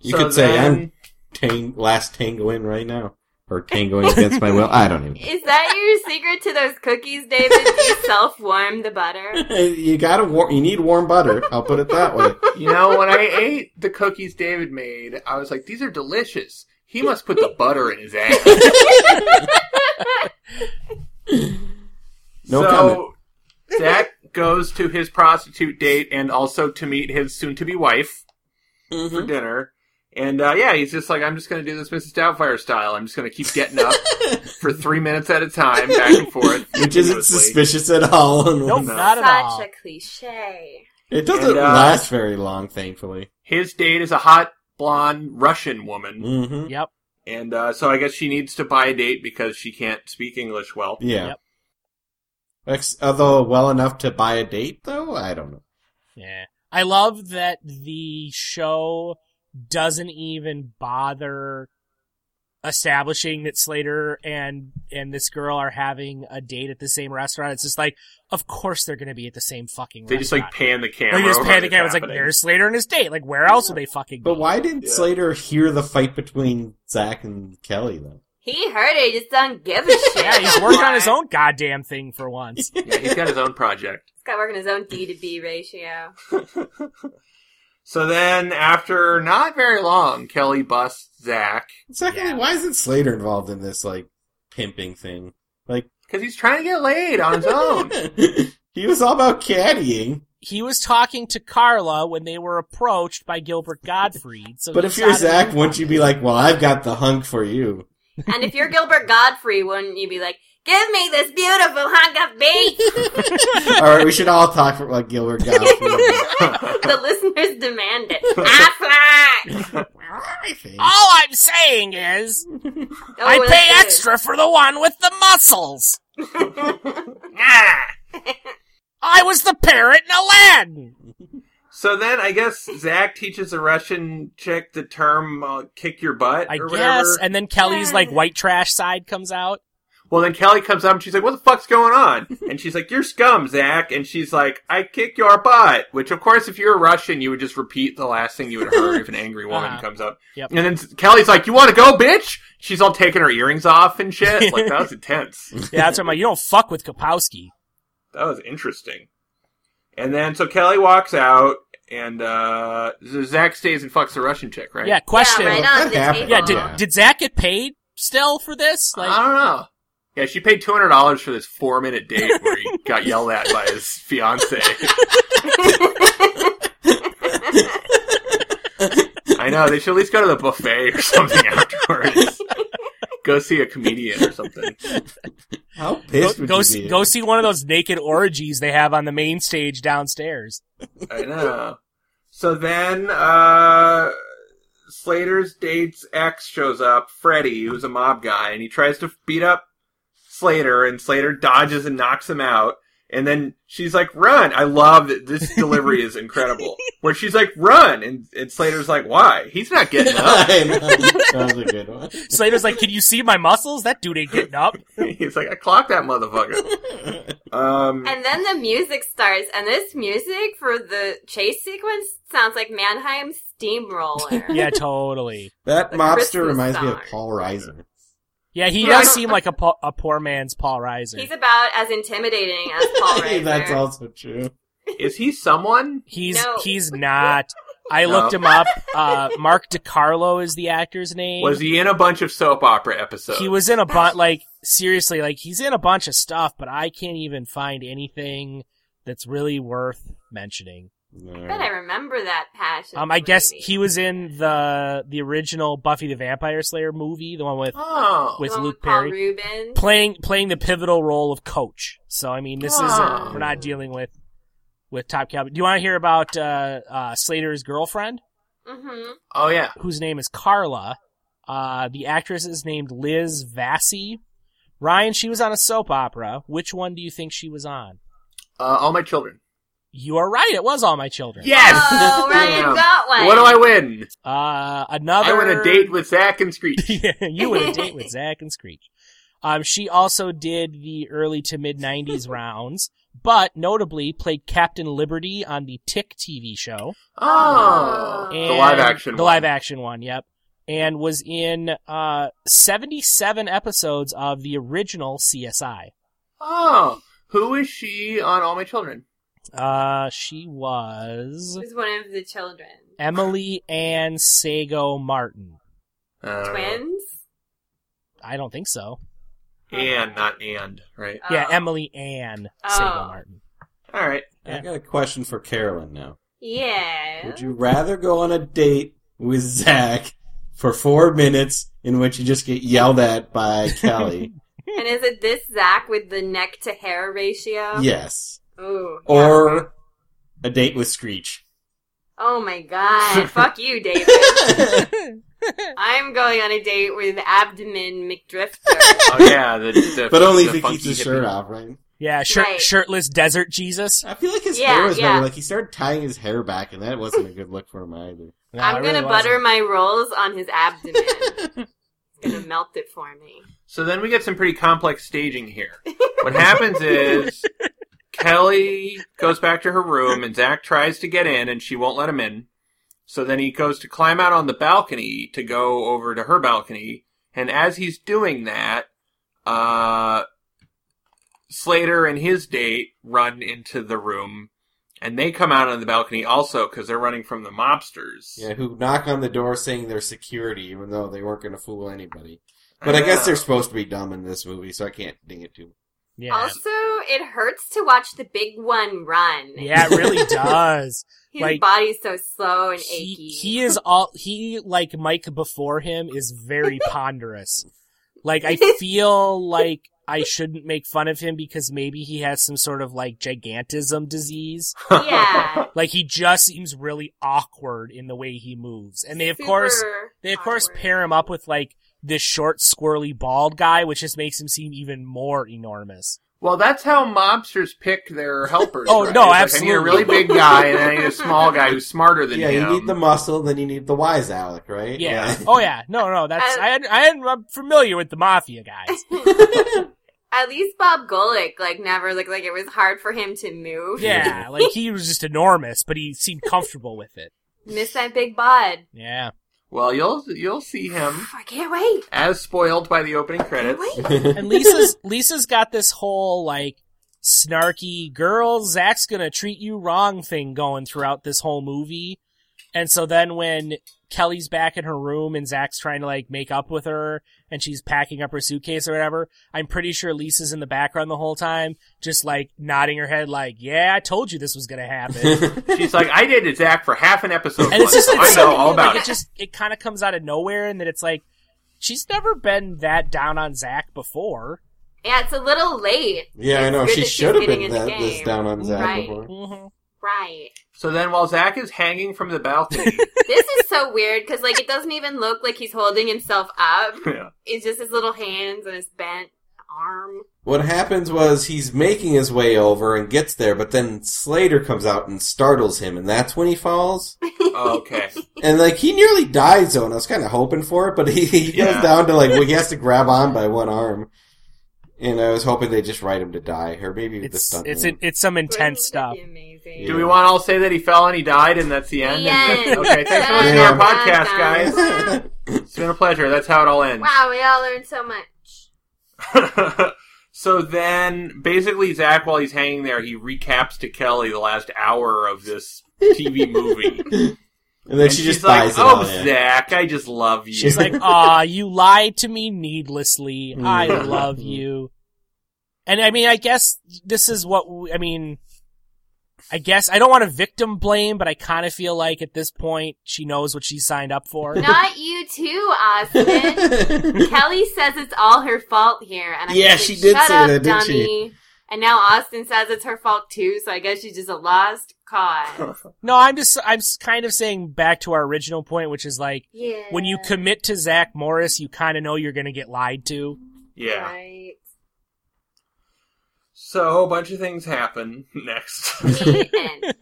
[SPEAKER 5] You
[SPEAKER 3] So
[SPEAKER 5] could say I'm
[SPEAKER 3] then-
[SPEAKER 5] tang- last tango in right now. Or tangoing against my will. I don't
[SPEAKER 4] Is that your secret to those cookies, David? You self warm the butter?
[SPEAKER 5] even. You gotta war- you need warm butter. I'll put it that way.
[SPEAKER 3] You know, when I ate the cookies David made, I was like, "These are delicious." He must put the butter in his ass.
[SPEAKER 5] No
[SPEAKER 3] so,
[SPEAKER 5] comment.
[SPEAKER 3] Zach goes to his prostitute date and also to meet his soon-to-be wife for dinner. And uh, yeah, he's just like, I'm just going to do this Mrs. Doubtfire style. I'm just going to keep getting up for three minutes at a time, back and forth,
[SPEAKER 5] Which isn't
[SPEAKER 3] continuously.
[SPEAKER 5] suspicious at all.
[SPEAKER 1] Nope,
[SPEAKER 3] No.
[SPEAKER 1] not at all.
[SPEAKER 4] Such a cliche.
[SPEAKER 5] It doesn't
[SPEAKER 3] And, uh,
[SPEAKER 5] last very long, thankfully.
[SPEAKER 3] His date is a hot blonde Russian woman,
[SPEAKER 5] Mm-hmm.
[SPEAKER 1] Yep.
[SPEAKER 3] and uh, so I guess she needs to buy a date because she can't speak English well.
[SPEAKER 5] Yeah.
[SPEAKER 1] Yep.
[SPEAKER 5] Ex- although well enough to buy a date, though I don't know.
[SPEAKER 1] Yeah. I love that the show doesn't even bother establishing that Slater and and this girl are having a date at the same restaurant. It's just like, of course they're going to be at the same fucking
[SPEAKER 3] They just
[SPEAKER 1] restaurant.
[SPEAKER 3] like pan the camera.
[SPEAKER 1] they just
[SPEAKER 3] over
[SPEAKER 1] panic
[SPEAKER 3] when
[SPEAKER 1] and it's like,
[SPEAKER 3] happening.
[SPEAKER 1] there's Slater and his date. Like, where else would they fucking
[SPEAKER 5] But
[SPEAKER 1] be?
[SPEAKER 5] why didn't
[SPEAKER 3] Yeah.
[SPEAKER 5] Slater hear the fight between Zach and Kelly though?
[SPEAKER 4] He heard it, he just don't give a shit.
[SPEAKER 1] Yeah, he's worked on his own goddamn thing for once.
[SPEAKER 3] yeah, he's got his own project.
[SPEAKER 4] He's got working his own D to B ratio.
[SPEAKER 3] So then, after not very long, Kelly busts Zach
[SPEAKER 5] Secondly,
[SPEAKER 1] Yeah.
[SPEAKER 5] why isn't Slater involved in this like pimping thing? Like
[SPEAKER 3] because he's trying to get laid on his own.
[SPEAKER 5] he was all about caddying.
[SPEAKER 1] He was talking to Carla when they were approached by Gilbert Gottfried. So
[SPEAKER 5] But
[SPEAKER 1] he
[SPEAKER 5] if you're
[SPEAKER 1] decided-
[SPEAKER 5] Zach, wouldn't you be like, "Well, I've got the hunk for you"?
[SPEAKER 4] And if you're Gilbert Godfrey, wouldn't you be like, give me this beautiful hunk of beef?
[SPEAKER 5] all right, we should all talk for like Gilbert Gottfried.
[SPEAKER 4] the listeners demand it. Ah, I
[SPEAKER 5] I think.
[SPEAKER 1] All I'm saying is,
[SPEAKER 4] Oh,
[SPEAKER 1] I
[SPEAKER 4] well,
[SPEAKER 1] pay
[SPEAKER 4] that's
[SPEAKER 1] extra for the one with the muscles. Ah. I was the parrot in Aladdin.
[SPEAKER 3] So then I guess Zach teaches a Russian chick the term uh, "kick your butt"
[SPEAKER 1] I
[SPEAKER 3] or whatever.
[SPEAKER 1] guess. And then Kelly's like white trash side comes out.
[SPEAKER 3] Well, then Kelly comes up and she's like, "What the fuck's going on?" And she's like, "You're scum, Zach." And she's like, "I kick your butt." Which, of course, if you're a Russian, you would just repeat the last thing you would heard if an angry woman
[SPEAKER 1] Uh-huh.
[SPEAKER 3] comes up.
[SPEAKER 1] Yep.
[SPEAKER 3] And then Kelly's like, "You want to go, bitch?" She's all taking her earrings off and shit. Like that was intense.
[SPEAKER 1] Yeah, that's what I'm like. You don't fuck with Kapowski.
[SPEAKER 3] That was interesting. And then so Kelly walks out, and uh, Zach stays and fucks the Russian chick, right?
[SPEAKER 1] Yeah, question.
[SPEAKER 4] Yeah, right on
[SPEAKER 5] That
[SPEAKER 4] the
[SPEAKER 5] happened.
[SPEAKER 1] Yeah,
[SPEAKER 4] table.
[SPEAKER 1] did
[SPEAKER 5] Yeah.
[SPEAKER 1] did Zach get paid still for this? Like,
[SPEAKER 4] Uh,
[SPEAKER 3] I don't know. Yeah, she paid two hundred dollars for this four minute date where he got yelled at by his fiance. I know they should at least go to the buffet or something afterwards. go see a comedian or something.
[SPEAKER 5] How
[SPEAKER 1] go,
[SPEAKER 5] pissed would
[SPEAKER 1] go
[SPEAKER 5] you
[SPEAKER 1] see,
[SPEAKER 5] be?
[SPEAKER 1] go see one of those naked orgies they have on the main stage downstairs.
[SPEAKER 3] I know. So then, uh, Slater's date's ex shows up, Freddy, who's a mob guy, and he tries to beat up Slater, and Slater dodges and knocks him out. And then she's like, run. I love that this delivery is incredible. Where she's like, run. And, and Slater's like, why? He's not getting up.
[SPEAKER 5] I know. That was a good one.
[SPEAKER 1] Slater's like, "Can you see my muscles? That dude ain't getting up."
[SPEAKER 3] He's like, I clocked that motherfucker. Um,
[SPEAKER 4] And then the music starts, and this music for the chase sequence sounds like Mannheim Steamroller.
[SPEAKER 1] Yeah, totally.
[SPEAKER 5] That
[SPEAKER 4] The
[SPEAKER 5] mobster
[SPEAKER 4] Christmas
[SPEAKER 5] reminds me of
[SPEAKER 4] song.
[SPEAKER 5] Paul Reiser.
[SPEAKER 1] Yeah, he
[SPEAKER 3] Yeah, I
[SPEAKER 1] does
[SPEAKER 3] don't-
[SPEAKER 1] seem like a, po- a poor man's Paul Reiser.
[SPEAKER 4] He's about as intimidating as Paul Reiser.
[SPEAKER 5] That's also true.
[SPEAKER 3] is he someone?
[SPEAKER 1] He's
[SPEAKER 4] No.
[SPEAKER 1] he's not. I
[SPEAKER 3] No.
[SPEAKER 1] looked him up. Uh, Mark DiCarlo is the actor's name.
[SPEAKER 3] Was he in a bunch of soap opera episodes?
[SPEAKER 1] He was in a bunch. Like seriously, like he's in a bunch of stuff, but I can't even find anything that's really worth mentioning.
[SPEAKER 4] I bet I remember that passion.
[SPEAKER 1] Um, I guess
[SPEAKER 4] movie.
[SPEAKER 1] he was in the the original Buffy the Vampire Slayer movie, the one with
[SPEAKER 3] Oh.
[SPEAKER 4] The
[SPEAKER 1] with
[SPEAKER 4] one
[SPEAKER 1] Luke
[SPEAKER 4] Paul
[SPEAKER 1] Perry
[SPEAKER 4] Rubin.
[SPEAKER 1] playing playing the pivotal role of coach. So I mean, this
[SPEAKER 3] Wow.
[SPEAKER 1] isn't we're not dealing with with top cowboy. Do you want to hear about uh, uh, Slater's girlfriend,
[SPEAKER 4] hmm
[SPEAKER 3] oh, yeah.
[SPEAKER 1] whose name is Carla? Uh, the actress is named Liz Vassy. Ryan, she was on a soap opera. Which one do you think she was on?
[SPEAKER 3] Uh, all my children.
[SPEAKER 1] You are right. It was All My Children.
[SPEAKER 3] Yes.
[SPEAKER 4] Oh, Ryan got one.
[SPEAKER 3] What do I win?
[SPEAKER 1] Uh, another.
[SPEAKER 3] I win a date with Zach and Screech.
[SPEAKER 1] Yeah, you would have date with Zach and Screech. Um, she also did the early to mid '90s rounds, but notably played Captain Liberty on the Tick TV show.
[SPEAKER 3] Oh,
[SPEAKER 4] The
[SPEAKER 3] the
[SPEAKER 1] and-
[SPEAKER 3] live action.
[SPEAKER 1] the
[SPEAKER 3] one.
[SPEAKER 1] live action one. Yep, and was in uh 77 episodes of the original CSI.
[SPEAKER 3] Oh, who is she on All My Children?
[SPEAKER 1] Uh, she was
[SPEAKER 4] He was one of the children.
[SPEAKER 1] Emily Ann Sago Martin.
[SPEAKER 3] Uh,
[SPEAKER 4] Twins?
[SPEAKER 1] I don't think so.
[SPEAKER 3] And not and right.
[SPEAKER 1] Yeah,
[SPEAKER 4] Oh.
[SPEAKER 1] Emily Ann Sago
[SPEAKER 4] Oh.
[SPEAKER 1] Martin.
[SPEAKER 3] All right.
[SPEAKER 5] I got a question for Carolyn now.
[SPEAKER 4] Yeah.
[SPEAKER 5] Would you rather go on a date with Zach for four minutes in which you just get yelled at by Kelly?
[SPEAKER 4] And is it this Zach with the neck to hair ratio?
[SPEAKER 5] yes.
[SPEAKER 4] Ooh.
[SPEAKER 5] Or a date with Screech.
[SPEAKER 4] Oh my god. Fuck you, David. I'm going on a date with Abdomen McDrifter.
[SPEAKER 3] Oh yeah. The, the,
[SPEAKER 5] But only
[SPEAKER 3] the
[SPEAKER 5] if he
[SPEAKER 3] funky
[SPEAKER 5] keeps his
[SPEAKER 3] hippie.
[SPEAKER 5] shirt off, right?
[SPEAKER 1] Yeah, shirt,
[SPEAKER 4] Right.
[SPEAKER 1] shirtless desert Jesus.
[SPEAKER 5] I feel like his
[SPEAKER 4] Yeah,
[SPEAKER 5] hair was
[SPEAKER 4] yeah.
[SPEAKER 5] better. Like he started tying his hair back, and that wasn't a good look for him either.
[SPEAKER 1] No,
[SPEAKER 4] I'm
[SPEAKER 1] it
[SPEAKER 4] gonna
[SPEAKER 1] really
[SPEAKER 4] butter
[SPEAKER 1] wasn't.
[SPEAKER 4] my rolls on his abdomen. It's gonna melt it for me.
[SPEAKER 3] So then we get some pretty complex staging here. What happens is Kelly goes back to her room and Zach tries to get in and she won't let him in. So then he goes to climb out on the balcony to go over to her balcony. And as he's doing that, uh, Slater and his date run into the room and they come out on the balcony also because they're running from the mobsters.
[SPEAKER 5] Yeah, who knock on the door saying they're security, even though they weren't going to fool anybody. But I guess
[SPEAKER 3] know.
[SPEAKER 5] they're supposed to be dumb in this movie, so I can't ding it too. much.
[SPEAKER 1] Yeah.
[SPEAKER 4] Also, it hurts to watch the big one run.
[SPEAKER 1] Yeah, it really does.
[SPEAKER 4] His
[SPEAKER 1] like-
[SPEAKER 4] body's so slow and
[SPEAKER 1] he,
[SPEAKER 4] achy.
[SPEAKER 1] he is all he like Mike before him is very ponderous. Like I feel like I shouldn't make fun of him because maybe he has some sort of like gigantism disease.
[SPEAKER 4] yeah.
[SPEAKER 1] Like he just seems really awkward in the way he moves. And they of course
[SPEAKER 4] Super
[SPEAKER 1] they of course
[SPEAKER 4] awkward.
[SPEAKER 1] pair him up with like this short squirrely bald guy which just makes him seem even more enormous.
[SPEAKER 3] Well, that's how mobsters pick their helpers.
[SPEAKER 1] Oh,
[SPEAKER 3] right?
[SPEAKER 1] no,
[SPEAKER 3] It's like, I need a really
[SPEAKER 1] absolutely.
[SPEAKER 3] big guy, and then I need a small guy who's smarter than
[SPEAKER 5] yeah,
[SPEAKER 3] him.
[SPEAKER 5] you need the muscle, then you need the wise Alec, right?
[SPEAKER 1] Yeah. Oh yeah. No, no, that's
[SPEAKER 4] Uh,
[SPEAKER 1] I I I'm familiar with the mafia guys.
[SPEAKER 4] At least Bob Golick like never looked like it was hard for him to move.
[SPEAKER 1] Yeah, like he was just enormous, but he seemed comfortable with it.
[SPEAKER 4] Miss that big bod.
[SPEAKER 1] Yeah.
[SPEAKER 3] Well, you'll you'll see him
[SPEAKER 4] I can't wait.
[SPEAKER 3] as spoiled by the opening credits.
[SPEAKER 1] And Lisa's Lisa's got this whole like snarky girl Zach's gonna treat you wrong thing going throughout this whole movie. And so then when Kelly's back in her room and Zach's trying to like make up with her and she's packing up her suitcase or whatever, I'm pretty sure Lisa's in the background the whole time, just like nodding her head like, Yeah, I told you this was gonna happen.
[SPEAKER 3] She's like, I dated Zach for half an episode.
[SPEAKER 1] and it's
[SPEAKER 3] once,
[SPEAKER 1] just
[SPEAKER 3] so
[SPEAKER 1] it's
[SPEAKER 3] I know all about
[SPEAKER 1] like,
[SPEAKER 3] it.
[SPEAKER 1] just it kind of comes out of nowhere, and that it's like she's never been that down on Zach before.
[SPEAKER 4] Yeah, it's a little late.
[SPEAKER 5] yeah, I know.
[SPEAKER 4] Good
[SPEAKER 5] She
[SPEAKER 4] that she's
[SPEAKER 5] should have
[SPEAKER 4] getting
[SPEAKER 5] been
[SPEAKER 4] in the
[SPEAKER 5] that, this
[SPEAKER 4] game.
[SPEAKER 5] down on Zach
[SPEAKER 4] Right.
[SPEAKER 5] before.
[SPEAKER 1] Mm-hmm.
[SPEAKER 4] Right.
[SPEAKER 3] So then, while Zach is hanging from the balcony,
[SPEAKER 4] This is so weird because like it doesn't even look like he's holding himself up.
[SPEAKER 3] yeah.
[SPEAKER 4] It's just his little hands and his bent arm.
[SPEAKER 5] What happens was he's making his way over and gets there, but then Slater comes out and startles him, and that's when he falls.
[SPEAKER 3] okay,
[SPEAKER 5] And like he nearly dies though, and I was kind of hoping for it, but he, he
[SPEAKER 3] Yeah.
[SPEAKER 5] goes down to like well, he has to grab on by one arm. And I was hoping they just write him to die, or maybe the
[SPEAKER 1] It's
[SPEAKER 5] stunt.
[SPEAKER 1] it's
[SPEAKER 5] man.
[SPEAKER 1] it, it's some intense stuff.
[SPEAKER 4] Wouldn't that be Amazing.
[SPEAKER 3] do we want to all say that he fell and he died, and that's the end?
[SPEAKER 4] The
[SPEAKER 3] And-
[SPEAKER 4] end.
[SPEAKER 3] Okay, thanks for listening to our
[SPEAKER 5] Yeah.
[SPEAKER 3] podcast, guys. It's been a pleasure. That's how it all ends.
[SPEAKER 4] Wow, we all learned so much.
[SPEAKER 3] so then, basically, Zach, while he's hanging there, he recaps to Kelly the last hour of this TV movie.
[SPEAKER 5] and then
[SPEAKER 3] And
[SPEAKER 5] she
[SPEAKER 3] she's
[SPEAKER 5] just
[SPEAKER 3] like,
[SPEAKER 5] buys it
[SPEAKER 3] "Oh,
[SPEAKER 5] all, yeah.
[SPEAKER 3] Zach, I just love you."
[SPEAKER 1] It's
[SPEAKER 5] She's
[SPEAKER 1] like, ah, you lied to me needlessly. I
[SPEAKER 5] Mm.
[SPEAKER 1] love you. And I mean, I guess this is what we, I mean. I guess I don't want to victim blame, but I kind of feel like at this point she knows what she signed up for.
[SPEAKER 4] Not you too, Austin. Kelly says it's all her fault here, and I
[SPEAKER 5] Yeah,
[SPEAKER 4] think
[SPEAKER 5] she
[SPEAKER 4] it's,
[SPEAKER 5] did
[SPEAKER 4] Shut
[SPEAKER 5] say
[SPEAKER 4] up,
[SPEAKER 5] that, didn't
[SPEAKER 4] dummy.
[SPEAKER 5] she?
[SPEAKER 4] And now Austin says it's her fault too, so I guess she's just a lost cause.
[SPEAKER 1] No, I'm just I'm s- kind of saying back to our original point, which is like
[SPEAKER 4] yeah.
[SPEAKER 1] when you commit to Zach Morris, you kind of know you're going to get lied to.
[SPEAKER 3] yeah.
[SPEAKER 4] Right.
[SPEAKER 3] So a bunch of things happen next.
[SPEAKER 4] The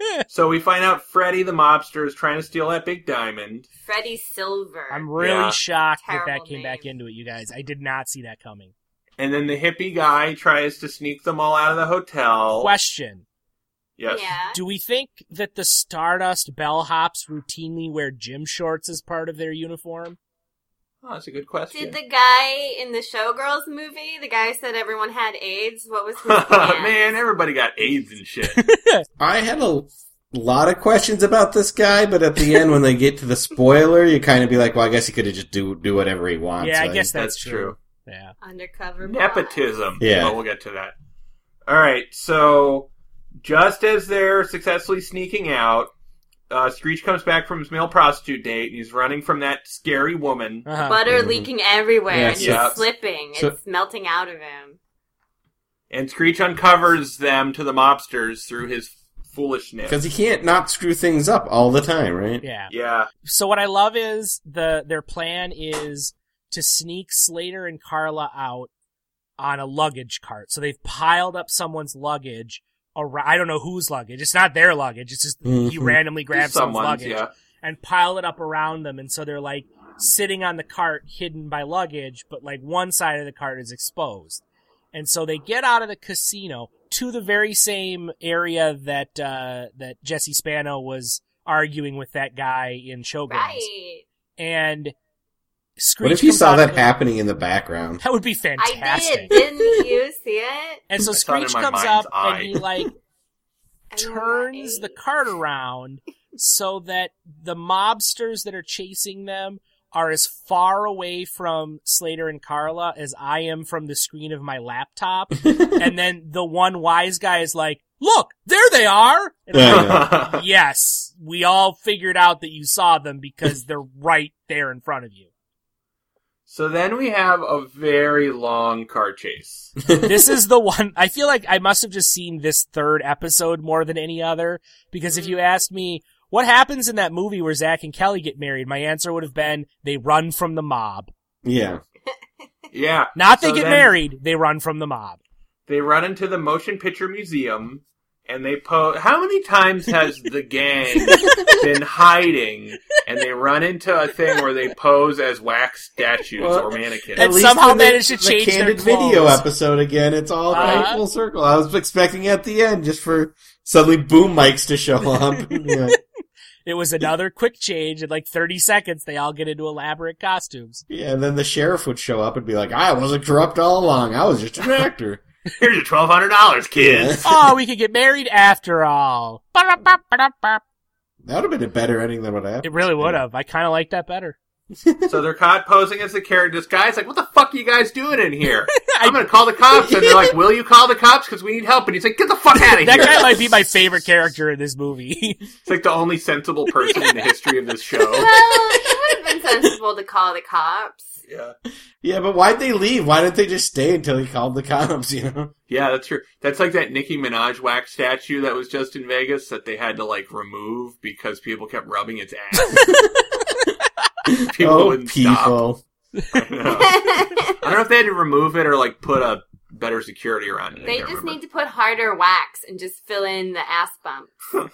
[SPEAKER 4] end.
[SPEAKER 3] so we find out Freddy the mobster is trying to steal that big diamond.
[SPEAKER 4] Freddie Silver.
[SPEAKER 1] I'm really
[SPEAKER 3] Yeah.
[SPEAKER 1] shocked that
[SPEAKER 4] Terrible
[SPEAKER 1] that came back
[SPEAKER 4] name.
[SPEAKER 1] into it, you guys. I did not see that coming.
[SPEAKER 3] And then the hippie guy tries to sneak them all out of the
[SPEAKER 1] Oh.
[SPEAKER 3] hotel.
[SPEAKER 1] Question:
[SPEAKER 3] Yes.
[SPEAKER 4] Yeah.
[SPEAKER 1] Do we think that the Stardust bellhops routinely wear gym shorts as part of their uniform?
[SPEAKER 3] Oh, that's a good question.
[SPEAKER 4] Did the guy in the Showgirls movie, the guy who said everyone had AIDS, what was his plan?
[SPEAKER 3] Man, everybody got AIDS and shit.
[SPEAKER 5] I had a lot of questions about this guy, but at the end, when they get to the spoiler, you kind of be like, "Well, I guess he could have just do do whatever he wants."
[SPEAKER 1] yeah, I
[SPEAKER 5] like-
[SPEAKER 1] guess that's,
[SPEAKER 3] That's
[SPEAKER 1] true.
[SPEAKER 3] true.
[SPEAKER 1] Yeah.
[SPEAKER 4] Undercover plot.
[SPEAKER 3] Nepotism.
[SPEAKER 5] Yeah.
[SPEAKER 3] But we'll get to that. All right. So just as they're successfully sneaking out, uh, Screech comes back from his male prostitute date and he's running from that scary woman.
[SPEAKER 1] Uh-huh.
[SPEAKER 4] Butter
[SPEAKER 5] Mhm.
[SPEAKER 4] leaking everywhere,
[SPEAKER 5] Yeah,
[SPEAKER 4] and he's
[SPEAKER 3] so-
[SPEAKER 4] slipping.
[SPEAKER 5] so-
[SPEAKER 4] it's melting out of him.
[SPEAKER 3] And Screech uncovers them to the mobsters through his foolishness.
[SPEAKER 5] because he can't not screw things up all the time, right?
[SPEAKER 1] yeah.
[SPEAKER 3] Yeah.
[SPEAKER 1] So what I love is the their plan is to sneak Slater and Carla out on a luggage cart. So they've piled up someone's luggage. Around, I don't know whose luggage. It's not their luggage. It's just he
[SPEAKER 5] Mhm.
[SPEAKER 1] randomly grabs someone's
[SPEAKER 3] Someone's,
[SPEAKER 1] luggage and piled it up around them. And so they're like sitting on the cart hidden by luggage, but like one side of the cart is exposed. And so they get out of the casino to the very same area that uh, that Jesse Spano was arguing with that guy in Showgirls
[SPEAKER 4] Right.
[SPEAKER 1] and Screech.
[SPEAKER 5] What if you
[SPEAKER 1] comes
[SPEAKER 5] saw
[SPEAKER 1] out
[SPEAKER 5] that
[SPEAKER 1] of the-
[SPEAKER 5] happening in the background?
[SPEAKER 1] That would be
[SPEAKER 4] I
[SPEAKER 1] fantastic.
[SPEAKER 4] did. Didn't you see it?
[SPEAKER 1] And so
[SPEAKER 3] I saw it in
[SPEAKER 1] Screech
[SPEAKER 3] my
[SPEAKER 1] comes up
[SPEAKER 3] mind's
[SPEAKER 1] and he like
[SPEAKER 4] Everyone got
[SPEAKER 1] turns the
[SPEAKER 4] AIDS.
[SPEAKER 1] cart around so that the mobsters that are chasing them are as far away from Slater and Carla as I am from the screen of my laptop. and then the one wise guy is like, "Look, there they are." And I'm like,
[SPEAKER 5] Yeah.
[SPEAKER 1] yes, we all figured out that you saw them because they're right there in front of you.
[SPEAKER 3] So then we have a very long car chase.
[SPEAKER 1] this is the one I feel like I must have just seen this third episode more than any other because
[SPEAKER 3] Mm-hmm.
[SPEAKER 1] if you asked me what happens in that movie where Zach and Kelly get married, my answer would have been they run from the mob.
[SPEAKER 5] Yeah.
[SPEAKER 3] Yeah.
[SPEAKER 1] Not they
[SPEAKER 3] So
[SPEAKER 1] get
[SPEAKER 3] then-
[SPEAKER 1] married, they run from the mob.
[SPEAKER 3] They run into the motion picture museum and they pose. How many times has the gang been hiding and they run into a thing where they pose as wax statues
[SPEAKER 5] Well,
[SPEAKER 3] or mannequins?
[SPEAKER 1] And
[SPEAKER 5] At least
[SPEAKER 1] somehow
[SPEAKER 5] in the-
[SPEAKER 1] managed to
[SPEAKER 5] the
[SPEAKER 1] change their
[SPEAKER 5] candid
[SPEAKER 1] clothes.
[SPEAKER 5] video episode again. It's all right
[SPEAKER 1] Uh-huh.
[SPEAKER 5] full circle. I was expecting at the end just for suddenly boom mics to show up. yeah.
[SPEAKER 1] It was another quick change in like 30 seconds they all get into elaborate costumes.
[SPEAKER 5] yeah, and then the sheriff would show up and be like, "I wasn't corrupt all along. I was just an actor."
[SPEAKER 3] Here's your twelve hundred dollars, kids.
[SPEAKER 1] Oh, we could get married after all. Ba-da-ba-ba-da-ba.
[SPEAKER 5] That would have been a better ending than what happened.
[SPEAKER 1] It really would have. I kind of like that better.
[SPEAKER 3] so they're caught posing as the characters. This guy's like, "What the fuck are you guys doing in here?" I'm gonna call the cops, and they're like, "Will you call the cops? Because we need help." And he's like, "Get the fuck out of here!"
[SPEAKER 1] That guy might be my favorite character in this movie.
[SPEAKER 3] It's like the only sensible person in the history of this show.
[SPEAKER 4] Well, it would have been sensible to call the cops.
[SPEAKER 3] Yeah.
[SPEAKER 5] Yeah, but why'd they leave? Why didn't they just stay until he called the cops? You know?
[SPEAKER 3] Yeah, that's true. That's like that Nicki Minaj wax statue that was just in Vegas that they had to like remove because people kept rubbing its ass. people
[SPEAKER 5] oh,
[SPEAKER 3] wouldn't stop.
[SPEAKER 5] people.
[SPEAKER 3] I don't, know. I don't know if they had to remove it or like put a better security around it. I
[SPEAKER 4] They
[SPEAKER 3] can't
[SPEAKER 4] just
[SPEAKER 3] remember.
[SPEAKER 4] need to put harder wax and just fill in the ass bump.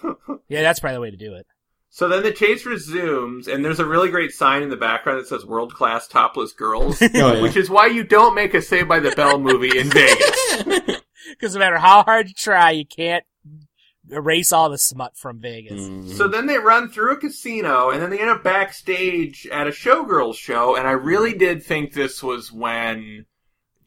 [SPEAKER 1] yeah, that's probably the way to do it.
[SPEAKER 3] So then the chase resumes, and there's a really great sign in the background that says "World Class Topless Girls,"
[SPEAKER 5] Oh, yeah.
[SPEAKER 3] which is why you don't make a Saved by the Bell movie in Vegas.
[SPEAKER 1] Because no matter how hard you try, you can't erase all the smut from Vegas.
[SPEAKER 5] Mm.
[SPEAKER 3] So then they run through a casino, and then they end up backstage at a showgirls show. And I really did think this was when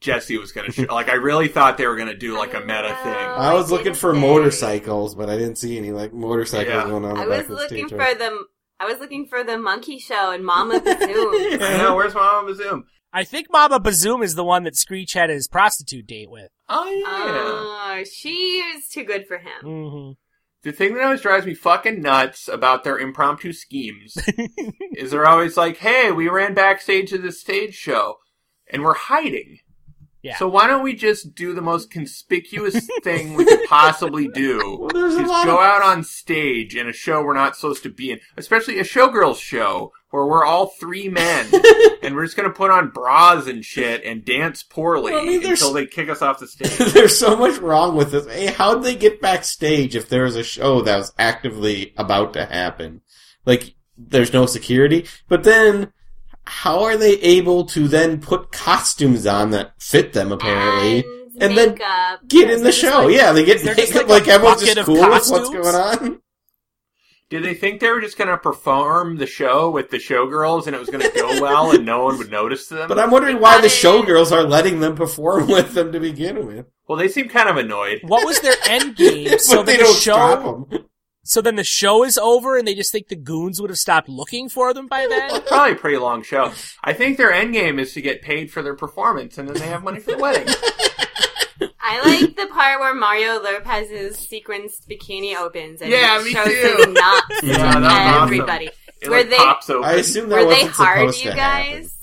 [SPEAKER 3] Jesse was going to show. Like, I really thought they were going to do like a meta thing.
[SPEAKER 5] I was looking for
[SPEAKER 4] Okay.
[SPEAKER 5] motorcycles, but I didn't see any like motorcycles
[SPEAKER 3] Yeah.
[SPEAKER 5] going on. in
[SPEAKER 4] I
[SPEAKER 5] the back
[SPEAKER 4] was
[SPEAKER 5] of the
[SPEAKER 4] looking
[SPEAKER 5] stage,
[SPEAKER 4] for
[SPEAKER 5] right?
[SPEAKER 4] the I was looking for the monkey show and Mama Bazoom.
[SPEAKER 3] I know. Where's Mama Bazoom?
[SPEAKER 1] I think Mama Bazoom is the one that Screech had his prostitute date with.
[SPEAKER 3] Oh yeah.
[SPEAKER 4] Oh, she is too good for him.
[SPEAKER 1] hmm
[SPEAKER 3] The thing that always drives me fucking nuts about their impromptu schemes is they're always like, hey, we ran backstage to this stage show and we're hiding.
[SPEAKER 1] Yeah.
[SPEAKER 3] So why don't we just do the most conspicuous thing we could possibly do?
[SPEAKER 5] Well, there's a
[SPEAKER 3] is
[SPEAKER 5] lot
[SPEAKER 3] go
[SPEAKER 5] of-
[SPEAKER 3] out on stage in a show we're not supposed to be in, especially a showgirls show where we're all three men and we're just gonna put on bras and shit and dance poorly
[SPEAKER 5] Well, I mean, there's-
[SPEAKER 3] until they kick us off the stage.
[SPEAKER 5] There's so much wrong with this. Hey, how'd they get backstage if there was a show that was actively about to happen? Like, there's no security. But then, how are they able to then put costumes on that fit them, apparently?
[SPEAKER 4] And,
[SPEAKER 5] And then
[SPEAKER 4] makeup. then
[SPEAKER 5] Get in the show. yeah, they get
[SPEAKER 1] is there just,
[SPEAKER 5] makeup like,
[SPEAKER 1] like, a
[SPEAKER 5] everyone's
[SPEAKER 1] bucket
[SPEAKER 5] just
[SPEAKER 1] of
[SPEAKER 5] cool with what's
[SPEAKER 1] costumes?
[SPEAKER 5] going on.
[SPEAKER 3] Did they think they were just gonna perform the show with the showgirls and it was gonna go well and no one would notice them?
[SPEAKER 5] But I'm wondering why
[SPEAKER 4] Got
[SPEAKER 5] the
[SPEAKER 4] it.
[SPEAKER 5] showgirls are letting them perform with them to begin with.
[SPEAKER 3] well, they seem kind of annoyed.
[SPEAKER 1] What was their end game? So
[SPEAKER 5] but they
[SPEAKER 1] then the
[SPEAKER 5] don't
[SPEAKER 1] show,
[SPEAKER 5] stop 'em.
[SPEAKER 1] so then the show is over, and they just think the goons would have stopped looking for them by then.
[SPEAKER 3] Probably a pretty long show. I think their end game is to get paid for their performance, and then they have money for the wedding.
[SPEAKER 4] I like the part where Mario Lopez's sequenced bikini opens and
[SPEAKER 3] Yeah,
[SPEAKER 4] it
[SPEAKER 3] me
[SPEAKER 4] shows
[SPEAKER 3] too.
[SPEAKER 4] his nuts
[SPEAKER 3] Yeah,
[SPEAKER 4] to
[SPEAKER 3] that was
[SPEAKER 4] everybody.
[SPEAKER 3] It
[SPEAKER 4] Were
[SPEAKER 3] like
[SPEAKER 4] they-
[SPEAKER 3] pops open.
[SPEAKER 5] I assume that
[SPEAKER 4] Were they
[SPEAKER 5] wasn't
[SPEAKER 4] hard,
[SPEAKER 5] supposed
[SPEAKER 4] you
[SPEAKER 5] to happen.
[SPEAKER 4] guys?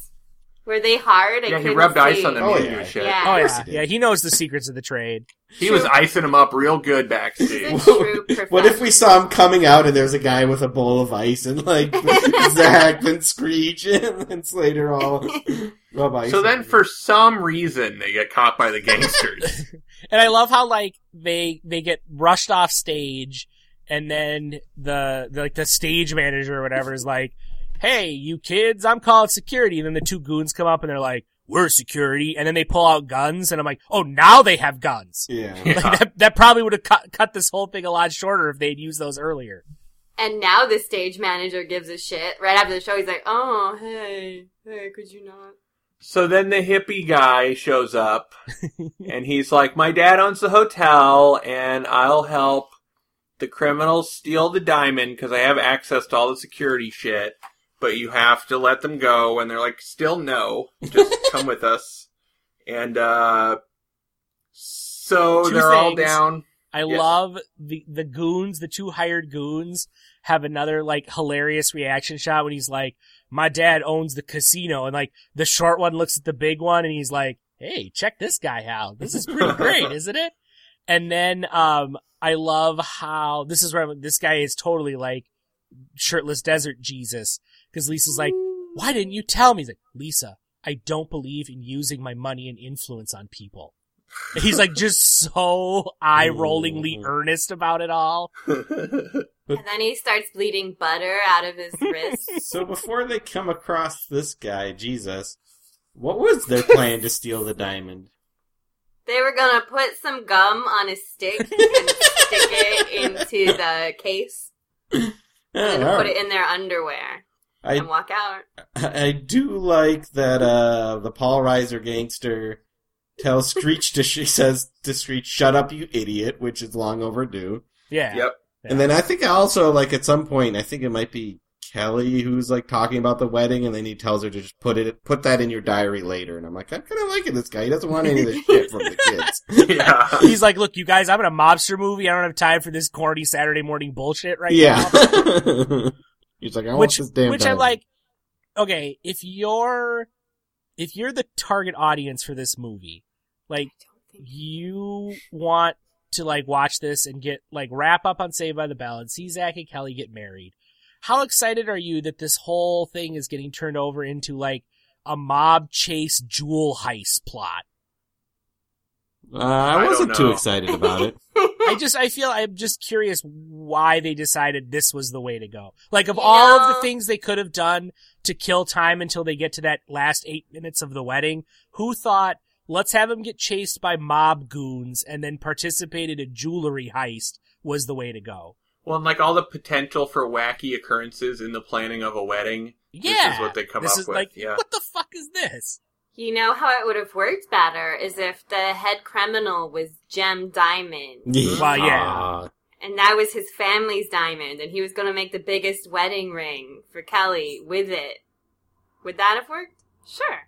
[SPEAKER 4] Were they hard? I
[SPEAKER 3] yeah, he
[SPEAKER 4] couldn't
[SPEAKER 3] rubbed ice
[SPEAKER 4] see.
[SPEAKER 3] on them.
[SPEAKER 5] Oh,
[SPEAKER 3] he
[SPEAKER 5] yeah.
[SPEAKER 3] knew shit.
[SPEAKER 4] Yeah.
[SPEAKER 1] Oh
[SPEAKER 5] course
[SPEAKER 1] yeah,
[SPEAKER 5] he did.
[SPEAKER 1] yeah. He knows the secrets of the trade.
[SPEAKER 3] He was icing them up real good backstage.
[SPEAKER 4] He's a true professional.
[SPEAKER 5] What if we saw him coming out and there's a guy with a bowl of ice and like Zach and Screech and then Slater all rub ice?
[SPEAKER 3] so
[SPEAKER 5] on
[SPEAKER 3] then,
[SPEAKER 5] him.
[SPEAKER 3] for some reason, they get caught by the gangsters.
[SPEAKER 1] And I love how like they they get rushed off stage, and then the, the like the stage manager or whatever is like, "Hey, you kids, I'm calling security." And then the two goons come up and they're like, "We're security," and then they pull out guns, and I'm like, "Oh, now they have guns."
[SPEAKER 5] yeah,
[SPEAKER 3] Yeah.
[SPEAKER 1] Like, that, that probably would have cut cut this whole thing a lot shorter if they'd used those earlier.
[SPEAKER 4] And now the stage manager gives a shit. Right after the show, he's like, "Oh, hey, hey, could you not?"
[SPEAKER 3] So then the hippie guy shows up and he's like, My dad owns the hotel and I'll help the criminals steal the diamond because I have access to all the security shit, but you have to let them go. And they're like, Still no, just come with us. And, uh, so
[SPEAKER 1] Two
[SPEAKER 3] they're all
[SPEAKER 1] things.
[SPEAKER 3] down.
[SPEAKER 1] I
[SPEAKER 3] Yes.
[SPEAKER 1] love the the goons, the two hired goons have another like hilarious reaction shot when he's like, "My dad owns the casino," and like the short one looks at the big one and he's like, "Hey, check this guy out. This is pretty great, isn't it?" And then um, I love how this is where I'm- this guy is totally like shirtless desert Jesus because Lisa's like, "Why didn't you tell me?" He's like, "Lisa, I don't believe in using my money and influence on people." He's like just so eye rollingly earnest about it all.
[SPEAKER 4] And then he starts bleeding butter out of his wrists.
[SPEAKER 5] So before they come across this guy, Jesus, what was their plan to steal the diamond?
[SPEAKER 4] They were gonna put some gum on a stick and stick it into the case and
[SPEAKER 5] Oh,
[SPEAKER 4] then put it in their underwear
[SPEAKER 5] I
[SPEAKER 4] and walk out.
[SPEAKER 5] I do like that uh the Paul Reiser gangster tells Screech to she says to Screech, "Shut up, you idiot," which is long overdue.
[SPEAKER 1] Yeah.
[SPEAKER 3] Yep.
[SPEAKER 5] And then I think also like at some point, I think it might be Kelly who's like talking about the wedding, and then he tells her to just put it put that in your diary later. And I'm like, I'm kind of liking this guy. He doesn't want any of this shit from the kids.
[SPEAKER 3] yeah.
[SPEAKER 1] He's like, look, you guys, I'm in a mobster movie. I don't have time for this corny Saturday morning bullshit right
[SPEAKER 5] yeah.
[SPEAKER 1] now.
[SPEAKER 5] He's like, I
[SPEAKER 1] which
[SPEAKER 5] want this damn.
[SPEAKER 1] which I
[SPEAKER 5] diamond.
[SPEAKER 1] like. Okay, if you're if you're the target audience for this movie, like you want to like watch this and get like wrap up on Saved by the Bell and see Zach and Kelly get married. How excited are you that this whole thing is getting turned over into like a mob chase jewel heist plot?
[SPEAKER 5] Uh, I
[SPEAKER 3] I
[SPEAKER 5] wasn't
[SPEAKER 3] don't
[SPEAKER 5] too
[SPEAKER 3] know.
[SPEAKER 5] excited about it.
[SPEAKER 1] I just I feel I'm just curious why they decided this was the way to go. Like of
[SPEAKER 4] You
[SPEAKER 1] all of
[SPEAKER 4] know-
[SPEAKER 1] the things they could have done to kill time until they get to that last 8 minutes of the wedding, who thought let's have them get chased by mob goons and then participate in a jewelry heist was the way to go.
[SPEAKER 3] Well, and like all the potential for wacky occurrences in the planning of a wedding.
[SPEAKER 1] Yeah.
[SPEAKER 3] This is what they come
[SPEAKER 1] This
[SPEAKER 3] up
[SPEAKER 1] is
[SPEAKER 3] with.
[SPEAKER 1] like
[SPEAKER 3] yeah.
[SPEAKER 1] what the fuck is this?
[SPEAKER 4] You know how it would have worked better is if the head criminal was Gem Diamond.
[SPEAKER 1] Well, yeah.
[SPEAKER 5] Ah.
[SPEAKER 4] And that was his family's diamond, and he was gonna make the biggest wedding ring for Kelly with it. Would that have worked? Sure.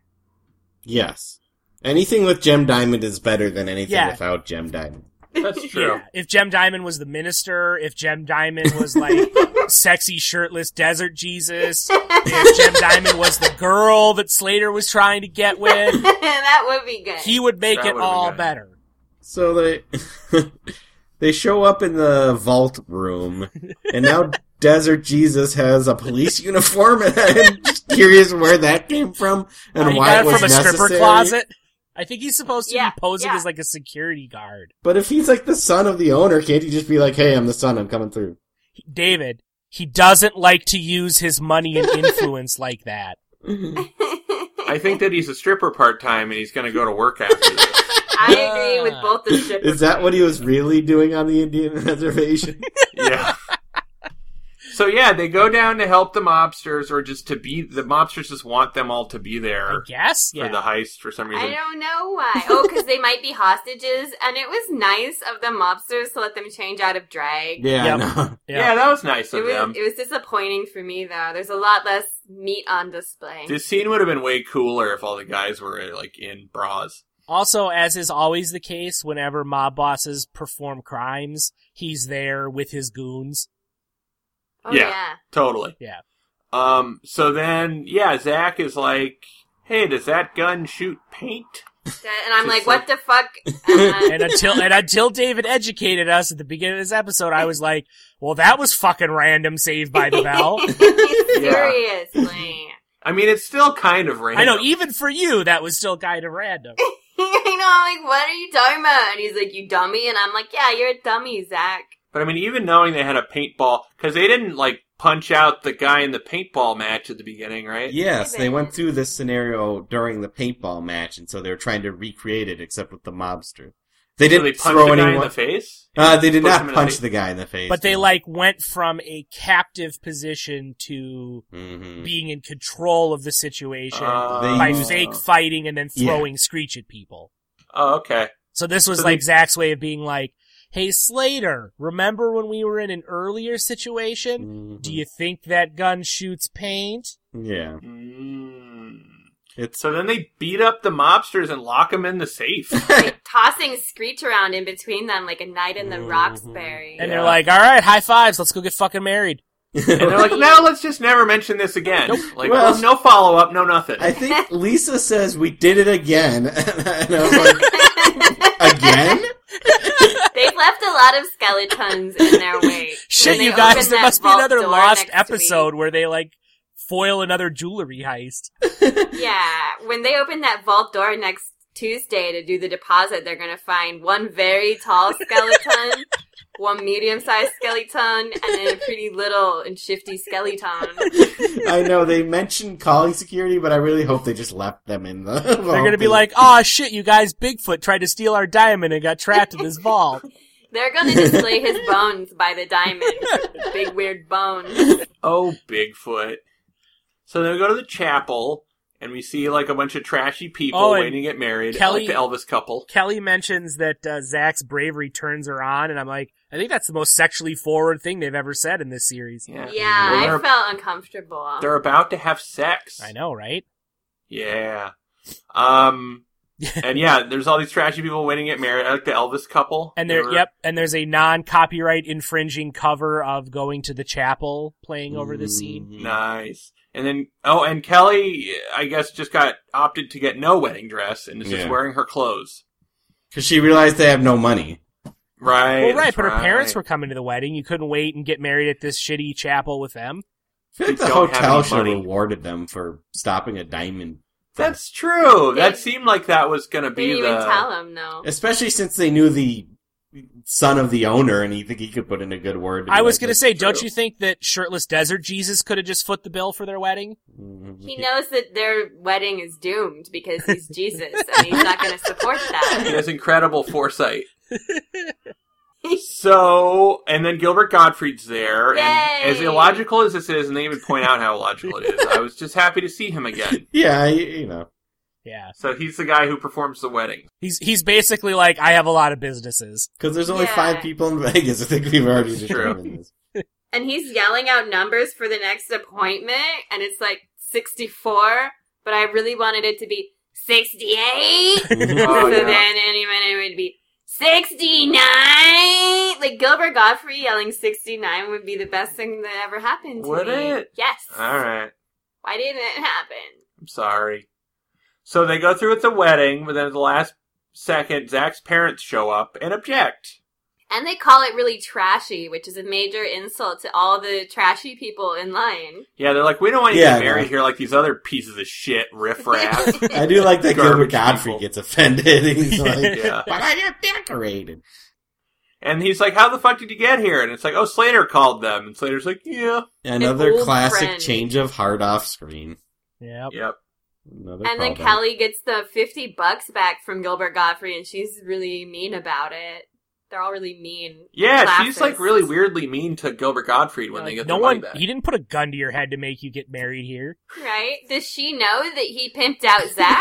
[SPEAKER 5] Yes. Anything with Gem Diamond is better than anything
[SPEAKER 1] Yeah.
[SPEAKER 5] without Gem Diamond.
[SPEAKER 3] That's true.
[SPEAKER 1] Yeah. If Gem Diamond was the minister, if Gem Diamond was like sexy shirtless desert Jesus, if Gem Diamond was the girl that Slater was trying to get with,
[SPEAKER 4] that would be good.
[SPEAKER 1] he would make
[SPEAKER 3] That
[SPEAKER 1] it
[SPEAKER 3] would've
[SPEAKER 1] all
[SPEAKER 3] been good.
[SPEAKER 1] better.
[SPEAKER 5] So they they show up in the vault room, and now Desert Jesus has a police uniform, and I'm just curious where that came from and
[SPEAKER 1] Uh, he
[SPEAKER 5] why
[SPEAKER 1] got
[SPEAKER 5] it
[SPEAKER 1] it
[SPEAKER 5] was
[SPEAKER 1] from a
[SPEAKER 5] necessary.
[SPEAKER 1] stripper closet. I think he's supposed to
[SPEAKER 4] Yeah,
[SPEAKER 1] be posing
[SPEAKER 4] yeah.
[SPEAKER 1] as like a security guard.
[SPEAKER 5] But if he's like the son of the owner, can't he just be like, "Hey, I'm the son. I'm coming through."
[SPEAKER 1] He- David, he doesn't like to use his money and influence like that.
[SPEAKER 3] I think that he's a stripper part time and he's going to go to work after this.
[SPEAKER 4] I agree with both the strippers.
[SPEAKER 5] Is that what he was really doing on the Indian reservation?
[SPEAKER 3] yeah. So yeah, they go down to help the mobsters, or just to be the mobsters. Just want them all to be
[SPEAKER 1] I
[SPEAKER 3] there
[SPEAKER 1] guess,
[SPEAKER 3] for
[SPEAKER 1] yeah.
[SPEAKER 3] the heist for some
[SPEAKER 4] I
[SPEAKER 3] reason.
[SPEAKER 4] don't know why. Oh, because they might be hostages, and it was nice of the mobsters to let them change out of drag.
[SPEAKER 5] yeah,
[SPEAKER 1] Yep.
[SPEAKER 5] no.
[SPEAKER 3] Yeah. that was nice
[SPEAKER 4] It
[SPEAKER 3] of
[SPEAKER 4] was,
[SPEAKER 3] them.
[SPEAKER 4] it was disappointing for me though. There's a lot less meat on display.
[SPEAKER 3] This scene would have been way cooler if all the guys were like in bras.
[SPEAKER 1] Also, as is always the case, whenever mob bosses perform crimes, he's there with his goons.
[SPEAKER 4] oh
[SPEAKER 3] yeah.
[SPEAKER 4] yeah.
[SPEAKER 3] Totally.
[SPEAKER 1] Yeah.
[SPEAKER 3] Um. So then, yeah, Zach is like, "Hey, does that gun shoot paint?"
[SPEAKER 4] That- And I'm
[SPEAKER 3] Just
[SPEAKER 4] like, what the fuck? Uh,
[SPEAKER 1] And until and until David educated us at the beginning of this episode, I was like, "Well, that was fucking random." Saved by the Bell.
[SPEAKER 4] seriously.
[SPEAKER 3] I mean, it's still kind of
[SPEAKER 1] I
[SPEAKER 3] random.
[SPEAKER 1] know, e- even for you, that was still kind of random.
[SPEAKER 4] I know, I'm like, what are you talking about? And he's like, you dummy? And I'm like, yeah, you're a dummy, Zach.
[SPEAKER 3] But I mean, even knowing they had a paintball, because they didn't like punch out the guy in the paintball match at the beginning, right?
[SPEAKER 5] Yes, they went through this scenario during the paintball match, and so they were trying to recreate it, except with the mobster. They
[SPEAKER 3] So they
[SPEAKER 5] didn't
[SPEAKER 3] punch
[SPEAKER 5] throw
[SPEAKER 3] the guy in
[SPEAKER 5] anyone.
[SPEAKER 3] the face.
[SPEAKER 5] uh, they did
[SPEAKER 3] Push him
[SPEAKER 5] not
[SPEAKER 3] in the
[SPEAKER 5] punch
[SPEAKER 3] face.
[SPEAKER 5] the guy in the face,
[SPEAKER 1] But they like went from a captive position to
[SPEAKER 5] hmm
[SPEAKER 1] being in control of the situation
[SPEAKER 3] Oh.
[SPEAKER 5] They
[SPEAKER 1] by
[SPEAKER 5] used-
[SPEAKER 1] fake fighting and then
[SPEAKER 5] Yeah.
[SPEAKER 1] throwing screech at people.
[SPEAKER 3] Oh, okay.
[SPEAKER 1] So this was
[SPEAKER 3] So
[SPEAKER 1] like
[SPEAKER 3] they-
[SPEAKER 1] Zach's way of being like, "Hey Slater, remember when we were in an earlier situation?
[SPEAKER 3] Mm-hmm.
[SPEAKER 1] Do you think that gun shoots paint?"
[SPEAKER 5] Yeah,
[SPEAKER 3] Mm.
[SPEAKER 5] it's
[SPEAKER 3] So then they beat up the mobsters and lock them in the safe.
[SPEAKER 4] Like, tossing Screech around in between them like a knight in the Roxbury.
[SPEAKER 1] And
[SPEAKER 3] Yeah.
[SPEAKER 1] they're like, "All right, high fives. Let's go get fucking married."
[SPEAKER 3] And they're like, now let's just never mention this again. Like,
[SPEAKER 5] Well-
[SPEAKER 3] no follow up, no nothing.
[SPEAKER 5] I think Lisa says we did it again, and I was like, again?
[SPEAKER 4] They've left a lot of skeletons in their wake.
[SPEAKER 1] Shit,
[SPEAKER 4] When
[SPEAKER 1] you
[SPEAKER 4] they
[SPEAKER 1] guys,
[SPEAKER 4] open
[SPEAKER 1] there
[SPEAKER 4] that
[SPEAKER 1] must be
[SPEAKER 4] vault
[SPEAKER 1] another
[SPEAKER 4] door
[SPEAKER 1] lost
[SPEAKER 4] next
[SPEAKER 1] episode where they like foil another jewelry heist.
[SPEAKER 4] Week, yeah, when they open that vault door next Tuesday to do the deposit, they're gonna find one very tall skeleton, one medium-sized skeleton, and then a pretty little and shifty skeleton.
[SPEAKER 5] I know they mentioned calling security, but I really hope they just left them in the.
[SPEAKER 1] They're gonna be like, "Oh shit, you guys! Bigfoot tried to steal our diamond and got trapped in this vault."
[SPEAKER 4] They're gonna display his bones by the diamond, big weird bones.
[SPEAKER 3] Oh, Bigfoot. So then we go to the chapel, and we see like a bunch of trashy people
[SPEAKER 1] Oh, and
[SPEAKER 3] waiting to get married,
[SPEAKER 1] Kelly-
[SPEAKER 3] like the Elvis couple.
[SPEAKER 1] Kelly mentions that uh, Zach's bravery turns her on, and I'm like, I think that's the most sexually forward thing they've ever said in this series.
[SPEAKER 3] Yeah,
[SPEAKER 4] Yeah,
[SPEAKER 3] Well,
[SPEAKER 4] I
[SPEAKER 3] they're,
[SPEAKER 4] felt uncomfortable.
[SPEAKER 3] they're about to have sex.
[SPEAKER 1] I know, right?
[SPEAKER 3] Yeah. Um. and yeah, there's all these trashy people waiting to get married, like the Elvis couple.
[SPEAKER 1] And
[SPEAKER 3] They
[SPEAKER 1] there,
[SPEAKER 3] were-
[SPEAKER 1] yep, and there's a non-copyright infringing cover of "Going to the Chapel" playing over
[SPEAKER 5] Mm.
[SPEAKER 1] the scene.
[SPEAKER 5] Mm-hmm.
[SPEAKER 3] Nice. And then, oh, and Kelly, I guess, just got opted to get no wedding dress and is just
[SPEAKER 5] Yeah.
[SPEAKER 3] wearing her clothes.
[SPEAKER 5] Because she realized they have no money.
[SPEAKER 1] Well,
[SPEAKER 3] Right.
[SPEAKER 1] right,
[SPEAKER 3] that's
[SPEAKER 1] but her parents
[SPEAKER 3] right.
[SPEAKER 1] were coming to the wedding. You couldn't wait and get married at this shitty chapel with them.
[SPEAKER 5] I feel like the
[SPEAKER 3] don't have
[SPEAKER 5] hotel
[SPEAKER 3] any
[SPEAKER 5] should have
[SPEAKER 3] money.
[SPEAKER 5] rewarded them for stopping a diamond.
[SPEAKER 3] That's true.
[SPEAKER 4] They-
[SPEAKER 3] that seemed like that was going to
[SPEAKER 4] They
[SPEAKER 3] be
[SPEAKER 4] didn't
[SPEAKER 3] the.
[SPEAKER 4] even tell him, no.
[SPEAKER 5] Especially since they knew the son of the owner, and you think he could put in a good word.
[SPEAKER 1] I was gonna say, don't you think that shirtless desert Jesus could have just foot the bill for their wedding?
[SPEAKER 5] you?
[SPEAKER 4] He knows that their wedding is doomed because he's Jesus and he's not going to support
[SPEAKER 3] He
[SPEAKER 4] that.
[SPEAKER 3] has incredible foresight. so, and then Gilbert Gottfried's there, and
[SPEAKER 4] Yay!
[SPEAKER 3] as illogical as this is, and they even point out how illogical it is, I was just happy to see him again.
[SPEAKER 5] Yeah, you, you know.
[SPEAKER 1] Yeah,
[SPEAKER 3] So he's the guy who performs the wedding.
[SPEAKER 1] he's he's basically like, I have a lot of businesses.
[SPEAKER 5] Because there's only
[SPEAKER 4] Yeah.
[SPEAKER 5] five people in Vegas. I think we've already
[SPEAKER 3] It's
[SPEAKER 5] determined this.
[SPEAKER 4] And he's yelling out numbers for the next appointment, and it's like 64, but I really wanted it to be 68.
[SPEAKER 5] Mm-hmm.
[SPEAKER 3] Oh,
[SPEAKER 4] so
[SPEAKER 3] yeah.
[SPEAKER 4] then any minute it would be 69. Like Gilbert Godfrey yelling 69 would be the best thing that ever happened to
[SPEAKER 3] Would
[SPEAKER 4] me.
[SPEAKER 3] it?
[SPEAKER 4] Yes.
[SPEAKER 3] All right.
[SPEAKER 4] Why didn't it happen?
[SPEAKER 3] I'm sorry. So they go through with the wedding, but then at the last second, Zach's parents show up and object.
[SPEAKER 4] And they call it really trashy, which is a major insult to all the trashy people in line.
[SPEAKER 3] Yeah, they're like, we don't want you
[SPEAKER 5] Yeah,
[SPEAKER 3] to
[SPEAKER 5] I
[SPEAKER 3] get married
[SPEAKER 5] know.
[SPEAKER 3] here like these other pieces of shit, riffraff.
[SPEAKER 5] I do like that Gilbert
[SPEAKER 3] Garbage
[SPEAKER 5] Godfrey
[SPEAKER 3] people.
[SPEAKER 5] gets offended. He's like,
[SPEAKER 3] yeah.
[SPEAKER 5] but I got decorated.
[SPEAKER 3] And he's like, how the fuck did you get here? And it's like, oh, Slater called them. And Slater's like, yeah.
[SPEAKER 5] Another
[SPEAKER 4] old
[SPEAKER 5] classic
[SPEAKER 4] friend.
[SPEAKER 5] change of hard off screen.
[SPEAKER 1] Yep.
[SPEAKER 3] Yep.
[SPEAKER 5] Another
[SPEAKER 4] and then
[SPEAKER 5] callback.
[SPEAKER 4] Kelly gets the 50 bucks back from Gilbert Godfrey, and she's really mean about it. They're all really mean.
[SPEAKER 3] Yeah,
[SPEAKER 4] Classist.
[SPEAKER 3] she's like really weirdly mean to Gilbert Gottfried when they
[SPEAKER 1] Like,
[SPEAKER 3] get
[SPEAKER 1] no
[SPEAKER 3] their
[SPEAKER 1] one,
[SPEAKER 3] money back.
[SPEAKER 1] he didn't put a gun to your head to make you get married here.
[SPEAKER 4] Right? Does she know that he pimped out Zach?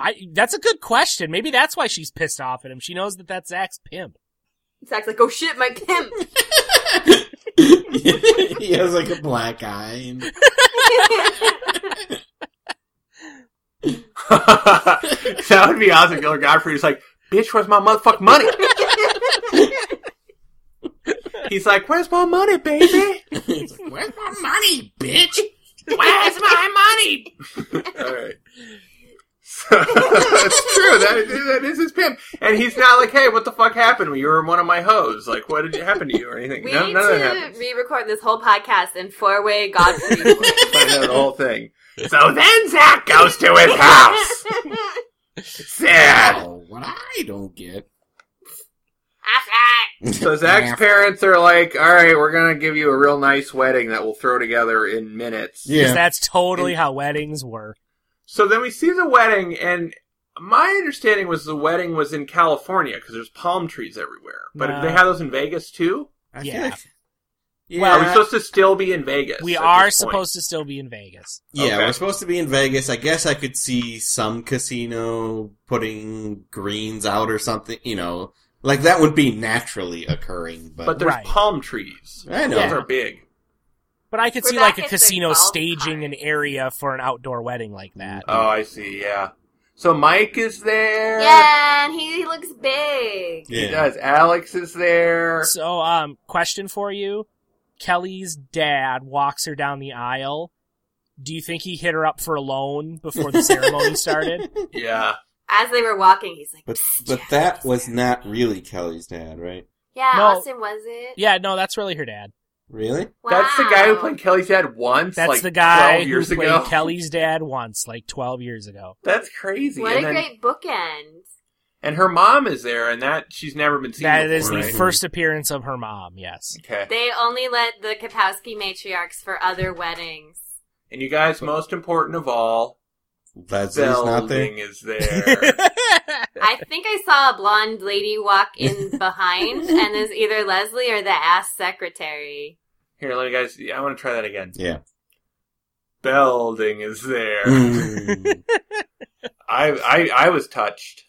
[SPEAKER 1] I, that's a good question. Maybe that's why she's pissed off at him. She knows that that's Zach's pimp.
[SPEAKER 4] Zach's like, oh shit, my pimp!
[SPEAKER 5] he has like a black eye. And
[SPEAKER 3] that would be awesome. Gilbert Gottfried's like, bitch, where's my motherfucking money? he's like, where's my money, baby?
[SPEAKER 5] he's like, Where's my money, bitch?
[SPEAKER 3] Where's my money? All right. So, it's true. That is, that is his pimp, and he's not like, "Hey, what the fuck happened? You were one of my hoes. Like, what did happen to you or anything?"
[SPEAKER 4] We
[SPEAKER 3] No,
[SPEAKER 4] need
[SPEAKER 3] none of that
[SPEAKER 4] to
[SPEAKER 3] happens.
[SPEAKER 4] re record this whole podcast in four way Godfrey.
[SPEAKER 3] Find out the whole thing. So then Zach goes to his house. Sad.
[SPEAKER 5] Oh, what I don't get.
[SPEAKER 3] So Zach's parents are like, "All right, we're gonna give you a real nice wedding that we'll throw together in minutes."
[SPEAKER 5] Yeah.
[SPEAKER 1] 'Cause that's totally how weddings were.
[SPEAKER 3] So then we see the wedding, and my understanding was the wedding was in California because there's palm trees everywhere. But
[SPEAKER 1] No.
[SPEAKER 3] they have those in Vegas too.
[SPEAKER 5] I
[SPEAKER 1] Yeah.
[SPEAKER 5] yeah.
[SPEAKER 1] Well,
[SPEAKER 3] Are we supposed to still be in Vegas?
[SPEAKER 1] We
[SPEAKER 3] at
[SPEAKER 1] are
[SPEAKER 3] this point?
[SPEAKER 1] supposed to still be in Vegas.
[SPEAKER 5] yeah,
[SPEAKER 3] okay.
[SPEAKER 5] we're supposed to be in Vegas. I guess I could see some casino putting greens out or something. You know, like that would be naturally occurring. But,
[SPEAKER 3] but there's
[SPEAKER 1] Right.
[SPEAKER 3] palm trees.
[SPEAKER 5] I know.
[SPEAKER 3] Those
[SPEAKER 1] Yeah.
[SPEAKER 3] are big.
[SPEAKER 1] But I could
[SPEAKER 4] We're
[SPEAKER 1] see
[SPEAKER 4] back
[SPEAKER 1] like a
[SPEAKER 4] at the
[SPEAKER 1] casino
[SPEAKER 4] golf
[SPEAKER 1] staging
[SPEAKER 4] cart.
[SPEAKER 1] an area for an outdoor wedding like that.
[SPEAKER 3] Oh, I see. Yeah. So Mike is there.
[SPEAKER 4] yeah, and he looks big.
[SPEAKER 3] He does. Alex is there.
[SPEAKER 1] So, um, question for you: Kelly's dad walks her down the aisle, do you think he hit her up for a loan before the ceremony started?
[SPEAKER 3] Yeah.
[SPEAKER 4] As they were walking, he's like,
[SPEAKER 5] But
[SPEAKER 4] "Psst,
[SPEAKER 5] but
[SPEAKER 4] Jack,
[SPEAKER 5] that
[SPEAKER 4] he's
[SPEAKER 5] was
[SPEAKER 4] there."
[SPEAKER 5] not really Kelly's dad, right?
[SPEAKER 4] Yeah,
[SPEAKER 1] No.
[SPEAKER 4] Austin was it?
[SPEAKER 1] Yeah, no, that's really her dad.
[SPEAKER 5] Really?
[SPEAKER 4] Wow.
[SPEAKER 3] That's the guy who played Kelly's dad once.
[SPEAKER 1] That's
[SPEAKER 3] like
[SPEAKER 1] the guy
[SPEAKER 3] 12 years
[SPEAKER 1] who
[SPEAKER 3] ago.
[SPEAKER 1] played Kelly's dad once, like twelve years ago.
[SPEAKER 3] That's crazy.
[SPEAKER 4] What
[SPEAKER 3] and,
[SPEAKER 4] a
[SPEAKER 3] then-
[SPEAKER 4] great bookend.
[SPEAKER 3] and her mom is there, and that she's never been seen.
[SPEAKER 1] That is
[SPEAKER 3] before,
[SPEAKER 1] the
[SPEAKER 3] right?
[SPEAKER 1] first appearance of her mom. Yes.
[SPEAKER 3] Okay.
[SPEAKER 4] They only let the Kapowski matriarchs for other weddings.
[SPEAKER 3] And you guys, most important of all,
[SPEAKER 5] Leslie's not there.
[SPEAKER 3] Belding is there.
[SPEAKER 4] I think I saw a blonde lady walk in behind, and there's either Leslie or the ass secretary.
[SPEAKER 3] Here, let me guys. I want to try that again.
[SPEAKER 5] Yeah.
[SPEAKER 3] Belding is there.
[SPEAKER 5] Mm.
[SPEAKER 3] I, I I was touched.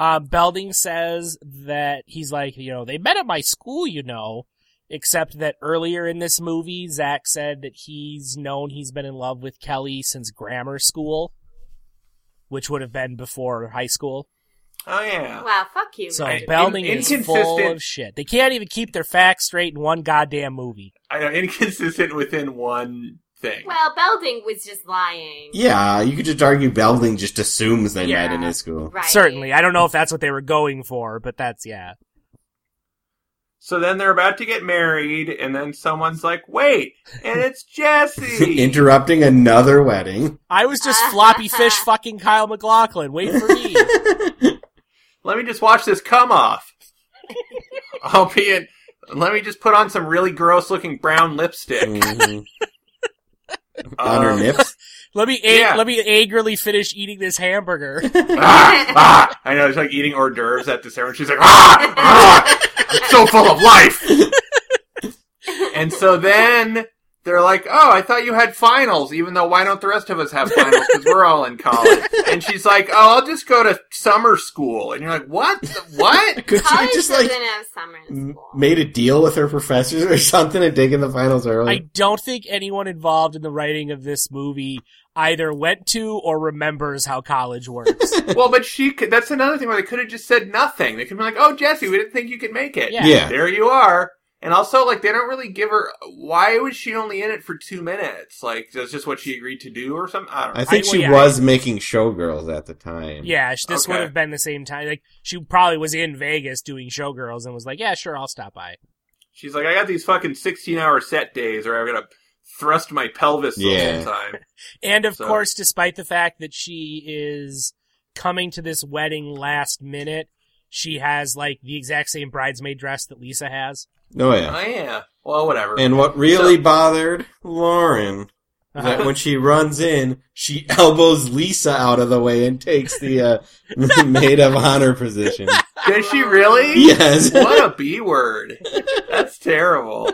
[SPEAKER 1] Uh, Belding says that he's like, you know, they met at my school, you know. Except that earlier in this movie, Zach said that he's known he's been in love with Kelly since grammar school, which would have been before high school.
[SPEAKER 3] Oh yeah.
[SPEAKER 4] Wow, fuck you.
[SPEAKER 1] So
[SPEAKER 3] I- in-
[SPEAKER 1] Belding is full
[SPEAKER 3] inconsistent-
[SPEAKER 1] of shit. They can't even keep their facts straight in one goddamn movie.
[SPEAKER 3] I know inconsistent within one thing.
[SPEAKER 4] well, Belding was just lying.
[SPEAKER 5] yeah, you could just argue Belding just assumes they met
[SPEAKER 4] Yeah.
[SPEAKER 5] in his school.
[SPEAKER 4] Right.
[SPEAKER 1] Certainly. I don't know if that's what they were going for, but that's, yeah.
[SPEAKER 3] So then they're about to get married, and then someone's like, "Wait!" and it's Jesse.
[SPEAKER 5] Interrupting another wedding.
[SPEAKER 1] I was just floppy fish fucking Kyle McLaughlin. Wait for me.
[SPEAKER 3] let me just watch this come off. I'll be in. Let me just put on some really gross-looking brown lipstick.
[SPEAKER 5] Mhm. On her
[SPEAKER 3] Um,
[SPEAKER 5] nips.
[SPEAKER 1] Let me a-
[SPEAKER 3] Yeah.
[SPEAKER 1] let me angrily finish eating this hamburger.
[SPEAKER 3] ah, ah. I know it's like eating hors d'oeuvres at the ceremony. She's like, ah, ah, I'm so full of life. and so then they're like, oh, I thought you had finals, even though why don't the rest of us have finals? Because we're all in college. And she's like, oh, I'll just go to summer school. And you're like, what? What?
[SPEAKER 5] Could she
[SPEAKER 4] College
[SPEAKER 5] have just
[SPEAKER 4] doesn't
[SPEAKER 5] like
[SPEAKER 4] have summer in
[SPEAKER 5] m-
[SPEAKER 4] school.
[SPEAKER 5] made a deal with her professors or something and taken the finals
[SPEAKER 1] I
[SPEAKER 5] early?
[SPEAKER 1] don't think anyone involved in the writing of this movie either went to or remembers how college works.
[SPEAKER 3] Well, but she could, that's another thing where they could have just said nothing. They could be like, oh, Jesse, we didn't think you could make it.
[SPEAKER 1] Yeah.
[SPEAKER 5] yeah.
[SPEAKER 3] There you are. And also, like, they don't really give her. Why was she only in it for two minutes? Like, that's just what she agreed to do or something? I don't know.
[SPEAKER 5] I
[SPEAKER 1] I-
[SPEAKER 5] think
[SPEAKER 1] well,
[SPEAKER 5] she
[SPEAKER 1] yeah,
[SPEAKER 5] was making showgirls at the time.
[SPEAKER 1] yeah, sh- this would
[SPEAKER 3] Okay.
[SPEAKER 1] have been the same time. Like she probably was in Vegas doing showgirls and was like, "Yeah, sure, I'll stop by."
[SPEAKER 3] She's like, I got these fucking 16 hour set days or I'm going to thrust my pelvis the
[SPEAKER 5] Yeah.
[SPEAKER 3] whole time.
[SPEAKER 1] And of
[SPEAKER 3] So-
[SPEAKER 1] course, despite the fact that she is coming to this wedding last minute, she has like the exact same bridesmaid dress that Lisa has.
[SPEAKER 5] Oh yeah.
[SPEAKER 3] Oh, yeah. Well, whatever.
[SPEAKER 5] And what really bothered Lauren is that when she runs in, she elbows Lisa out of the way and takes the uh, maid of honor position.
[SPEAKER 3] Did she really?
[SPEAKER 5] Yes.
[SPEAKER 3] What a B word. That's terrible.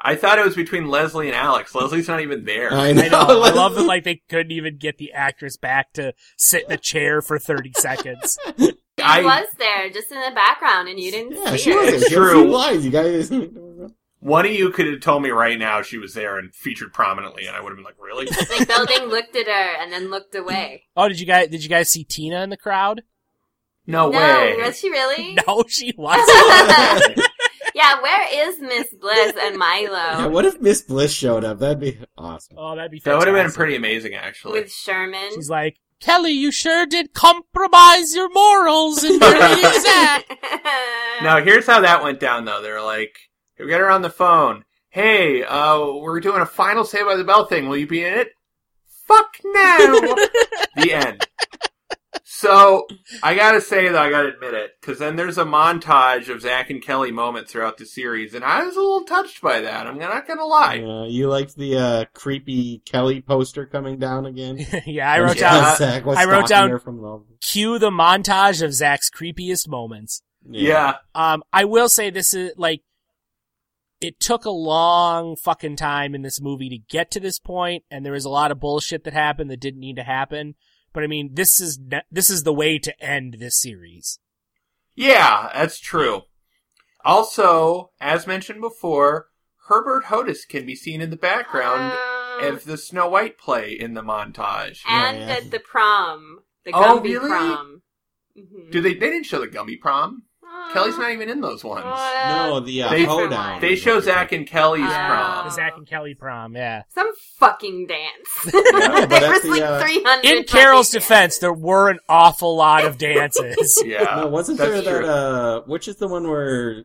[SPEAKER 3] I thought it was between Leslie and Alex. Leslie's not even there.
[SPEAKER 5] I know.
[SPEAKER 1] I know. I love that
[SPEAKER 5] Leslie.
[SPEAKER 1] like they couldn't even get the actress back to sit in a chair for thirty seconds.
[SPEAKER 4] She
[SPEAKER 3] I-
[SPEAKER 4] was there, just in the background, and you didn't
[SPEAKER 5] Yeah,
[SPEAKER 4] see
[SPEAKER 5] she
[SPEAKER 4] her.
[SPEAKER 5] wasn't.
[SPEAKER 3] It's
[SPEAKER 5] She was
[SPEAKER 3] true.
[SPEAKER 5] few lines, you guys.
[SPEAKER 3] One of you could have told me right now she was there and featured prominently, and I would have been like, really?
[SPEAKER 4] Like Belding looked at her and then looked away.
[SPEAKER 1] Oh, did you guys did you guys see Tina in the crowd?
[SPEAKER 3] No,
[SPEAKER 4] No,
[SPEAKER 3] way.
[SPEAKER 4] was she really?
[SPEAKER 1] No, she wasn't.
[SPEAKER 4] yeah, where is Miss Bliss and
[SPEAKER 5] Yeah,
[SPEAKER 4] Milo
[SPEAKER 5] what if Miss Bliss showed up? That'd be awesome.
[SPEAKER 1] oh, that'd be
[SPEAKER 3] That would have been
[SPEAKER 1] fantastic.
[SPEAKER 3] pretty amazing, actually.
[SPEAKER 4] with Sherman?
[SPEAKER 1] She's like, Kelly, you sure did compromise your morals in marrying Zach.
[SPEAKER 3] Now, here's how that went down, though. They're like, we got her on the phone. Hey, uh, we're doing a final Save by the Bell thing. Will you be in it? Fuck no! the end. So, I gotta say, though, I gotta admit it, because then there's a montage of Zach and Kelly moments throughout the series, and I was a little touched by that. I'm not gonna lie.
[SPEAKER 5] Uh, you liked the uh, creepy Kelly poster coming down again?
[SPEAKER 1] yeah, I wrote
[SPEAKER 3] Yeah.
[SPEAKER 1] down
[SPEAKER 5] Zach was
[SPEAKER 1] I wrote
[SPEAKER 5] stalking
[SPEAKER 1] down-
[SPEAKER 5] her from love.
[SPEAKER 1] cue the montage of Zach's creepiest moments.
[SPEAKER 3] Yeah.
[SPEAKER 1] Um, I will say this is like, it took a long fucking time in this movie to get to this point, and there was a lot of bullshit that happened that didn't need to happen. But I mean, this is ne- this is the way to end this series.
[SPEAKER 3] Yeah, that's true. Also, as mentioned before, Herbert Hodis can be seen in the background
[SPEAKER 4] Um,
[SPEAKER 3] of the Snow White play in the montage.
[SPEAKER 4] and
[SPEAKER 5] Yeah.
[SPEAKER 4] at the prom, the
[SPEAKER 3] Oh,
[SPEAKER 4] Gumby
[SPEAKER 3] really?
[SPEAKER 4] prom. Mhm.
[SPEAKER 3] Do they? They didn't show the Gummy Prom.
[SPEAKER 4] Oh,
[SPEAKER 3] Kelly's not even in those ones.
[SPEAKER 5] No, the uh,
[SPEAKER 3] They-
[SPEAKER 5] hoedown.
[SPEAKER 3] They show Zach and Kelly's
[SPEAKER 4] Yeah.
[SPEAKER 1] The
[SPEAKER 3] prom.
[SPEAKER 1] Zach and Kelly prom, yeah.
[SPEAKER 4] Some fucking dance.
[SPEAKER 5] but
[SPEAKER 4] there was
[SPEAKER 5] that's the,
[SPEAKER 4] like
[SPEAKER 5] uh,
[SPEAKER 4] 300.
[SPEAKER 1] In
[SPEAKER 4] fucking
[SPEAKER 1] Carol's
[SPEAKER 4] dances.
[SPEAKER 1] defense, there were an awful lot of dances.
[SPEAKER 3] Yeah.
[SPEAKER 5] No, wasn't
[SPEAKER 3] uh, That's
[SPEAKER 5] there that
[SPEAKER 3] true.
[SPEAKER 5] uh which is the one where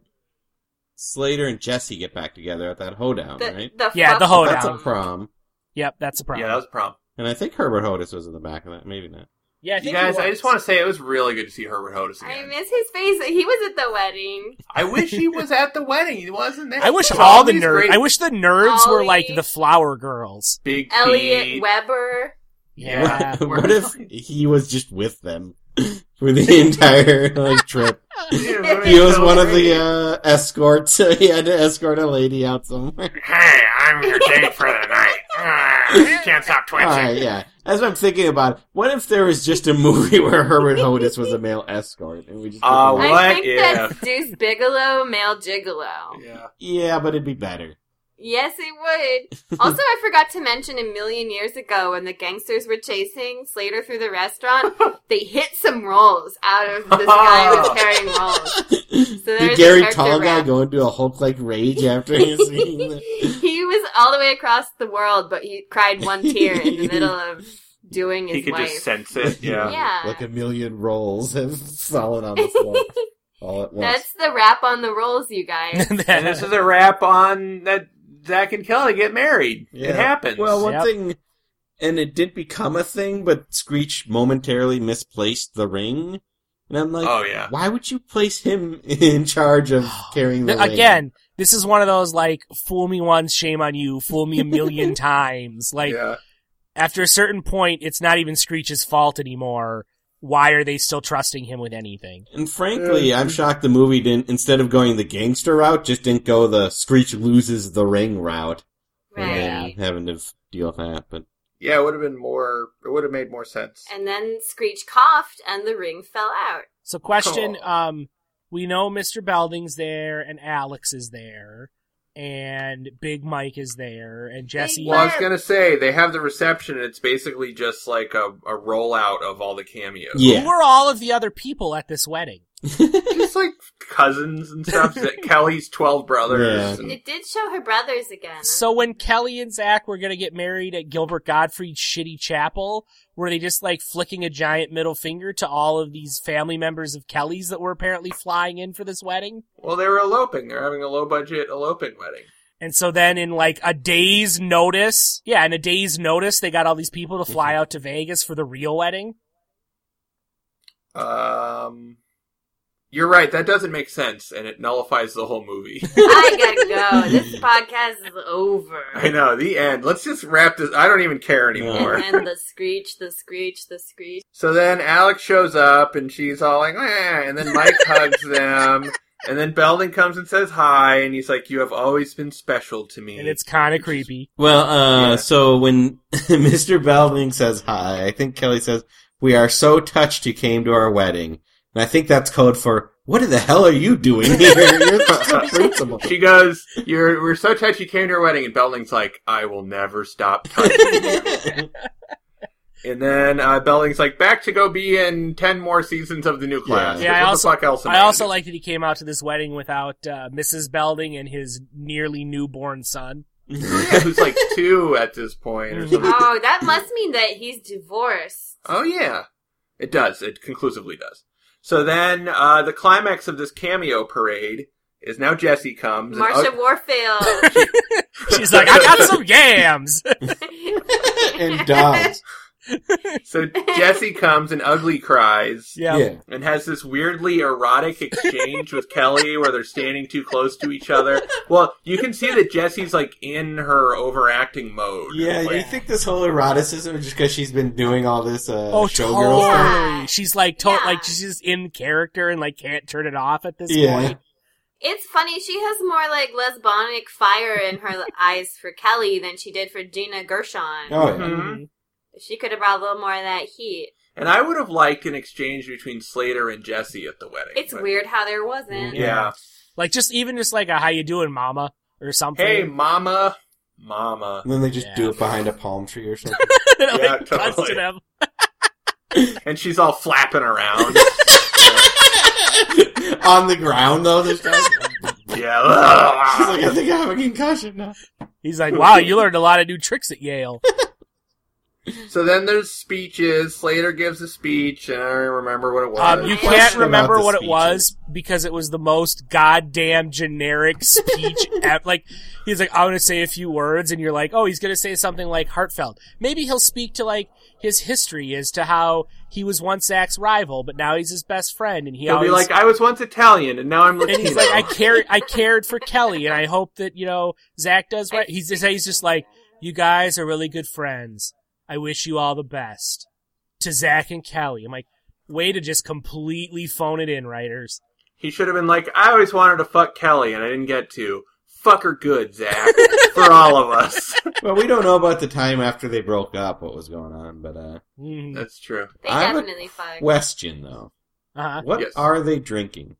[SPEAKER 5] Slater and Jesse get back together at that hoedown,
[SPEAKER 4] The,
[SPEAKER 5] right?
[SPEAKER 4] the
[SPEAKER 1] Yeah,
[SPEAKER 4] fuck
[SPEAKER 1] the hoedown.
[SPEAKER 5] That's a prom.
[SPEAKER 1] yep, that's a problem.
[SPEAKER 3] Yeah, that was a prom.
[SPEAKER 5] And I think Herbert Hodis was in the back of that, maybe not.
[SPEAKER 1] Yeah, I
[SPEAKER 3] You
[SPEAKER 1] think
[SPEAKER 3] guys,
[SPEAKER 1] he
[SPEAKER 3] I
[SPEAKER 1] was.
[SPEAKER 3] just want to say it was really good to see Herbert Hodis
[SPEAKER 4] I
[SPEAKER 3] again.
[SPEAKER 4] miss his face. He was at the wedding.
[SPEAKER 3] I wish he was at the wedding. He wasn't there.
[SPEAKER 1] I wish
[SPEAKER 3] He's
[SPEAKER 1] all the
[SPEAKER 3] always
[SPEAKER 1] nerds.
[SPEAKER 3] great.
[SPEAKER 1] I wish the nerds were like
[SPEAKER 4] Ollie.
[SPEAKER 1] the flower girls.
[SPEAKER 3] Big
[SPEAKER 4] Elliot
[SPEAKER 3] Pete.
[SPEAKER 4] Weber.
[SPEAKER 1] Yeah.
[SPEAKER 3] we're-
[SPEAKER 5] what if he was just with them for the entire like trip?
[SPEAKER 3] Dude, what
[SPEAKER 5] He
[SPEAKER 3] if
[SPEAKER 5] was
[SPEAKER 3] so
[SPEAKER 5] one of the
[SPEAKER 3] great?
[SPEAKER 5] uh, escorts. he had to escort a lady out somewhere.
[SPEAKER 3] Hey, I'm your date for the night. Ah, you can't stop twitching.
[SPEAKER 5] Alright, yeah. That's what I'm thinking about. What if there was just a movie where Herbert Hodis was a male escort and we just
[SPEAKER 3] Uh,
[SPEAKER 5] took him out?
[SPEAKER 3] What
[SPEAKER 4] I think
[SPEAKER 3] if?
[SPEAKER 4] that's Deuce Bigelow, male gigolo.
[SPEAKER 3] Yeah.
[SPEAKER 5] Yeah, but it'd be better.
[SPEAKER 4] Yes, it would. Also, I forgot to mention a million years ago when the gangsters were chasing Slater through the restaurant, they hit some rolls out of this guy who was carrying rolls. there's
[SPEAKER 5] Did
[SPEAKER 4] the
[SPEAKER 5] Gary
[SPEAKER 4] character
[SPEAKER 5] Tall guy
[SPEAKER 4] rap.
[SPEAKER 5] go into a Hulk like rage after his scene?
[SPEAKER 4] he was all the way across the world, but he cried one tear in the middle of doing
[SPEAKER 3] He
[SPEAKER 4] his
[SPEAKER 3] could
[SPEAKER 4] wife.
[SPEAKER 3] just sense it. Yeah.
[SPEAKER 4] Yeah.
[SPEAKER 5] Like a million rolls have fallen on the floor all at once.
[SPEAKER 4] That's the rap on the rolls, you guys.
[SPEAKER 3] And this is a wrap on that Zach and Kelly get married.
[SPEAKER 5] Yeah.
[SPEAKER 3] It happens.
[SPEAKER 5] Well, one
[SPEAKER 1] Yep.
[SPEAKER 5] thing, and it did become a thing, but Screech momentarily misplaced the ring. And I'm like,
[SPEAKER 3] oh yeah.
[SPEAKER 5] why would you place him in charge of carrying the ring?
[SPEAKER 1] Again, this is one of those like fool me once, shame on you. Fool me a million times. Like
[SPEAKER 3] yeah.
[SPEAKER 1] after a certain point, it's not even Screech's fault anymore. Why are they still trusting him with anything?
[SPEAKER 5] And frankly, I'm shocked the movie didn't, instead of going the gangster route, just didn't go the Screech loses the ring route. And then
[SPEAKER 4] right.
[SPEAKER 5] having to f- deal with that, but.
[SPEAKER 3] Yeah, it would have been more. It would have made more sense.
[SPEAKER 4] And then Screech coughed and the ring fell out.
[SPEAKER 1] So, question:
[SPEAKER 3] Cool.
[SPEAKER 1] um, We know Mr. Belding's there, and Alex is there, and Big Mike is there, and Jesse.
[SPEAKER 3] Well, I was
[SPEAKER 4] Mike.
[SPEAKER 3] gonna say they have the reception, and it's basically just like a, a rollout of all the cameos.
[SPEAKER 1] Who were all of the other people at this wedding?
[SPEAKER 3] just like cousins and stuff. That Kelly's twelve brothers.
[SPEAKER 5] Yeah.
[SPEAKER 3] and-
[SPEAKER 4] It did show her brothers again.
[SPEAKER 1] So when Kelly and Zach were gonna get married at Gilbert Gottfried's shitty chapel, were they just like flicking a giant middle finger to all of these family members of Kelly's that were apparently flying in for this wedding?
[SPEAKER 3] well, they were eloping. They're having a low budget eloping wedding.
[SPEAKER 1] And so then in like a day's notice, yeah, in a day's notice, they got all these people to fly out to Vegas for the real wedding.
[SPEAKER 3] Um, you're right. That doesn't make sense, and it nullifies the whole movie.
[SPEAKER 4] I gotta go. This podcast is over.
[SPEAKER 3] I know the end. Let's just wrap this. I don't even care anymore.
[SPEAKER 4] And then the screech, the screech, the screech.
[SPEAKER 3] So then Alex shows up and she's all like, "Eh," and then Mike hugs them. And then Belding comes and says hi, and he's like, "You have always been special to me."
[SPEAKER 1] And it's kinda creepy.
[SPEAKER 5] Well, uh,
[SPEAKER 3] Yeah.
[SPEAKER 5] so when Mr. Belding says hi, I think Kelly says, We are so touched you came to our wedding. And I think that's code for, What the hell are you doing here? You're the principal.
[SPEAKER 3] she goes, "You're we're so touched you came to our wedding," and Belding's like, "I will never stop touching you." and then uh, Belding's like, "Back to go be in ten more seasons of the new class."
[SPEAKER 5] Yeah,
[SPEAKER 1] I
[SPEAKER 3] what
[SPEAKER 1] also-
[SPEAKER 3] the fuck else? am
[SPEAKER 1] I also
[SPEAKER 3] gonna
[SPEAKER 1] like that he came out to this wedding without uh, Mrs. Belding and his nearly newborn son.
[SPEAKER 3] do?" Yeah, who's like two at this point or something.
[SPEAKER 4] Oh, that must mean that he's divorced.
[SPEAKER 3] Oh yeah, it does. It conclusively does. So then, uh, the climax of this cameo parade is now Jesse comes. and-
[SPEAKER 4] Marsha Warfield.
[SPEAKER 1] She's like, I got some yams.
[SPEAKER 5] and dogs.
[SPEAKER 3] so Jesse comes and ugly cries
[SPEAKER 1] Yeah.
[SPEAKER 3] and has this weirdly erotic exchange with Kelly where they're standing too close to each other. Well, you can see that Jesse's like in her overacting mode.
[SPEAKER 5] Yeah, you
[SPEAKER 3] Like,
[SPEAKER 5] think this whole eroticism is just because she's been doing all this uh,
[SPEAKER 1] Oh,
[SPEAKER 5] showgirl
[SPEAKER 1] totally.
[SPEAKER 5] stuff?
[SPEAKER 4] Yeah.
[SPEAKER 1] She's like, to-
[SPEAKER 4] Yeah.
[SPEAKER 1] like she's just in character and like can't turn it off at this
[SPEAKER 5] Yeah.
[SPEAKER 1] point.
[SPEAKER 4] it's funny, she has more like lesbonic fire in her eyes for Kelly than she did for Gina Gershon.
[SPEAKER 5] Oh,
[SPEAKER 1] Mm-hmm.
[SPEAKER 5] yeah.
[SPEAKER 3] Mhm.
[SPEAKER 4] She could have brought a little more of that heat.
[SPEAKER 3] And I would have liked an exchange between Slater and Jesse at the wedding.
[SPEAKER 4] It's
[SPEAKER 3] but-
[SPEAKER 4] weird how there wasn't.
[SPEAKER 3] Yeah.
[SPEAKER 1] Like just even just like a how you doing, mama, or something.
[SPEAKER 3] Hey, mama, mama.
[SPEAKER 5] And then they just
[SPEAKER 1] Yeah.
[SPEAKER 5] do it behind a palm tree or something.
[SPEAKER 1] Like,
[SPEAKER 3] yeah,
[SPEAKER 1] cuts to
[SPEAKER 3] totally.
[SPEAKER 1] them.
[SPEAKER 3] and she's all flapping around.
[SPEAKER 5] on the ground though. This time. She's
[SPEAKER 3] Yeah.
[SPEAKER 5] like, I think I have a concussion now.
[SPEAKER 1] He's like, wow, you learned a lot of new tricks at Yale.
[SPEAKER 3] so then there's speeches. Slater gives a speech, and I don't remember what it was.
[SPEAKER 1] Um, you
[SPEAKER 5] Question
[SPEAKER 1] can't
[SPEAKER 5] about
[SPEAKER 1] remember
[SPEAKER 5] the
[SPEAKER 1] what it
[SPEAKER 5] speeches.
[SPEAKER 1] was because it was the most goddamn generic speech. ev- like he's like, I'm gonna say a few words, and you're like, oh, he's gonna say something like heartfelt. Maybe he'll speak to like his history as to how he was once Zach's rival, but now he's his best friend, and he
[SPEAKER 3] He'll be
[SPEAKER 1] always
[SPEAKER 3] like, I was once Italian, and now I'm
[SPEAKER 1] and
[SPEAKER 3] Latino.
[SPEAKER 1] he's like, I cared, I cared for Kelly, and I hope that you know Zach does right. He's just, he's just like, you guys are really good friends. I wish you all the best to Zach and Kelly. I'm like, way to just completely phone it in, writers.
[SPEAKER 3] He should have been like, I always wanted to fuck Kelly, and I didn't get to. Fuck her good, Zach, for all of us.
[SPEAKER 5] Well, we don't know about the time after they broke up, what was going on, but uh,
[SPEAKER 1] Mm.
[SPEAKER 3] That's true.
[SPEAKER 4] They
[SPEAKER 5] I have a
[SPEAKER 4] definitely fuck.
[SPEAKER 5] question though,
[SPEAKER 1] Uh-huh.
[SPEAKER 5] what
[SPEAKER 3] Yes.
[SPEAKER 5] are they drinking?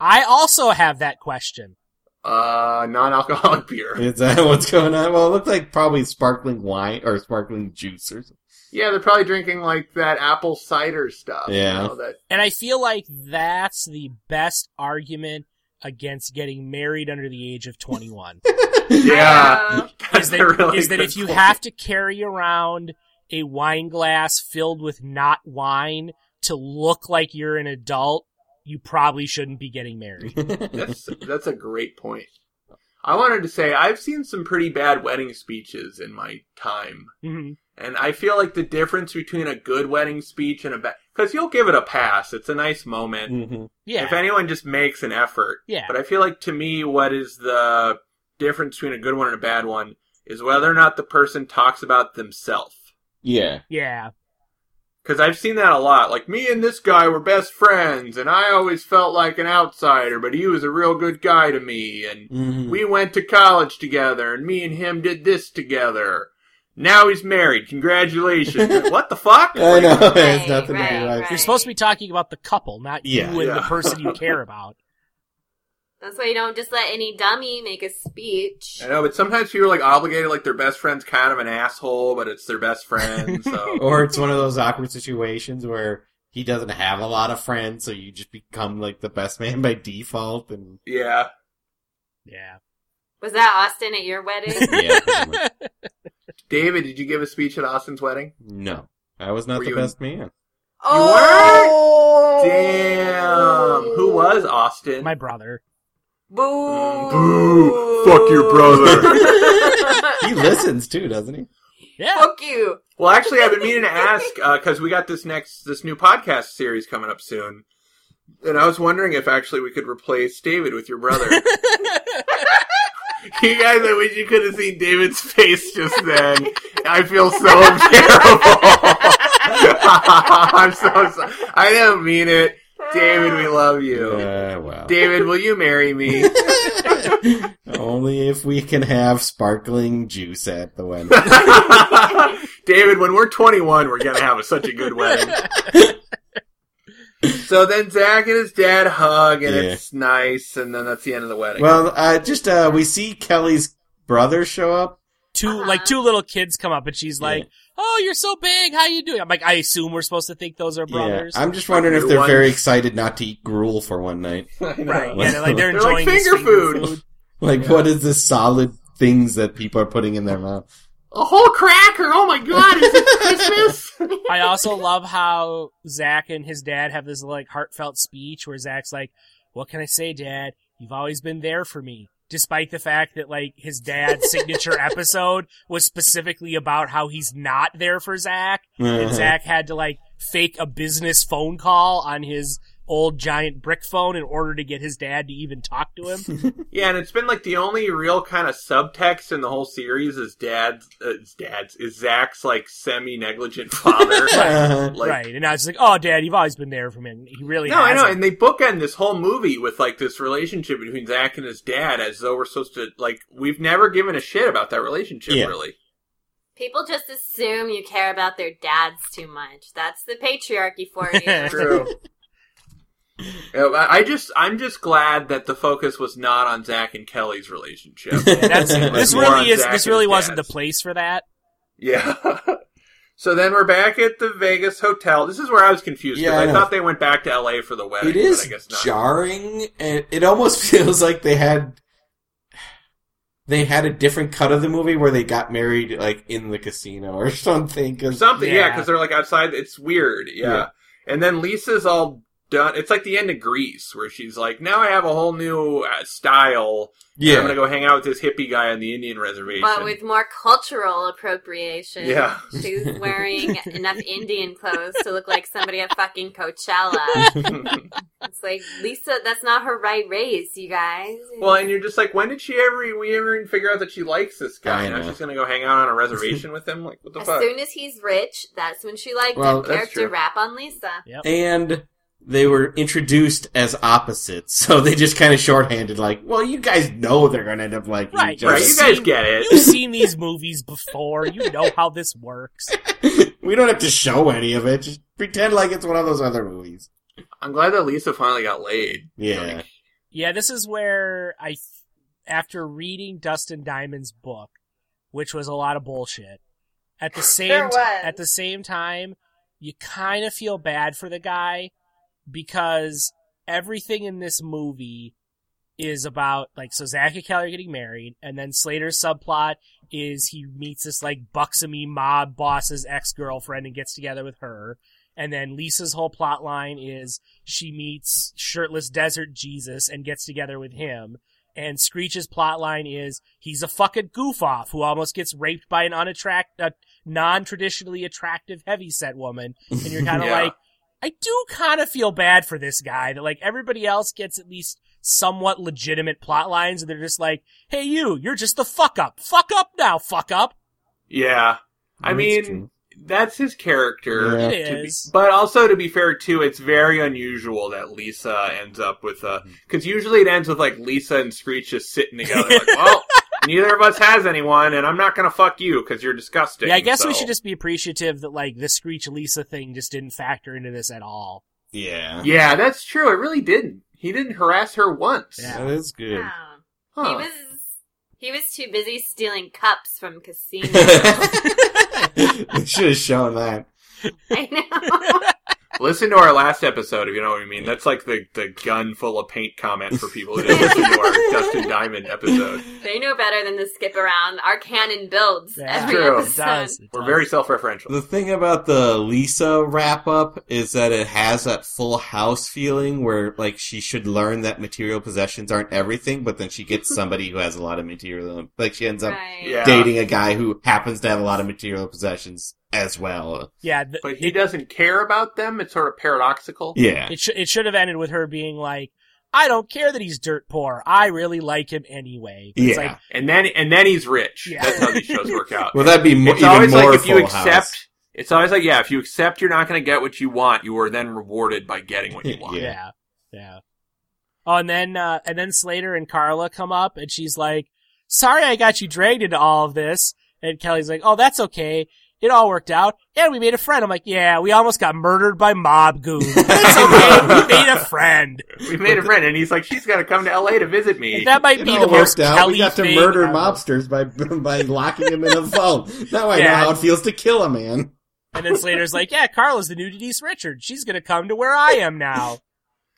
[SPEAKER 1] I also have that question.
[SPEAKER 3] Uh, non-alcoholic beer.
[SPEAKER 5] Is that what's going on? Well, it looked like probably sparkling wine or sparkling juice or something.
[SPEAKER 3] Yeah, they're probably drinking like that apple cider stuff. you
[SPEAKER 5] Yeah.
[SPEAKER 3] know, that
[SPEAKER 1] And I feel like that's the best argument against getting married under the age of 21.
[SPEAKER 3] yeah.
[SPEAKER 4] Uh,
[SPEAKER 3] That's
[SPEAKER 1] is that,
[SPEAKER 3] a really
[SPEAKER 1] is that
[SPEAKER 3] good
[SPEAKER 1] if you
[SPEAKER 3] point.
[SPEAKER 1] have to carry around a wine glass filled with not wine to look like you're an adult, you probably shouldn't be getting married.
[SPEAKER 3] that's that's a great point. I wanted to say I've seen some pretty bad wedding speeches in my time,
[SPEAKER 1] Mhm.
[SPEAKER 3] and I feel like the difference between a good wedding speech and a bad because you'll give it a pass. It's a nice moment.
[SPEAKER 5] hmm
[SPEAKER 1] Yeah.
[SPEAKER 3] If anyone just makes an effort.
[SPEAKER 1] Yeah.
[SPEAKER 3] But I feel like to me, what is the difference between a good one and a bad one is whether or not the person talks about themselves.
[SPEAKER 5] Yeah.
[SPEAKER 1] yeah.
[SPEAKER 3] Because I've seen that a lot. Like, me and this guy were best friends, and I always felt like an outsider, but he was a real good guy to me, and
[SPEAKER 5] hmm
[SPEAKER 3] we went to college together, and me and him did this together. Now he's married. Congratulations. what the fuck?
[SPEAKER 5] I know. There's
[SPEAKER 4] Right,
[SPEAKER 5] nothing
[SPEAKER 4] right,
[SPEAKER 5] to realize.
[SPEAKER 4] right.
[SPEAKER 1] You're supposed to be talking about the couple, not
[SPEAKER 5] Yeah.
[SPEAKER 1] you and the
[SPEAKER 3] Yeah.
[SPEAKER 1] person you care about.
[SPEAKER 4] that's why you don't just let any dummy make a speech.
[SPEAKER 3] I know, but sometimes people are like obligated, like their best friend's kind of an asshole, but it's their best friend, so.
[SPEAKER 5] Or it's one of those awkward situations where he doesn't have a lot of friends, so you just become like the best man by default. And
[SPEAKER 3] yeah.
[SPEAKER 1] Yeah.
[SPEAKER 4] Was that Austin at your wedding?
[SPEAKER 5] yeah, pretty much.
[SPEAKER 3] David, did you give a speech at Austin's wedding?
[SPEAKER 5] no, I was not
[SPEAKER 3] Were
[SPEAKER 5] the
[SPEAKER 3] you-
[SPEAKER 5] best man.
[SPEAKER 4] oh,
[SPEAKER 3] Damn! Who was Austin?
[SPEAKER 1] My brother.
[SPEAKER 4] Boo!
[SPEAKER 3] Boo. Fuck your
[SPEAKER 5] He listens too, doesn't he?
[SPEAKER 1] Yeah.
[SPEAKER 4] Fuck you.
[SPEAKER 3] well, actually, I've been meaning to ask because we got this next this new podcast series coming up soon, and I was wondering if actually we could replace David with your brother. you guys, I wish you could have seen David's face just then. I feel so terrible. I'm so sorry. I don't mean it, David. We love you.
[SPEAKER 5] Uh, well,
[SPEAKER 3] David, will you marry me?
[SPEAKER 5] only if we can have sparkling juice at the wedding.
[SPEAKER 3] David, when we're 21, we're gonna have such a good wedding. so then Zach and his dad hug, and
[SPEAKER 5] Yeah.
[SPEAKER 3] it's nice, and then that's the end of the wedding.
[SPEAKER 5] well, uh, just uh, we see Kelly's brother show up.
[SPEAKER 1] Two
[SPEAKER 4] Uh-huh.
[SPEAKER 1] like two little kids come up and she's
[SPEAKER 5] Yeah.
[SPEAKER 1] like, "Oh, you're so big. How you doing?" I'm like, "I assume we're supposed to think those are brothers."
[SPEAKER 5] Yeah, I'm just wondering if
[SPEAKER 3] New
[SPEAKER 5] they're
[SPEAKER 3] one.
[SPEAKER 5] very excited not to eat gruel for one night.
[SPEAKER 1] right.
[SPEAKER 5] know.
[SPEAKER 1] Yeah, they're like they're
[SPEAKER 3] They're like
[SPEAKER 1] enjoying this
[SPEAKER 3] finger food.
[SPEAKER 5] Like, what is the solid things that people are putting in their mouth?
[SPEAKER 3] A whole cracker. Oh my god, is it Christmas?
[SPEAKER 1] I also love how Zach and his dad have this like heartfelt speech where Zach's like, "What can I say, Dad? You've always been there for me." Despite the fact that like his dad's signature episode was specifically about how he's not there for Zach, and
[SPEAKER 5] Uh-huh.
[SPEAKER 1] Zach had to like fake a business phone call on his old giant brick phone in order to get his dad to even talk to him.
[SPEAKER 3] yeah, and it's been like the only real kind of subtext in the whole series is dad's, uh, is dad's is Zach's like semi negligent father.
[SPEAKER 5] Uh-huh.
[SPEAKER 3] Like,
[SPEAKER 1] right. And I was like, "Oh, Dad, you've always been there for me." And he really
[SPEAKER 3] No, I know,
[SPEAKER 1] hasn't.
[SPEAKER 3] and they bookend this whole movie with like this relationship between Zach and his dad, as though we're supposed to like we've never given a shit about that relationship
[SPEAKER 5] Yeah.
[SPEAKER 3] really.
[SPEAKER 4] People just assume you care about their dads too much. That's the patriarchy for you.
[SPEAKER 3] True. I I just, I'm just glad that the focus was not on Zach and Kelly's relationship.
[SPEAKER 1] That's,
[SPEAKER 5] It
[SPEAKER 1] this
[SPEAKER 3] was more
[SPEAKER 1] really
[SPEAKER 3] on
[SPEAKER 1] is.
[SPEAKER 3] Zach
[SPEAKER 1] This
[SPEAKER 3] and
[SPEAKER 1] really
[SPEAKER 3] his
[SPEAKER 1] wasn't the
[SPEAKER 3] dad's.
[SPEAKER 1] place for that.
[SPEAKER 3] yeah. So then we're back at the Vegas hotel. This is where I was confused
[SPEAKER 5] Yeah,
[SPEAKER 3] because
[SPEAKER 5] I
[SPEAKER 3] I,
[SPEAKER 5] know.
[SPEAKER 3] thought they went back to LA for the wedding.
[SPEAKER 5] It is
[SPEAKER 3] but I guess not.
[SPEAKER 5] jarring, and it almost feels like they had they had a different cut of the movie where they got married like in the casino or something. 'cause-
[SPEAKER 3] Something, yeah,
[SPEAKER 1] Yeah.
[SPEAKER 3] because they're like outside. It's weird, yeah.
[SPEAKER 5] Yeah.
[SPEAKER 3] And then Lisa's all done. It's like the end of Greece, where she's like, "Now I have a whole new uh, style. I'm gonna
[SPEAKER 5] yeah,
[SPEAKER 3] go hang out with this hippie guy on the Indian reservation."
[SPEAKER 4] But with more cultural appropriation.
[SPEAKER 3] Yeah.
[SPEAKER 4] She's wearing enough Indian clothes to look like somebody at fucking Coachella. It's like, Lisa, that's not her right race, you guys.
[SPEAKER 3] well, and you're just like, when did she ever we ever even figure out that she likes this guy?
[SPEAKER 5] I
[SPEAKER 3] Now
[SPEAKER 5] know.
[SPEAKER 3] she's gonna go hang out on a reservation with him. Like, what the
[SPEAKER 4] as
[SPEAKER 3] fuck?
[SPEAKER 4] soon as he's rich, that's when she liked
[SPEAKER 5] Well,
[SPEAKER 4] him.
[SPEAKER 3] that's
[SPEAKER 4] Character
[SPEAKER 3] true.
[SPEAKER 4] rap on Lisa.
[SPEAKER 5] and they were introduced as opposites, so they just kind of shorthanded like, well, you guys know they're gonna end up like
[SPEAKER 1] Right,
[SPEAKER 5] each
[SPEAKER 3] right,
[SPEAKER 5] other.
[SPEAKER 3] you
[SPEAKER 1] Just-
[SPEAKER 3] guys get it.
[SPEAKER 1] You've seen these movies before. You know how this works.
[SPEAKER 5] we don't have to show any of it. Just pretend like it's one of those other movies.
[SPEAKER 3] I'm glad that Lisa finally got laid.
[SPEAKER 5] Yeah,
[SPEAKER 1] Yeah, this is where I, f- after reading Dustin Diamond's book, which was a lot of bullshit, at the same
[SPEAKER 4] There
[SPEAKER 1] t-
[SPEAKER 4] was.
[SPEAKER 1] at the same time, you kind of feel bad for the guy because everything in this movie is about like so Zach and Kelly are getting married, and then Slater's subplot is he meets this like buxomy mob boss's ex girlfriend and gets together with her, and then Lisa's whole plot line is she meets shirtless desert Jesus and gets together with him. And Screech's plotline is he's a fucking goof off who almost gets raped by an unattract, a non traditionally attractive heavyset woman. And you're kind of
[SPEAKER 3] Yeah.
[SPEAKER 1] like, I do kind of feel bad for this guy that like everybody else gets at least somewhat legitimate plot lines and they're just like, hey, you, you're just the fuck up. Fuck up now, fuck up.
[SPEAKER 3] Yeah, I
[SPEAKER 5] That's
[SPEAKER 3] mean,
[SPEAKER 5] true.
[SPEAKER 3] that's his character.
[SPEAKER 5] Yeah.
[SPEAKER 1] It
[SPEAKER 3] To be-
[SPEAKER 1] is.
[SPEAKER 3] but also to be fair too, it's very unusual that Lisa ends up with a because usually it ends with like Lisa and Screech just sitting together. like, well, neither of us has anyone, and I'm not gonna fuck you because you're disgusting.
[SPEAKER 1] Yeah, I guess we
[SPEAKER 3] so-
[SPEAKER 1] should just be appreciative that like the Screech Lisa thing just didn't factor into this at all.
[SPEAKER 5] yeah,
[SPEAKER 3] Yeah, that's true. It really didn't. He didn't harass her once.
[SPEAKER 1] Yeah.
[SPEAKER 5] that is good.
[SPEAKER 4] Wow. He
[SPEAKER 3] Huh.
[SPEAKER 4] was he was too busy stealing cups from casinos.
[SPEAKER 5] we should have shown that.
[SPEAKER 4] I know.
[SPEAKER 3] Listen to our last episode if you know what I mean. That's like the the gun full of paint comment for people who didn't listen to our Dustin Diamond episode.
[SPEAKER 4] They know better than to skip around. Our canon builds
[SPEAKER 1] Yeah.
[SPEAKER 4] every
[SPEAKER 3] True. It
[SPEAKER 1] It
[SPEAKER 4] episode.
[SPEAKER 1] does. it
[SPEAKER 3] Oh. We're
[SPEAKER 1] does.
[SPEAKER 3] very self-referential.
[SPEAKER 5] The thing about the Lisa wrap up is that it has that full house feeling where like she should learn that material possessions aren't everything, but then she gets somebody who has a lot of material like she ends up
[SPEAKER 4] Right.
[SPEAKER 3] Yeah.
[SPEAKER 5] dating a guy who happens to have a lot of material possessions as well.
[SPEAKER 1] Yeah, th-
[SPEAKER 3] But he doesn't care about them. It's sort of paradoxical.
[SPEAKER 5] Yeah.
[SPEAKER 1] It should it should have ended with her being like, "I don't care that he's dirt poor. I really like him anyway." It's
[SPEAKER 5] Yeah.
[SPEAKER 1] like,
[SPEAKER 3] And then and then he's rich.
[SPEAKER 1] Yeah.
[SPEAKER 3] That's how these shows work out.
[SPEAKER 5] Well that'd be mo-
[SPEAKER 3] it's
[SPEAKER 5] even
[SPEAKER 3] always
[SPEAKER 5] more
[SPEAKER 3] like if you
[SPEAKER 5] full
[SPEAKER 3] accept
[SPEAKER 5] house.
[SPEAKER 3] it's always like yeah, if you accept you're not going to get what you want, you are then rewarded by getting what you want.
[SPEAKER 5] Yeah.
[SPEAKER 1] yeah. yeah, Oh, and then uh, and then Slater and Carla come up, and she's like, "Sorry, I got you dragged into all of this." And Kelly's like, "Oh, that's okay. It all worked out, and we made a friend." I'm like, "Yeah, we almost got murdered by mob goons. It's okay. we made a friend.
[SPEAKER 3] We made a friend and he's like she's got to come to LA to visit me.
[SPEAKER 1] And that might
[SPEAKER 5] It
[SPEAKER 1] be
[SPEAKER 5] all
[SPEAKER 1] the most
[SPEAKER 5] worked out.
[SPEAKER 1] Kelly
[SPEAKER 5] we got to
[SPEAKER 1] thing
[SPEAKER 5] murder
[SPEAKER 3] um,
[SPEAKER 1] ever.
[SPEAKER 5] mobsters by by locking him in a vault. Now I know
[SPEAKER 1] Yeah.
[SPEAKER 5] how it feels to kill a man.
[SPEAKER 1] And then Slater's like, "Yeah, Carla's the new Denise Richards. She's gonna come to where I am now."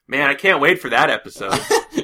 [SPEAKER 3] Man, I can't wait for that episode.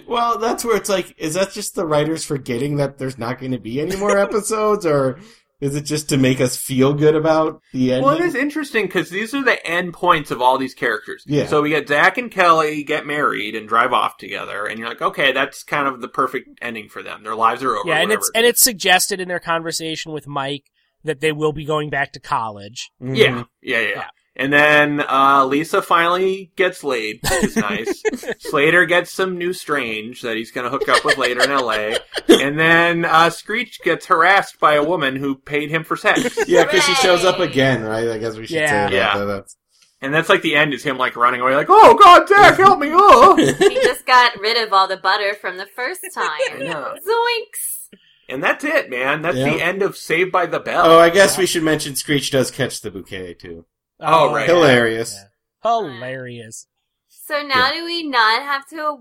[SPEAKER 5] Well, that's where it's like, is that just the writers forgetting that there's not going to be any more episodes, or is it just to make us feel good about the ending?
[SPEAKER 3] well, it is interesting because these are the end points of all these characters.
[SPEAKER 5] Yeah.
[SPEAKER 3] So we get Zach and Kelly get married and drive off together, and you're like, okay, that's kind of the perfect ending for them. Their lives are over.
[SPEAKER 1] Yeah, and
[SPEAKER 3] whatever.
[SPEAKER 1] it's and it's suggested in their conversation with Mike that they will be going back to college.
[SPEAKER 5] Mhm.
[SPEAKER 3] Yeah, yeah, yeah.
[SPEAKER 1] Yeah.
[SPEAKER 3] And then uh, Lisa finally gets laid, which is nice. Slater gets some new strange that he's going to hook up with later in L.A. And then uh, Screech gets harassed by a woman who paid him for sex.
[SPEAKER 5] Yeah, because she shows up
[SPEAKER 4] Hooray!
[SPEAKER 5] again, right? I guess we should
[SPEAKER 1] Yeah.
[SPEAKER 5] say
[SPEAKER 3] Yeah.
[SPEAKER 5] that. That's-
[SPEAKER 3] And that's like the end is him like running away, like, "Oh God, Zach, help me!" Oh.
[SPEAKER 4] He just got rid of all the butter from the first time.
[SPEAKER 3] know.
[SPEAKER 4] Zoinks!
[SPEAKER 3] And that's it, man. That's
[SPEAKER 5] Yeah.
[SPEAKER 3] the end of Saved by the Bell.
[SPEAKER 5] Oh, I guess we should mention Screech does catch the bouquet, too.
[SPEAKER 3] Oh, right.
[SPEAKER 5] Hilarious.
[SPEAKER 1] Um, Hilarious.
[SPEAKER 4] So now do we not have to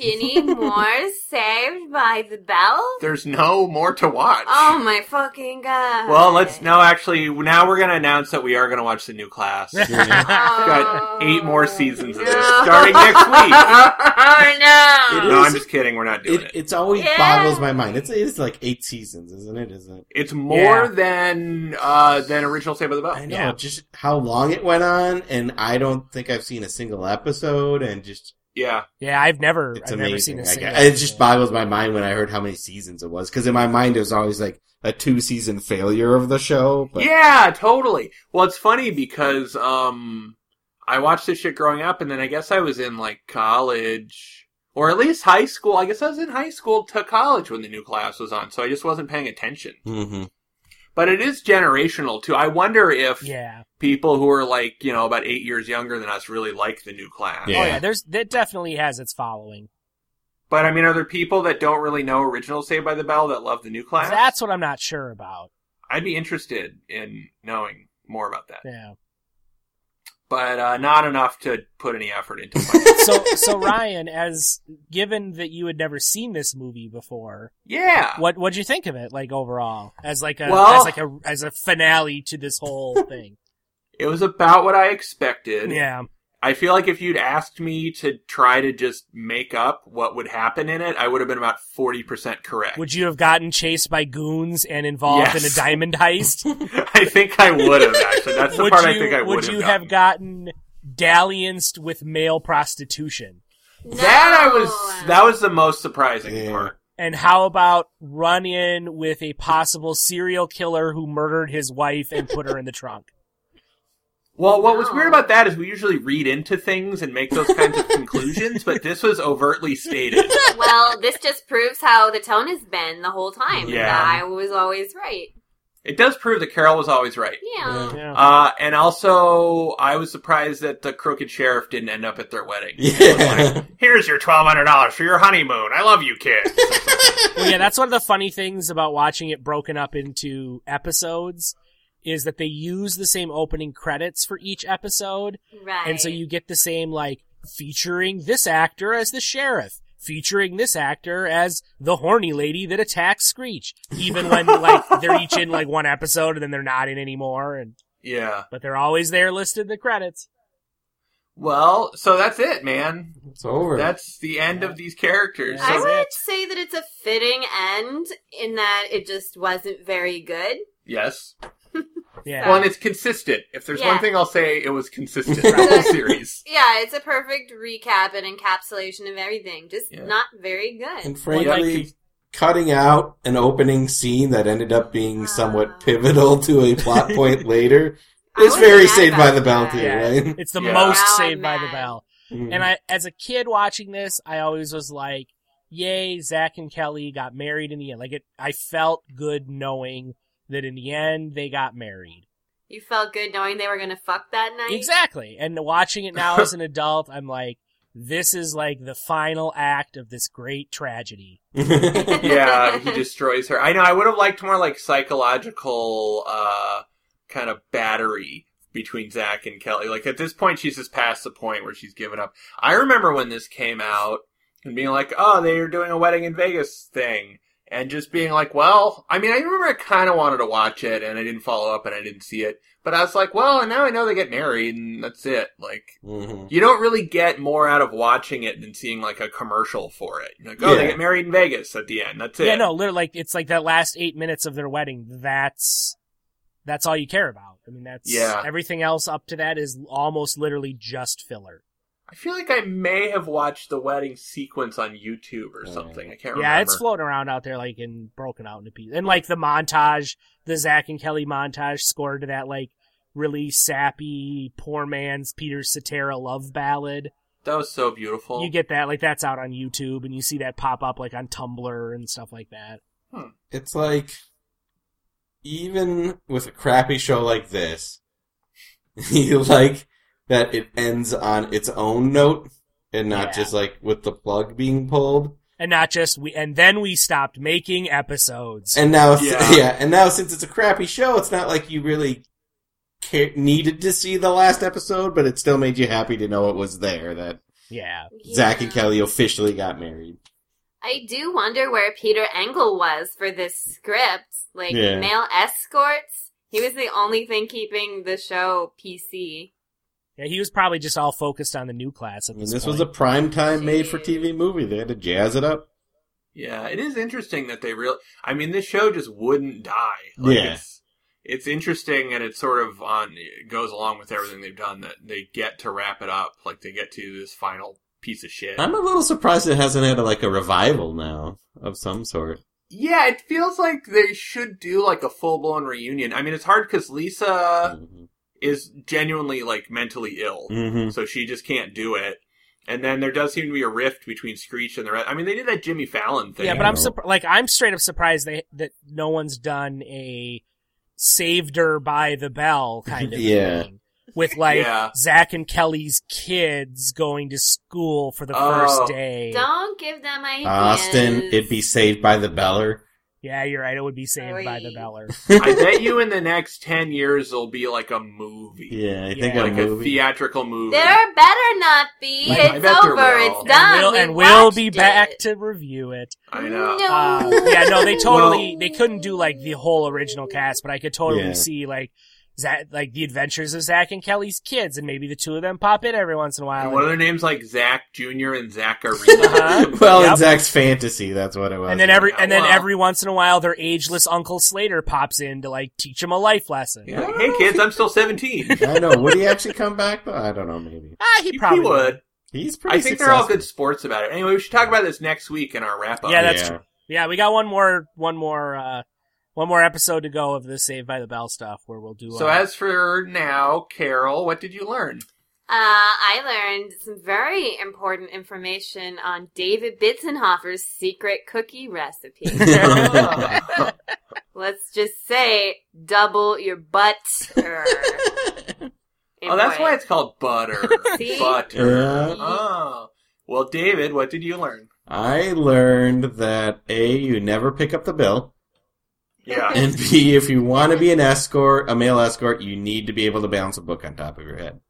[SPEAKER 4] any more Saved by the Bell?
[SPEAKER 3] There's no more to watch.
[SPEAKER 4] Oh my fucking god.
[SPEAKER 3] Well, let's now actually now we're gonna announce that we are gonna watch the new class. Got eight more seasons of this starting next week.
[SPEAKER 4] oh no.
[SPEAKER 5] It
[SPEAKER 3] No,
[SPEAKER 5] is-
[SPEAKER 3] I'm just kidding. We're not doing
[SPEAKER 5] It
[SPEAKER 3] it.
[SPEAKER 5] it's always
[SPEAKER 4] Yeah.
[SPEAKER 5] boggles my mind. It's it's like eight seasons, isn't it? Isn't it?
[SPEAKER 3] It's more
[SPEAKER 1] Yeah.
[SPEAKER 3] than uh, than original Save by the Bell.
[SPEAKER 5] I know
[SPEAKER 1] Yeah.
[SPEAKER 5] just how long it went on, and I don't think I've seen a single episode. And just
[SPEAKER 3] Yeah,
[SPEAKER 1] Yeah, I've never,
[SPEAKER 5] it's
[SPEAKER 1] I've
[SPEAKER 5] amazing.
[SPEAKER 1] never seen a
[SPEAKER 5] I
[SPEAKER 1] single.
[SPEAKER 5] guess. it just boggles my mind when I heard how many seasons it was, because in my mind it was always like a two season failure of the show. But
[SPEAKER 3] yeah, totally. Well, it's funny because um, I watched this shit growing up, and then I guess I was in like college or at least high school. I guess I was in high school to college when the new class was on, so I just wasn't paying attention.
[SPEAKER 1] Mm-hmm.
[SPEAKER 5] Mhm.
[SPEAKER 3] But it is generational too. I wonder if
[SPEAKER 1] Yeah.
[SPEAKER 3] people who are like you know about eight years younger than us really like the new class.
[SPEAKER 5] Yeah.
[SPEAKER 1] Oh yeah, there's that definitely has its following.
[SPEAKER 3] But I mean, are there people that don't really know original Saved by the Bell that love the new class?
[SPEAKER 1] That's what I'm not sure about.
[SPEAKER 3] I'd be interested in knowing more about that,
[SPEAKER 1] Yeah.
[SPEAKER 3] but uh, not enough to put any effort into. finding out.
[SPEAKER 1] So so Ryan, as given that you had never seen this movie before,
[SPEAKER 3] yeah.
[SPEAKER 1] what what'd you think of it like overall as like a
[SPEAKER 3] Well-
[SPEAKER 1] as like a as a finale to this whole thing?
[SPEAKER 3] It was about what I expected.
[SPEAKER 1] yeah.
[SPEAKER 3] I feel like if you'd asked me to try to just make up what would happen in it, I would have been about 40% correct.
[SPEAKER 1] Would you have gotten chased by goons and involved in
[SPEAKER 3] Yes.
[SPEAKER 1] a diamond heist?
[SPEAKER 3] I think I would have, actually. That's the
[SPEAKER 1] would
[SPEAKER 3] part
[SPEAKER 1] you
[SPEAKER 3] I think I would,
[SPEAKER 1] would you
[SPEAKER 3] have
[SPEAKER 1] have
[SPEAKER 3] gotten.
[SPEAKER 1] gotten dallianced with male prostitution?
[SPEAKER 3] That I
[SPEAKER 4] No.
[SPEAKER 3] was, that was the most surprising
[SPEAKER 5] Yeah.
[SPEAKER 3] part.
[SPEAKER 1] And how about run in with a possible serial killer who murdered his wife and put her in the trunk?
[SPEAKER 3] Well, what was
[SPEAKER 4] No.
[SPEAKER 3] weird about that is we usually read into things and make those kinds of conclusions, but this was overtly stated.
[SPEAKER 4] well, this just proves how the tone has been the whole time.
[SPEAKER 3] Yeah.
[SPEAKER 4] That I was always right.
[SPEAKER 3] It does prove that Carol was always right.
[SPEAKER 4] Yeah.
[SPEAKER 1] Yeah.
[SPEAKER 3] Uh, and also, I was surprised that the crooked sheriff didn't end up at their wedding.
[SPEAKER 5] Yeah.
[SPEAKER 3] Here's your twelve hundred dollars for your honeymoon. I love you, kid.
[SPEAKER 1] Well, yeah, that's one of the funny things about watching it broken up into episodes is that they use the same opening credits for each episode,
[SPEAKER 4] Right.
[SPEAKER 1] and so you get the same like featuring this actor as the sheriff, featuring this actor as the horny lady that attacks Screech, even when like they're each in like one episode and then they're not in anymore, and
[SPEAKER 3] yeah.
[SPEAKER 1] but they're always there listed in the credits.
[SPEAKER 3] Well, so that's it, man.
[SPEAKER 5] it's over.
[SPEAKER 3] That's the end of these characters.
[SPEAKER 1] Yeah.
[SPEAKER 4] I
[SPEAKER 3] So,
[SPEAKER 4] would say that it's a fitting end in that it just wasn't very good.
[SPEAKER 3] yes.
[SPEAKER 1] Yeah.
[SPEAKER 3] Well, and it's consistent. If there's one
[SPEAKER 4] Yeah.
[SPEAKER 3] thing I'll say, it was consistent throughout the whole series.
[SPEAKER 4] Yeah, it's a perfect recap and encapsulation of everything. Just
[SPEAKER 3] Yeah.
[SPEAKER 4] not very good.
[SPEAKER 5] and frankly,
[SPEAKER 3] like-
[SPEAKER 5] cutting out an opening scene that ended up being
[SPEAKER 4] Ah.
[SPEAKER 5] somewhat pivotal to a plot point later
[SPEAKER 4] I
[SPEAKER 5] is
[SPEAKER 4] wasn't
[SPEAKER 5] very
[SPEAKER 4] mad
[SPEAKER 5] Saved by
[SPEAKER 4] about
[SPEAKER 5] the Bell
[SPEAKER 4] that.
[SPEAKER 5] too,
[SPEAKER 1] Yeah.
[SPEAKER 5] right?
[SPEAKER 1] It's the
[SPEAKER 3] Yeah.
[SPEAKER 1] most
[SPEAKER 4] Now I'm
[SPEAKER 1] saved by the
[SPEAKER 4] mad.
[SPEAKER 1] bell.
[SPEAKER 5] Mm.
[SPEAKER 1] And I, as a kid watching this, I always was like, "Yay, Zach and Kelly got married in the end." Like it, I felt good knowing that in the end they got married.
[SPEAKER 4] You felt good knowing they were going to fuck that night.
[SPEAKER 1] Exactly. And watching it now as an adult, I'm like, "This is like the final act of this great tragedy." Mm-hmm.
[SPEAKER 3] yeah, he destroys her. I know. I would have liked more like psychological uh, kind of battery between Zach and Kelly. Like at this point, she's just past the point where she's given up. I remember when this came out and being like, "Oh, they are doing a wedding in Vegas thing," and just being like, "Well, I mean, I remember I kind of wanted to watch it, and I didn't follow up, and I didn't see it." But I was like, "Well, and now I know they get married, and that's it." Like,
[SPEAKER 5] Mhm.
[SPEAKER 3] you don't really get more out of watching it than seeing like a commercial for it. You're like, oh, they
[SPEAKER 5] Yeah.
[SPEAKER 3] get married in Vegas at the end. That's it.
[SPEAKER 1] Yeah, no, literally, like it's like that last eight minutes of their wedding. That's that's all you care about. I mean, that's
[SPEAKER 3] Yeah.
[SPEAKER 1] everything else up to that is almost literally just filler.
[SPEAKER 3] I feel like I may have watched the wedding sequence on YouTube or something.
[SPEAKER 5] Mm.
[SPEAKER 3] I can't remember.
[SPEAKER 1] Yeah, it's floating around out there, like in broken out into pieces, and like the montage, the Zach and Kelly montage scored to that like really sappy poor man's Peter Cetera love ballad.
[SPEAKER 3] that was so beautiful.
[SPEAKER 1] You get that, like that's out on YouTube, and you see that pop up like on Tumblr and stuff like that.
[SPEAKER 5] It's like even with a crappy show like this, you like that it ends on its own note and not
[SPEAKER 1] Yeah.
[SPEAKER 5] just like with the plug being pulled.
[SPEAKER 1] And not just we, and then we stopped making episodes.
[SPEAKER 5] And now,
[SPEAKER 3] Yeah.
[SPEAKER 5] yeah. and now since it's a crappy show, it's not like you really ca- needed to see the last episode, but it still made you happy to know it was there. That
[SPEAKER 1] Yeah.
[SPEAKER 5] Zach and
[SPEAKER 4] Yeah.
[SPEAKER 5] Kelly officially got married.
[SPEAKER 4] I do wonder where Peter Engel was for this script. Like
[SPEAKER 5] Yeah.
[SPEAKER 4] male escorts. He was the only thing keeping the show PC.
[SPEAKER 1] Yeah, he was probably just all focused on the new class at
[SPEAKER 5] I mean,
[SPEAKER 1] this,
[SPEAKER 5] this
[SPEAKER 1] point.
[SPEAKER 5] was a prime time made for TV movie. They had to jazz it up.
[SPEAKER 3] Yeah, it is interesting that they really. I mean, this show just wouldn't die. Like,
[SPEAKER 5] Yeah.
[SPEAKER 3] It's, it's interesting, and it's sort of on it goes along with everything they've done that they get to wrap it up. Like they get to this final piece of shit.
[SPEAKER 5] I'm a little surprised it hasn't had like a revival now of some sort.
[SPEAKER 3] Yeah, it feels like they should do like a full blown reunion. I mean, it's hard because Lisa is genuinely like mentally ill,
[SPEAKER 5] hmm
[SPEAKER 3] so she just can't do it. And then there does seem to be a rift between Screech and the rest. I mean, they did that Jimmy Fallon thing.
[SPEAKER 1] yeah, but I'm
[SPEAKER 5] Yeah.
[SPEAKER 1] surp- like I'm straight up surprised they, that no one's done a saved her by the bell kind of
[SPEAKER 5] Yeah.
[SPEAKER 1] thing with like
[SPEAKER 3] Yeah.
[SPEAKER 1] Zach and Kelly's kids going to school for the
[SPEAKER 3] Oh.
[SPEAKER 1] first day.
[SPEAKER 4] Don't give them ideas.
[SPEAKER 5] Austin, it'd be saved by the beller.
[SPEAKER 1] Yeah, you're right. It would be saved by the
[SPEAKER 4] Sorry.
[SPEAKER 1] beller.
[SPEAKER 3] I bet you in the next ten years there'll be like a movie,
[SPEAKER 5] Yeah, I think
[SPEAKER 1] Yeah.
[SPEAKER 5] a
[SPEAKER 3] like a
[SPEAKER 5] movie.
[SPEAKER 3] theatrical movie.
[SPEAKER 4] There better not be.
[SPEAKER 1] Like, I
[SPEAKER 4] it's
[SPEAKER 3] bet there
[SPEAKER 4] over.
[SPEAKER 3] will.
[SPEAKER 4] It's done.
[SPEAKER 1] and we'll,
[SPEAKER 4] We
[SPEAKER 1] and we'll
[SPEAKER 4] watched
[SPEAKER 1] be
[SPEAKER 4] it.
[SPEAKER 1] back to review it.
[SPEAKER 3] I know.
[SPEAKER 4] No.
[SPEAKER 1] Uh, yeah, no, they totally they couldn't do like the whole original cast, but I could totally
[SPEAKER 5] Yeah.
[SPEAKER 1] see like Zach, like the adventures of Zach and Kelly's kids, and maybe the two of them pop in every once in a while.
[SPEAKER 3] And one of their names like Zach Junior and Zach Arena.
[SPEAKER 1] Uh-huh.
[SPEAKER 5] well, in
[SPEAKER 1] Yep.
[SPEAKER 5] Zach's fantasy, that's what it was.
[SPEAKER 1] and then every
[SPEAKER 3] Yeah,
[SPEAKER 1] and then
[SPEAKER 3] well.
[SPEAKER 1] every once in a while, their ageless Uncle Slater pops in to like teach him a life lesson.
[SPEAKER 3] Yeah, like, hey kids, I'm still seventeen.
[SPEAKER 5] I don't know. Would he actually come back? though? I don't know. Maybe
[SPEAKER 1] Ah, he
[SPEAKER 3] He
[SPEAKER 1] probably
[SPEAKER 3] would. I
[SPEAKER 5] he's pretty.
[SPEAKER 3] think they're all
[SPEAKER 5] successful.
[SPEAKER 3] good sports about it. Anyway, we should talk about this next week in our wrap up.
[SPEAKER 1] Yeah, that's true. Yeah, we got one more one more uh one more episode to go of the Saved by the Bell stuff where we'll do.
[SPEAKER 3] So
[SPEAKER 1] uh,
[SPEAKER 3] as for now, Carol, what did you learn?
[SPEAKER 4] Uh, I learned some very important information on David Bitzenhofer's secret cookie recipe.
[SPEAKER 5] Oh,
[SPEAKER 4] Let's just say, double your er, butter.
[SPEAKER 3] oh, that's why it's called butter.
[SPEAKER 4] See?
[SPEAKER 3] butter.
[SPEAKER 5] Yeah.
[SPEAKER 3] Oh. Well, David, what did you learn?
[SPEAKER 5] I learned that a you never pick up the bill,
[SPEAKER 3] Yeah.
[SPEAKER 5] and b if you want to be an escort, a male escort, you need to be able to balance a book on top of your head.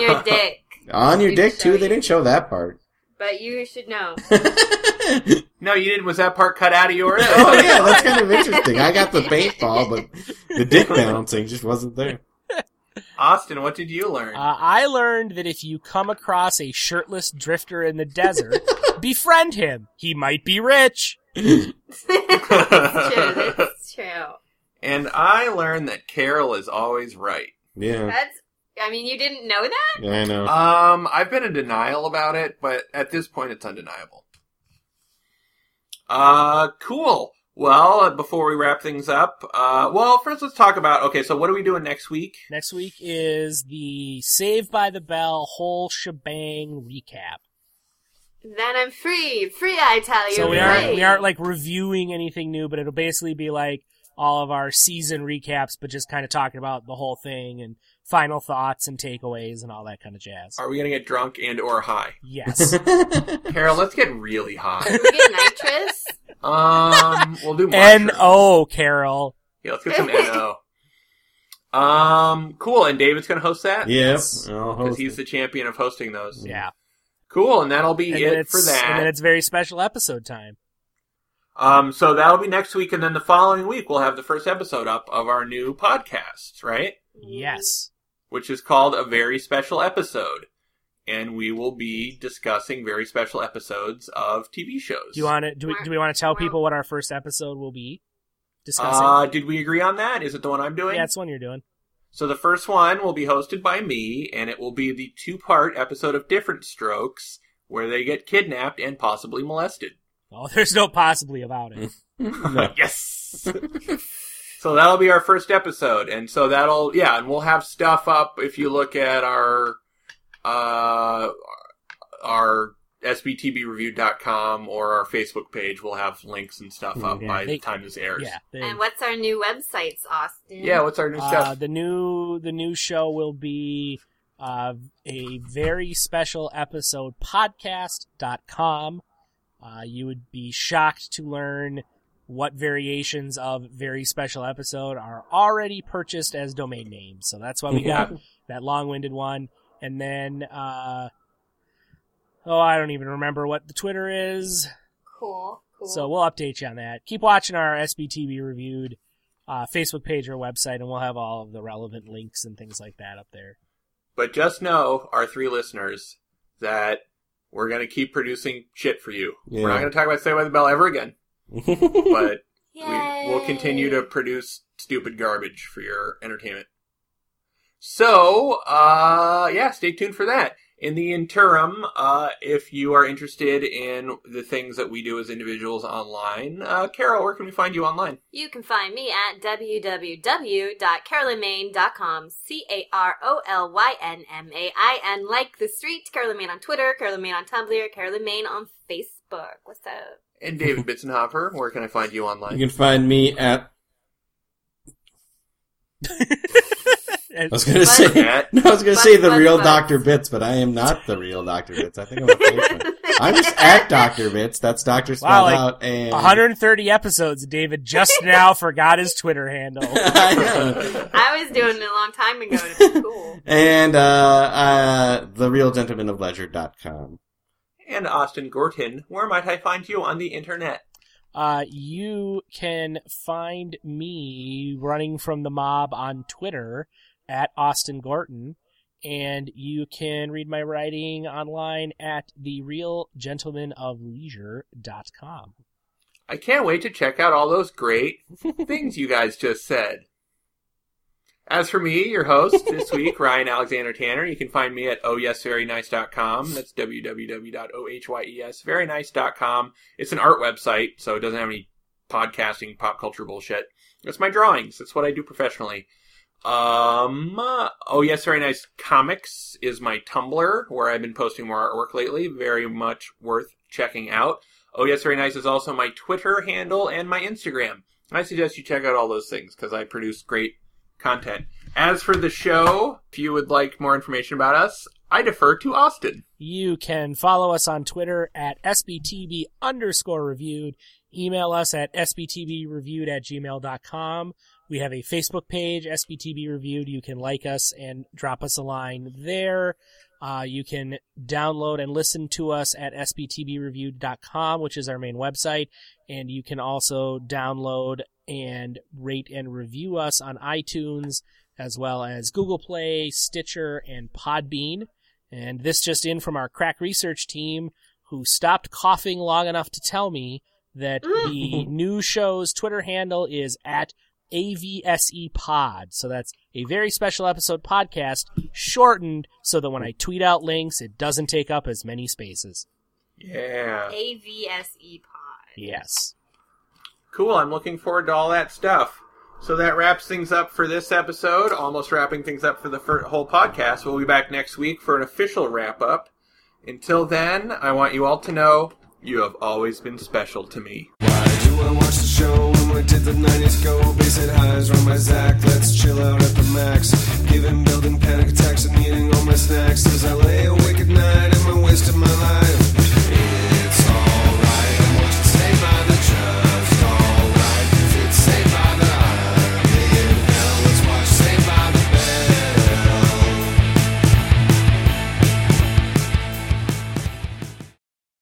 [SPEAKER 4] your dick.
[SPEAKER 5] On your
[SPEAKER 4] Didn't
[SPEAKER 5] dick
[SPEAKER 4] show
[SPEAKER 5] too. They
[SPEAKER 4] you.
[SPEAKER 5] didn't show that part.
[SPEAKER 4] But you should know.
[SPEAKER 3] No, you didn't. Was that part cut out of yours?
[SPEAKER 5] oh yeah, that's kind of interesting. I got the paintball, but the dick balancing just wasn't there.
[SPEAKER 3] Austin, what did you learn?
[SPEAKER 1] Uh, I learned that if you come across a shirtless drifter in the desert, befriend him. He might be rich.
[SPEAKER 4] it's true.
[SPEAKER 1] Uh,
[SPEAKER 4] That's true.
[SPEAKER 3] and I learned that Carol is always right.
[SPEAKER 5] Yeah,
[SPEAKER 4] That's. I mean, you didn't know that?
[SPEAKER 5] yeah, I know.
[SPEAKER 3] Um, I've been in denial about it, but at this point, it's undeniable. Uh, cool. Well, uh, before we wrap things up, uh, well, first let's talk about okay. So, what are we doing next week?
[SPEAKER 1] Next week is the Save by the Bell whole shebang recap.
[SPEAKER 4] Then I'm free. Free, I tell
[SPEAKER 3] Oh,
[SPEAKER 4] you.
[SPEAKER 1] So we
[SPEAKER 5] You're
[SPEAKER 1] aren't
[SPEAKER 5] right.
[SPEAKER 1] we aren't like reviewing anything new, but it'll basically be like all of our season recaps, but just kind of talking about the whole thing and final thoughts and takeaways and all that kind of jazz.
[SPEAKER 3] Are we gonna get drunk and or high?
[SPEAKER 1] Yes.
[SPEAKER 3] Carol, let's get really high.
[SPEAKER 4] Can we get nitrous?
[SPEAKER 3] Um, we'll do
[SPEAKER 1] N
[SPEAKER 3] mushrooms.
[SPEAKER 1] O Carol.
[SPEAKER 3] Yeah, let's get some no. Um, cool. And David's gonna host that.
[SPEAKER 5] Yep, I'll
[SPEAKER 3] because
[SPEAKER 5] host
[SPEAKER 3] he's
[SPEAKER 5] it.
[SPEAKER 3] the champion of hosting those.
[SPEAKER 1] Yeah.
[SPEAKER 3] Cool, and that'll be
[SPEAKER 1] And then
[SPEAKER 3] it
[SPEAKER 1] it's
[SPEAKER 3] for that.
[SPEAKER 1] and then it's very special episode time.
[SPEAKER 3] Um, so that'll be next week, and then the following week we'll have the first episode up of our new podcast, right?
[SPEAKER 1] Yes.
[SPEAKER 3] Which is called a very special episode, and we will be discussing very special episodes of TV shows.
[SPEAKER 1] Do you want to do we, do we want to tell people what our first episode will be discussing?
[SPEAKER 3] Uh, did we agree on that? Is it the one I'm doing?
[SPEAKER 1] yeah, that's one you're doing.
[SPEAKER 3] So the first one will be hosted by me, and it will be the two-part episode of Different Strokes, where they get kidnapped and possibly molested.
[SPEAKER 1] Oh, there's no possibly about it.
[SPEAKER 5] No.
[SPEAKER 3] yes. so that'll be our first episode, and so that'll yeah, and we'll have stuff up if you look at our uh our sbtbreview.com or our Facebook page. We'll have links and stuff up
[SPEAKER 1] Yeah,
[SPEAKER 3] by
[SPEAKER 1] they-
[SPEAKER 3] the time this airs.
[SPEAKER 1] yeah. they-
[SPEAKER 4] And what's our new websites, Austin?
[SPEAKER 3] Yeah, what's our new
[SPEAKER 1] uh,
[SPEAKER 3] stuff?
[SPEAKER 1] the new the new show will be uh, a very special episode podcast.com. Uh, you would be shocked to learn what variations of very special episode are already purchased as domain names. So that's why we got that long-winded one. And then uh, Oh, I don't even remember what the Twitter is.
[SPEAKER 4] Cool. Cool.
[SPEAKER 1] So we'll update you on that. Keep watching our SBTV reviewed uh, Facebook page or website, and we'll have all of the relevant links and things like that up there.
[SPEAKER 3] But just know, our three listeners, that we're going to keep producing shit for you. We're not
[SPEAKER 5] Yeah.
[SPEAKER 3] going to talk about Saved by the Bell ever again, but we,
[SPEAKER 4] Yay.
[SPEAKER 3] we'll continue to produce stupid garbage for your entertainment. So, uh, yeah, stay tuned for that. In the interim, uh, if you are interested in the things that we do as individuals online, uh, Carol, where can we find you online?
[SPEAKER 4] You can find me at www.carolynmaine.com, C A R O L Y N M A I N, like the street, Carolyn Maine on Twitter, Carolyn Maine on Tumblr, Carolyn Maine on Facebook. What's up?
[SPEAKER 3] And David Bitsenhofer, where can I find you online?
[SPEAKER 5] You can find me at. I was gonna say.
[SPEAKER 3] At-
[SPEAKER 5] No, I was gonna
[SPEAKER 4] Buzz,
[SPEAKER 5] say the
[SPEAKER 4] buzz,
[SPEAKER 5] real
[SPEAKER 4] buzz.
[SPEAKER 5] Doctor Bits, but I am not the real Doctor Bits. I think I'm a fake one. I'm just at Doctor Bits. That's Doctor spelled
[SPEAKER 1] Wow, like
[SPEAKER 5] out and
[SPEAKER 1] 130 episodes. David just now forgot his Twitter handle.
[SPEAKER 5] I know.
[SPEAKER 4] I was doing it a long time ago to be cool.
[SPEAKER 5] and uh, uh, the real gentleman of leisure.com.
[SPEAKER 3] and Austin Gorton, where might I find you on the internet?
[SPEAKER 1] Uh, you can find me running from the mob on Twitter at Austin Gorton, and you can read my writing online at therealgentlemanofleisure.com.
[SPEAKER 3] I can't wait to check out all those great things you guys just said. As for me, your host this week, Ryan Alexander Tanner, you can find me at oh ohyesverynice.com. That's oh www.ohyesverynice.com. It's an art website, so it doesn't have any podcasting, pop culture bullshit. It's my drawings. That's what I do professionally. Um, uh, oh yes, very nice. Comics is my Tumblr where I've been posting more artwork lately. Very much worth checking out. Oh yes, very nice is also my Twitter handle and my Instagram. I suggest you check out all those things because I produce great content. As for the show, if you would like more information about us, I defer to Austin.
[SPEAKER 1] You can follow us on Twitter at SBTB underscore reviewed. Email us at SBTBreviewed at gmail.com. We have a Facebook page, SBTB Reviewed. You can like us and drop us a line there. Uh, you can download and listen to us at SBTBreviewed.com, which is our main website. And you can also download and rate and review us on iTunes, as well as Google Play, Stitcher, and Podbean. And this just in from our crack research team, who stopped coughing long enough to tell me that the new show's Twitter handle is at AVSE E Pod. So that's a very special episode podcast, shortened so that when I tweet out links, it doesn't take up as many spaces.
[SPEAKER 3] Yeah.
[SPEAKER 4] AVSE E pod.
[SPEAKER 1] Yes.
[SPEAKER 3] Cool. I'm looking forward to all that stuff. So that wraps things up for this episode. Almost wrapping things up for the fir- whole podcast. We'll be back next week for an official wrap up. Until then, I want you all to know you have always been special to me.
[SPEAKER 2] Why do I watch the show and where did the 90s go? Basic highs, run my Zach, let's chill out at the max. Giving building panic attacks and eating all my snacks as I lay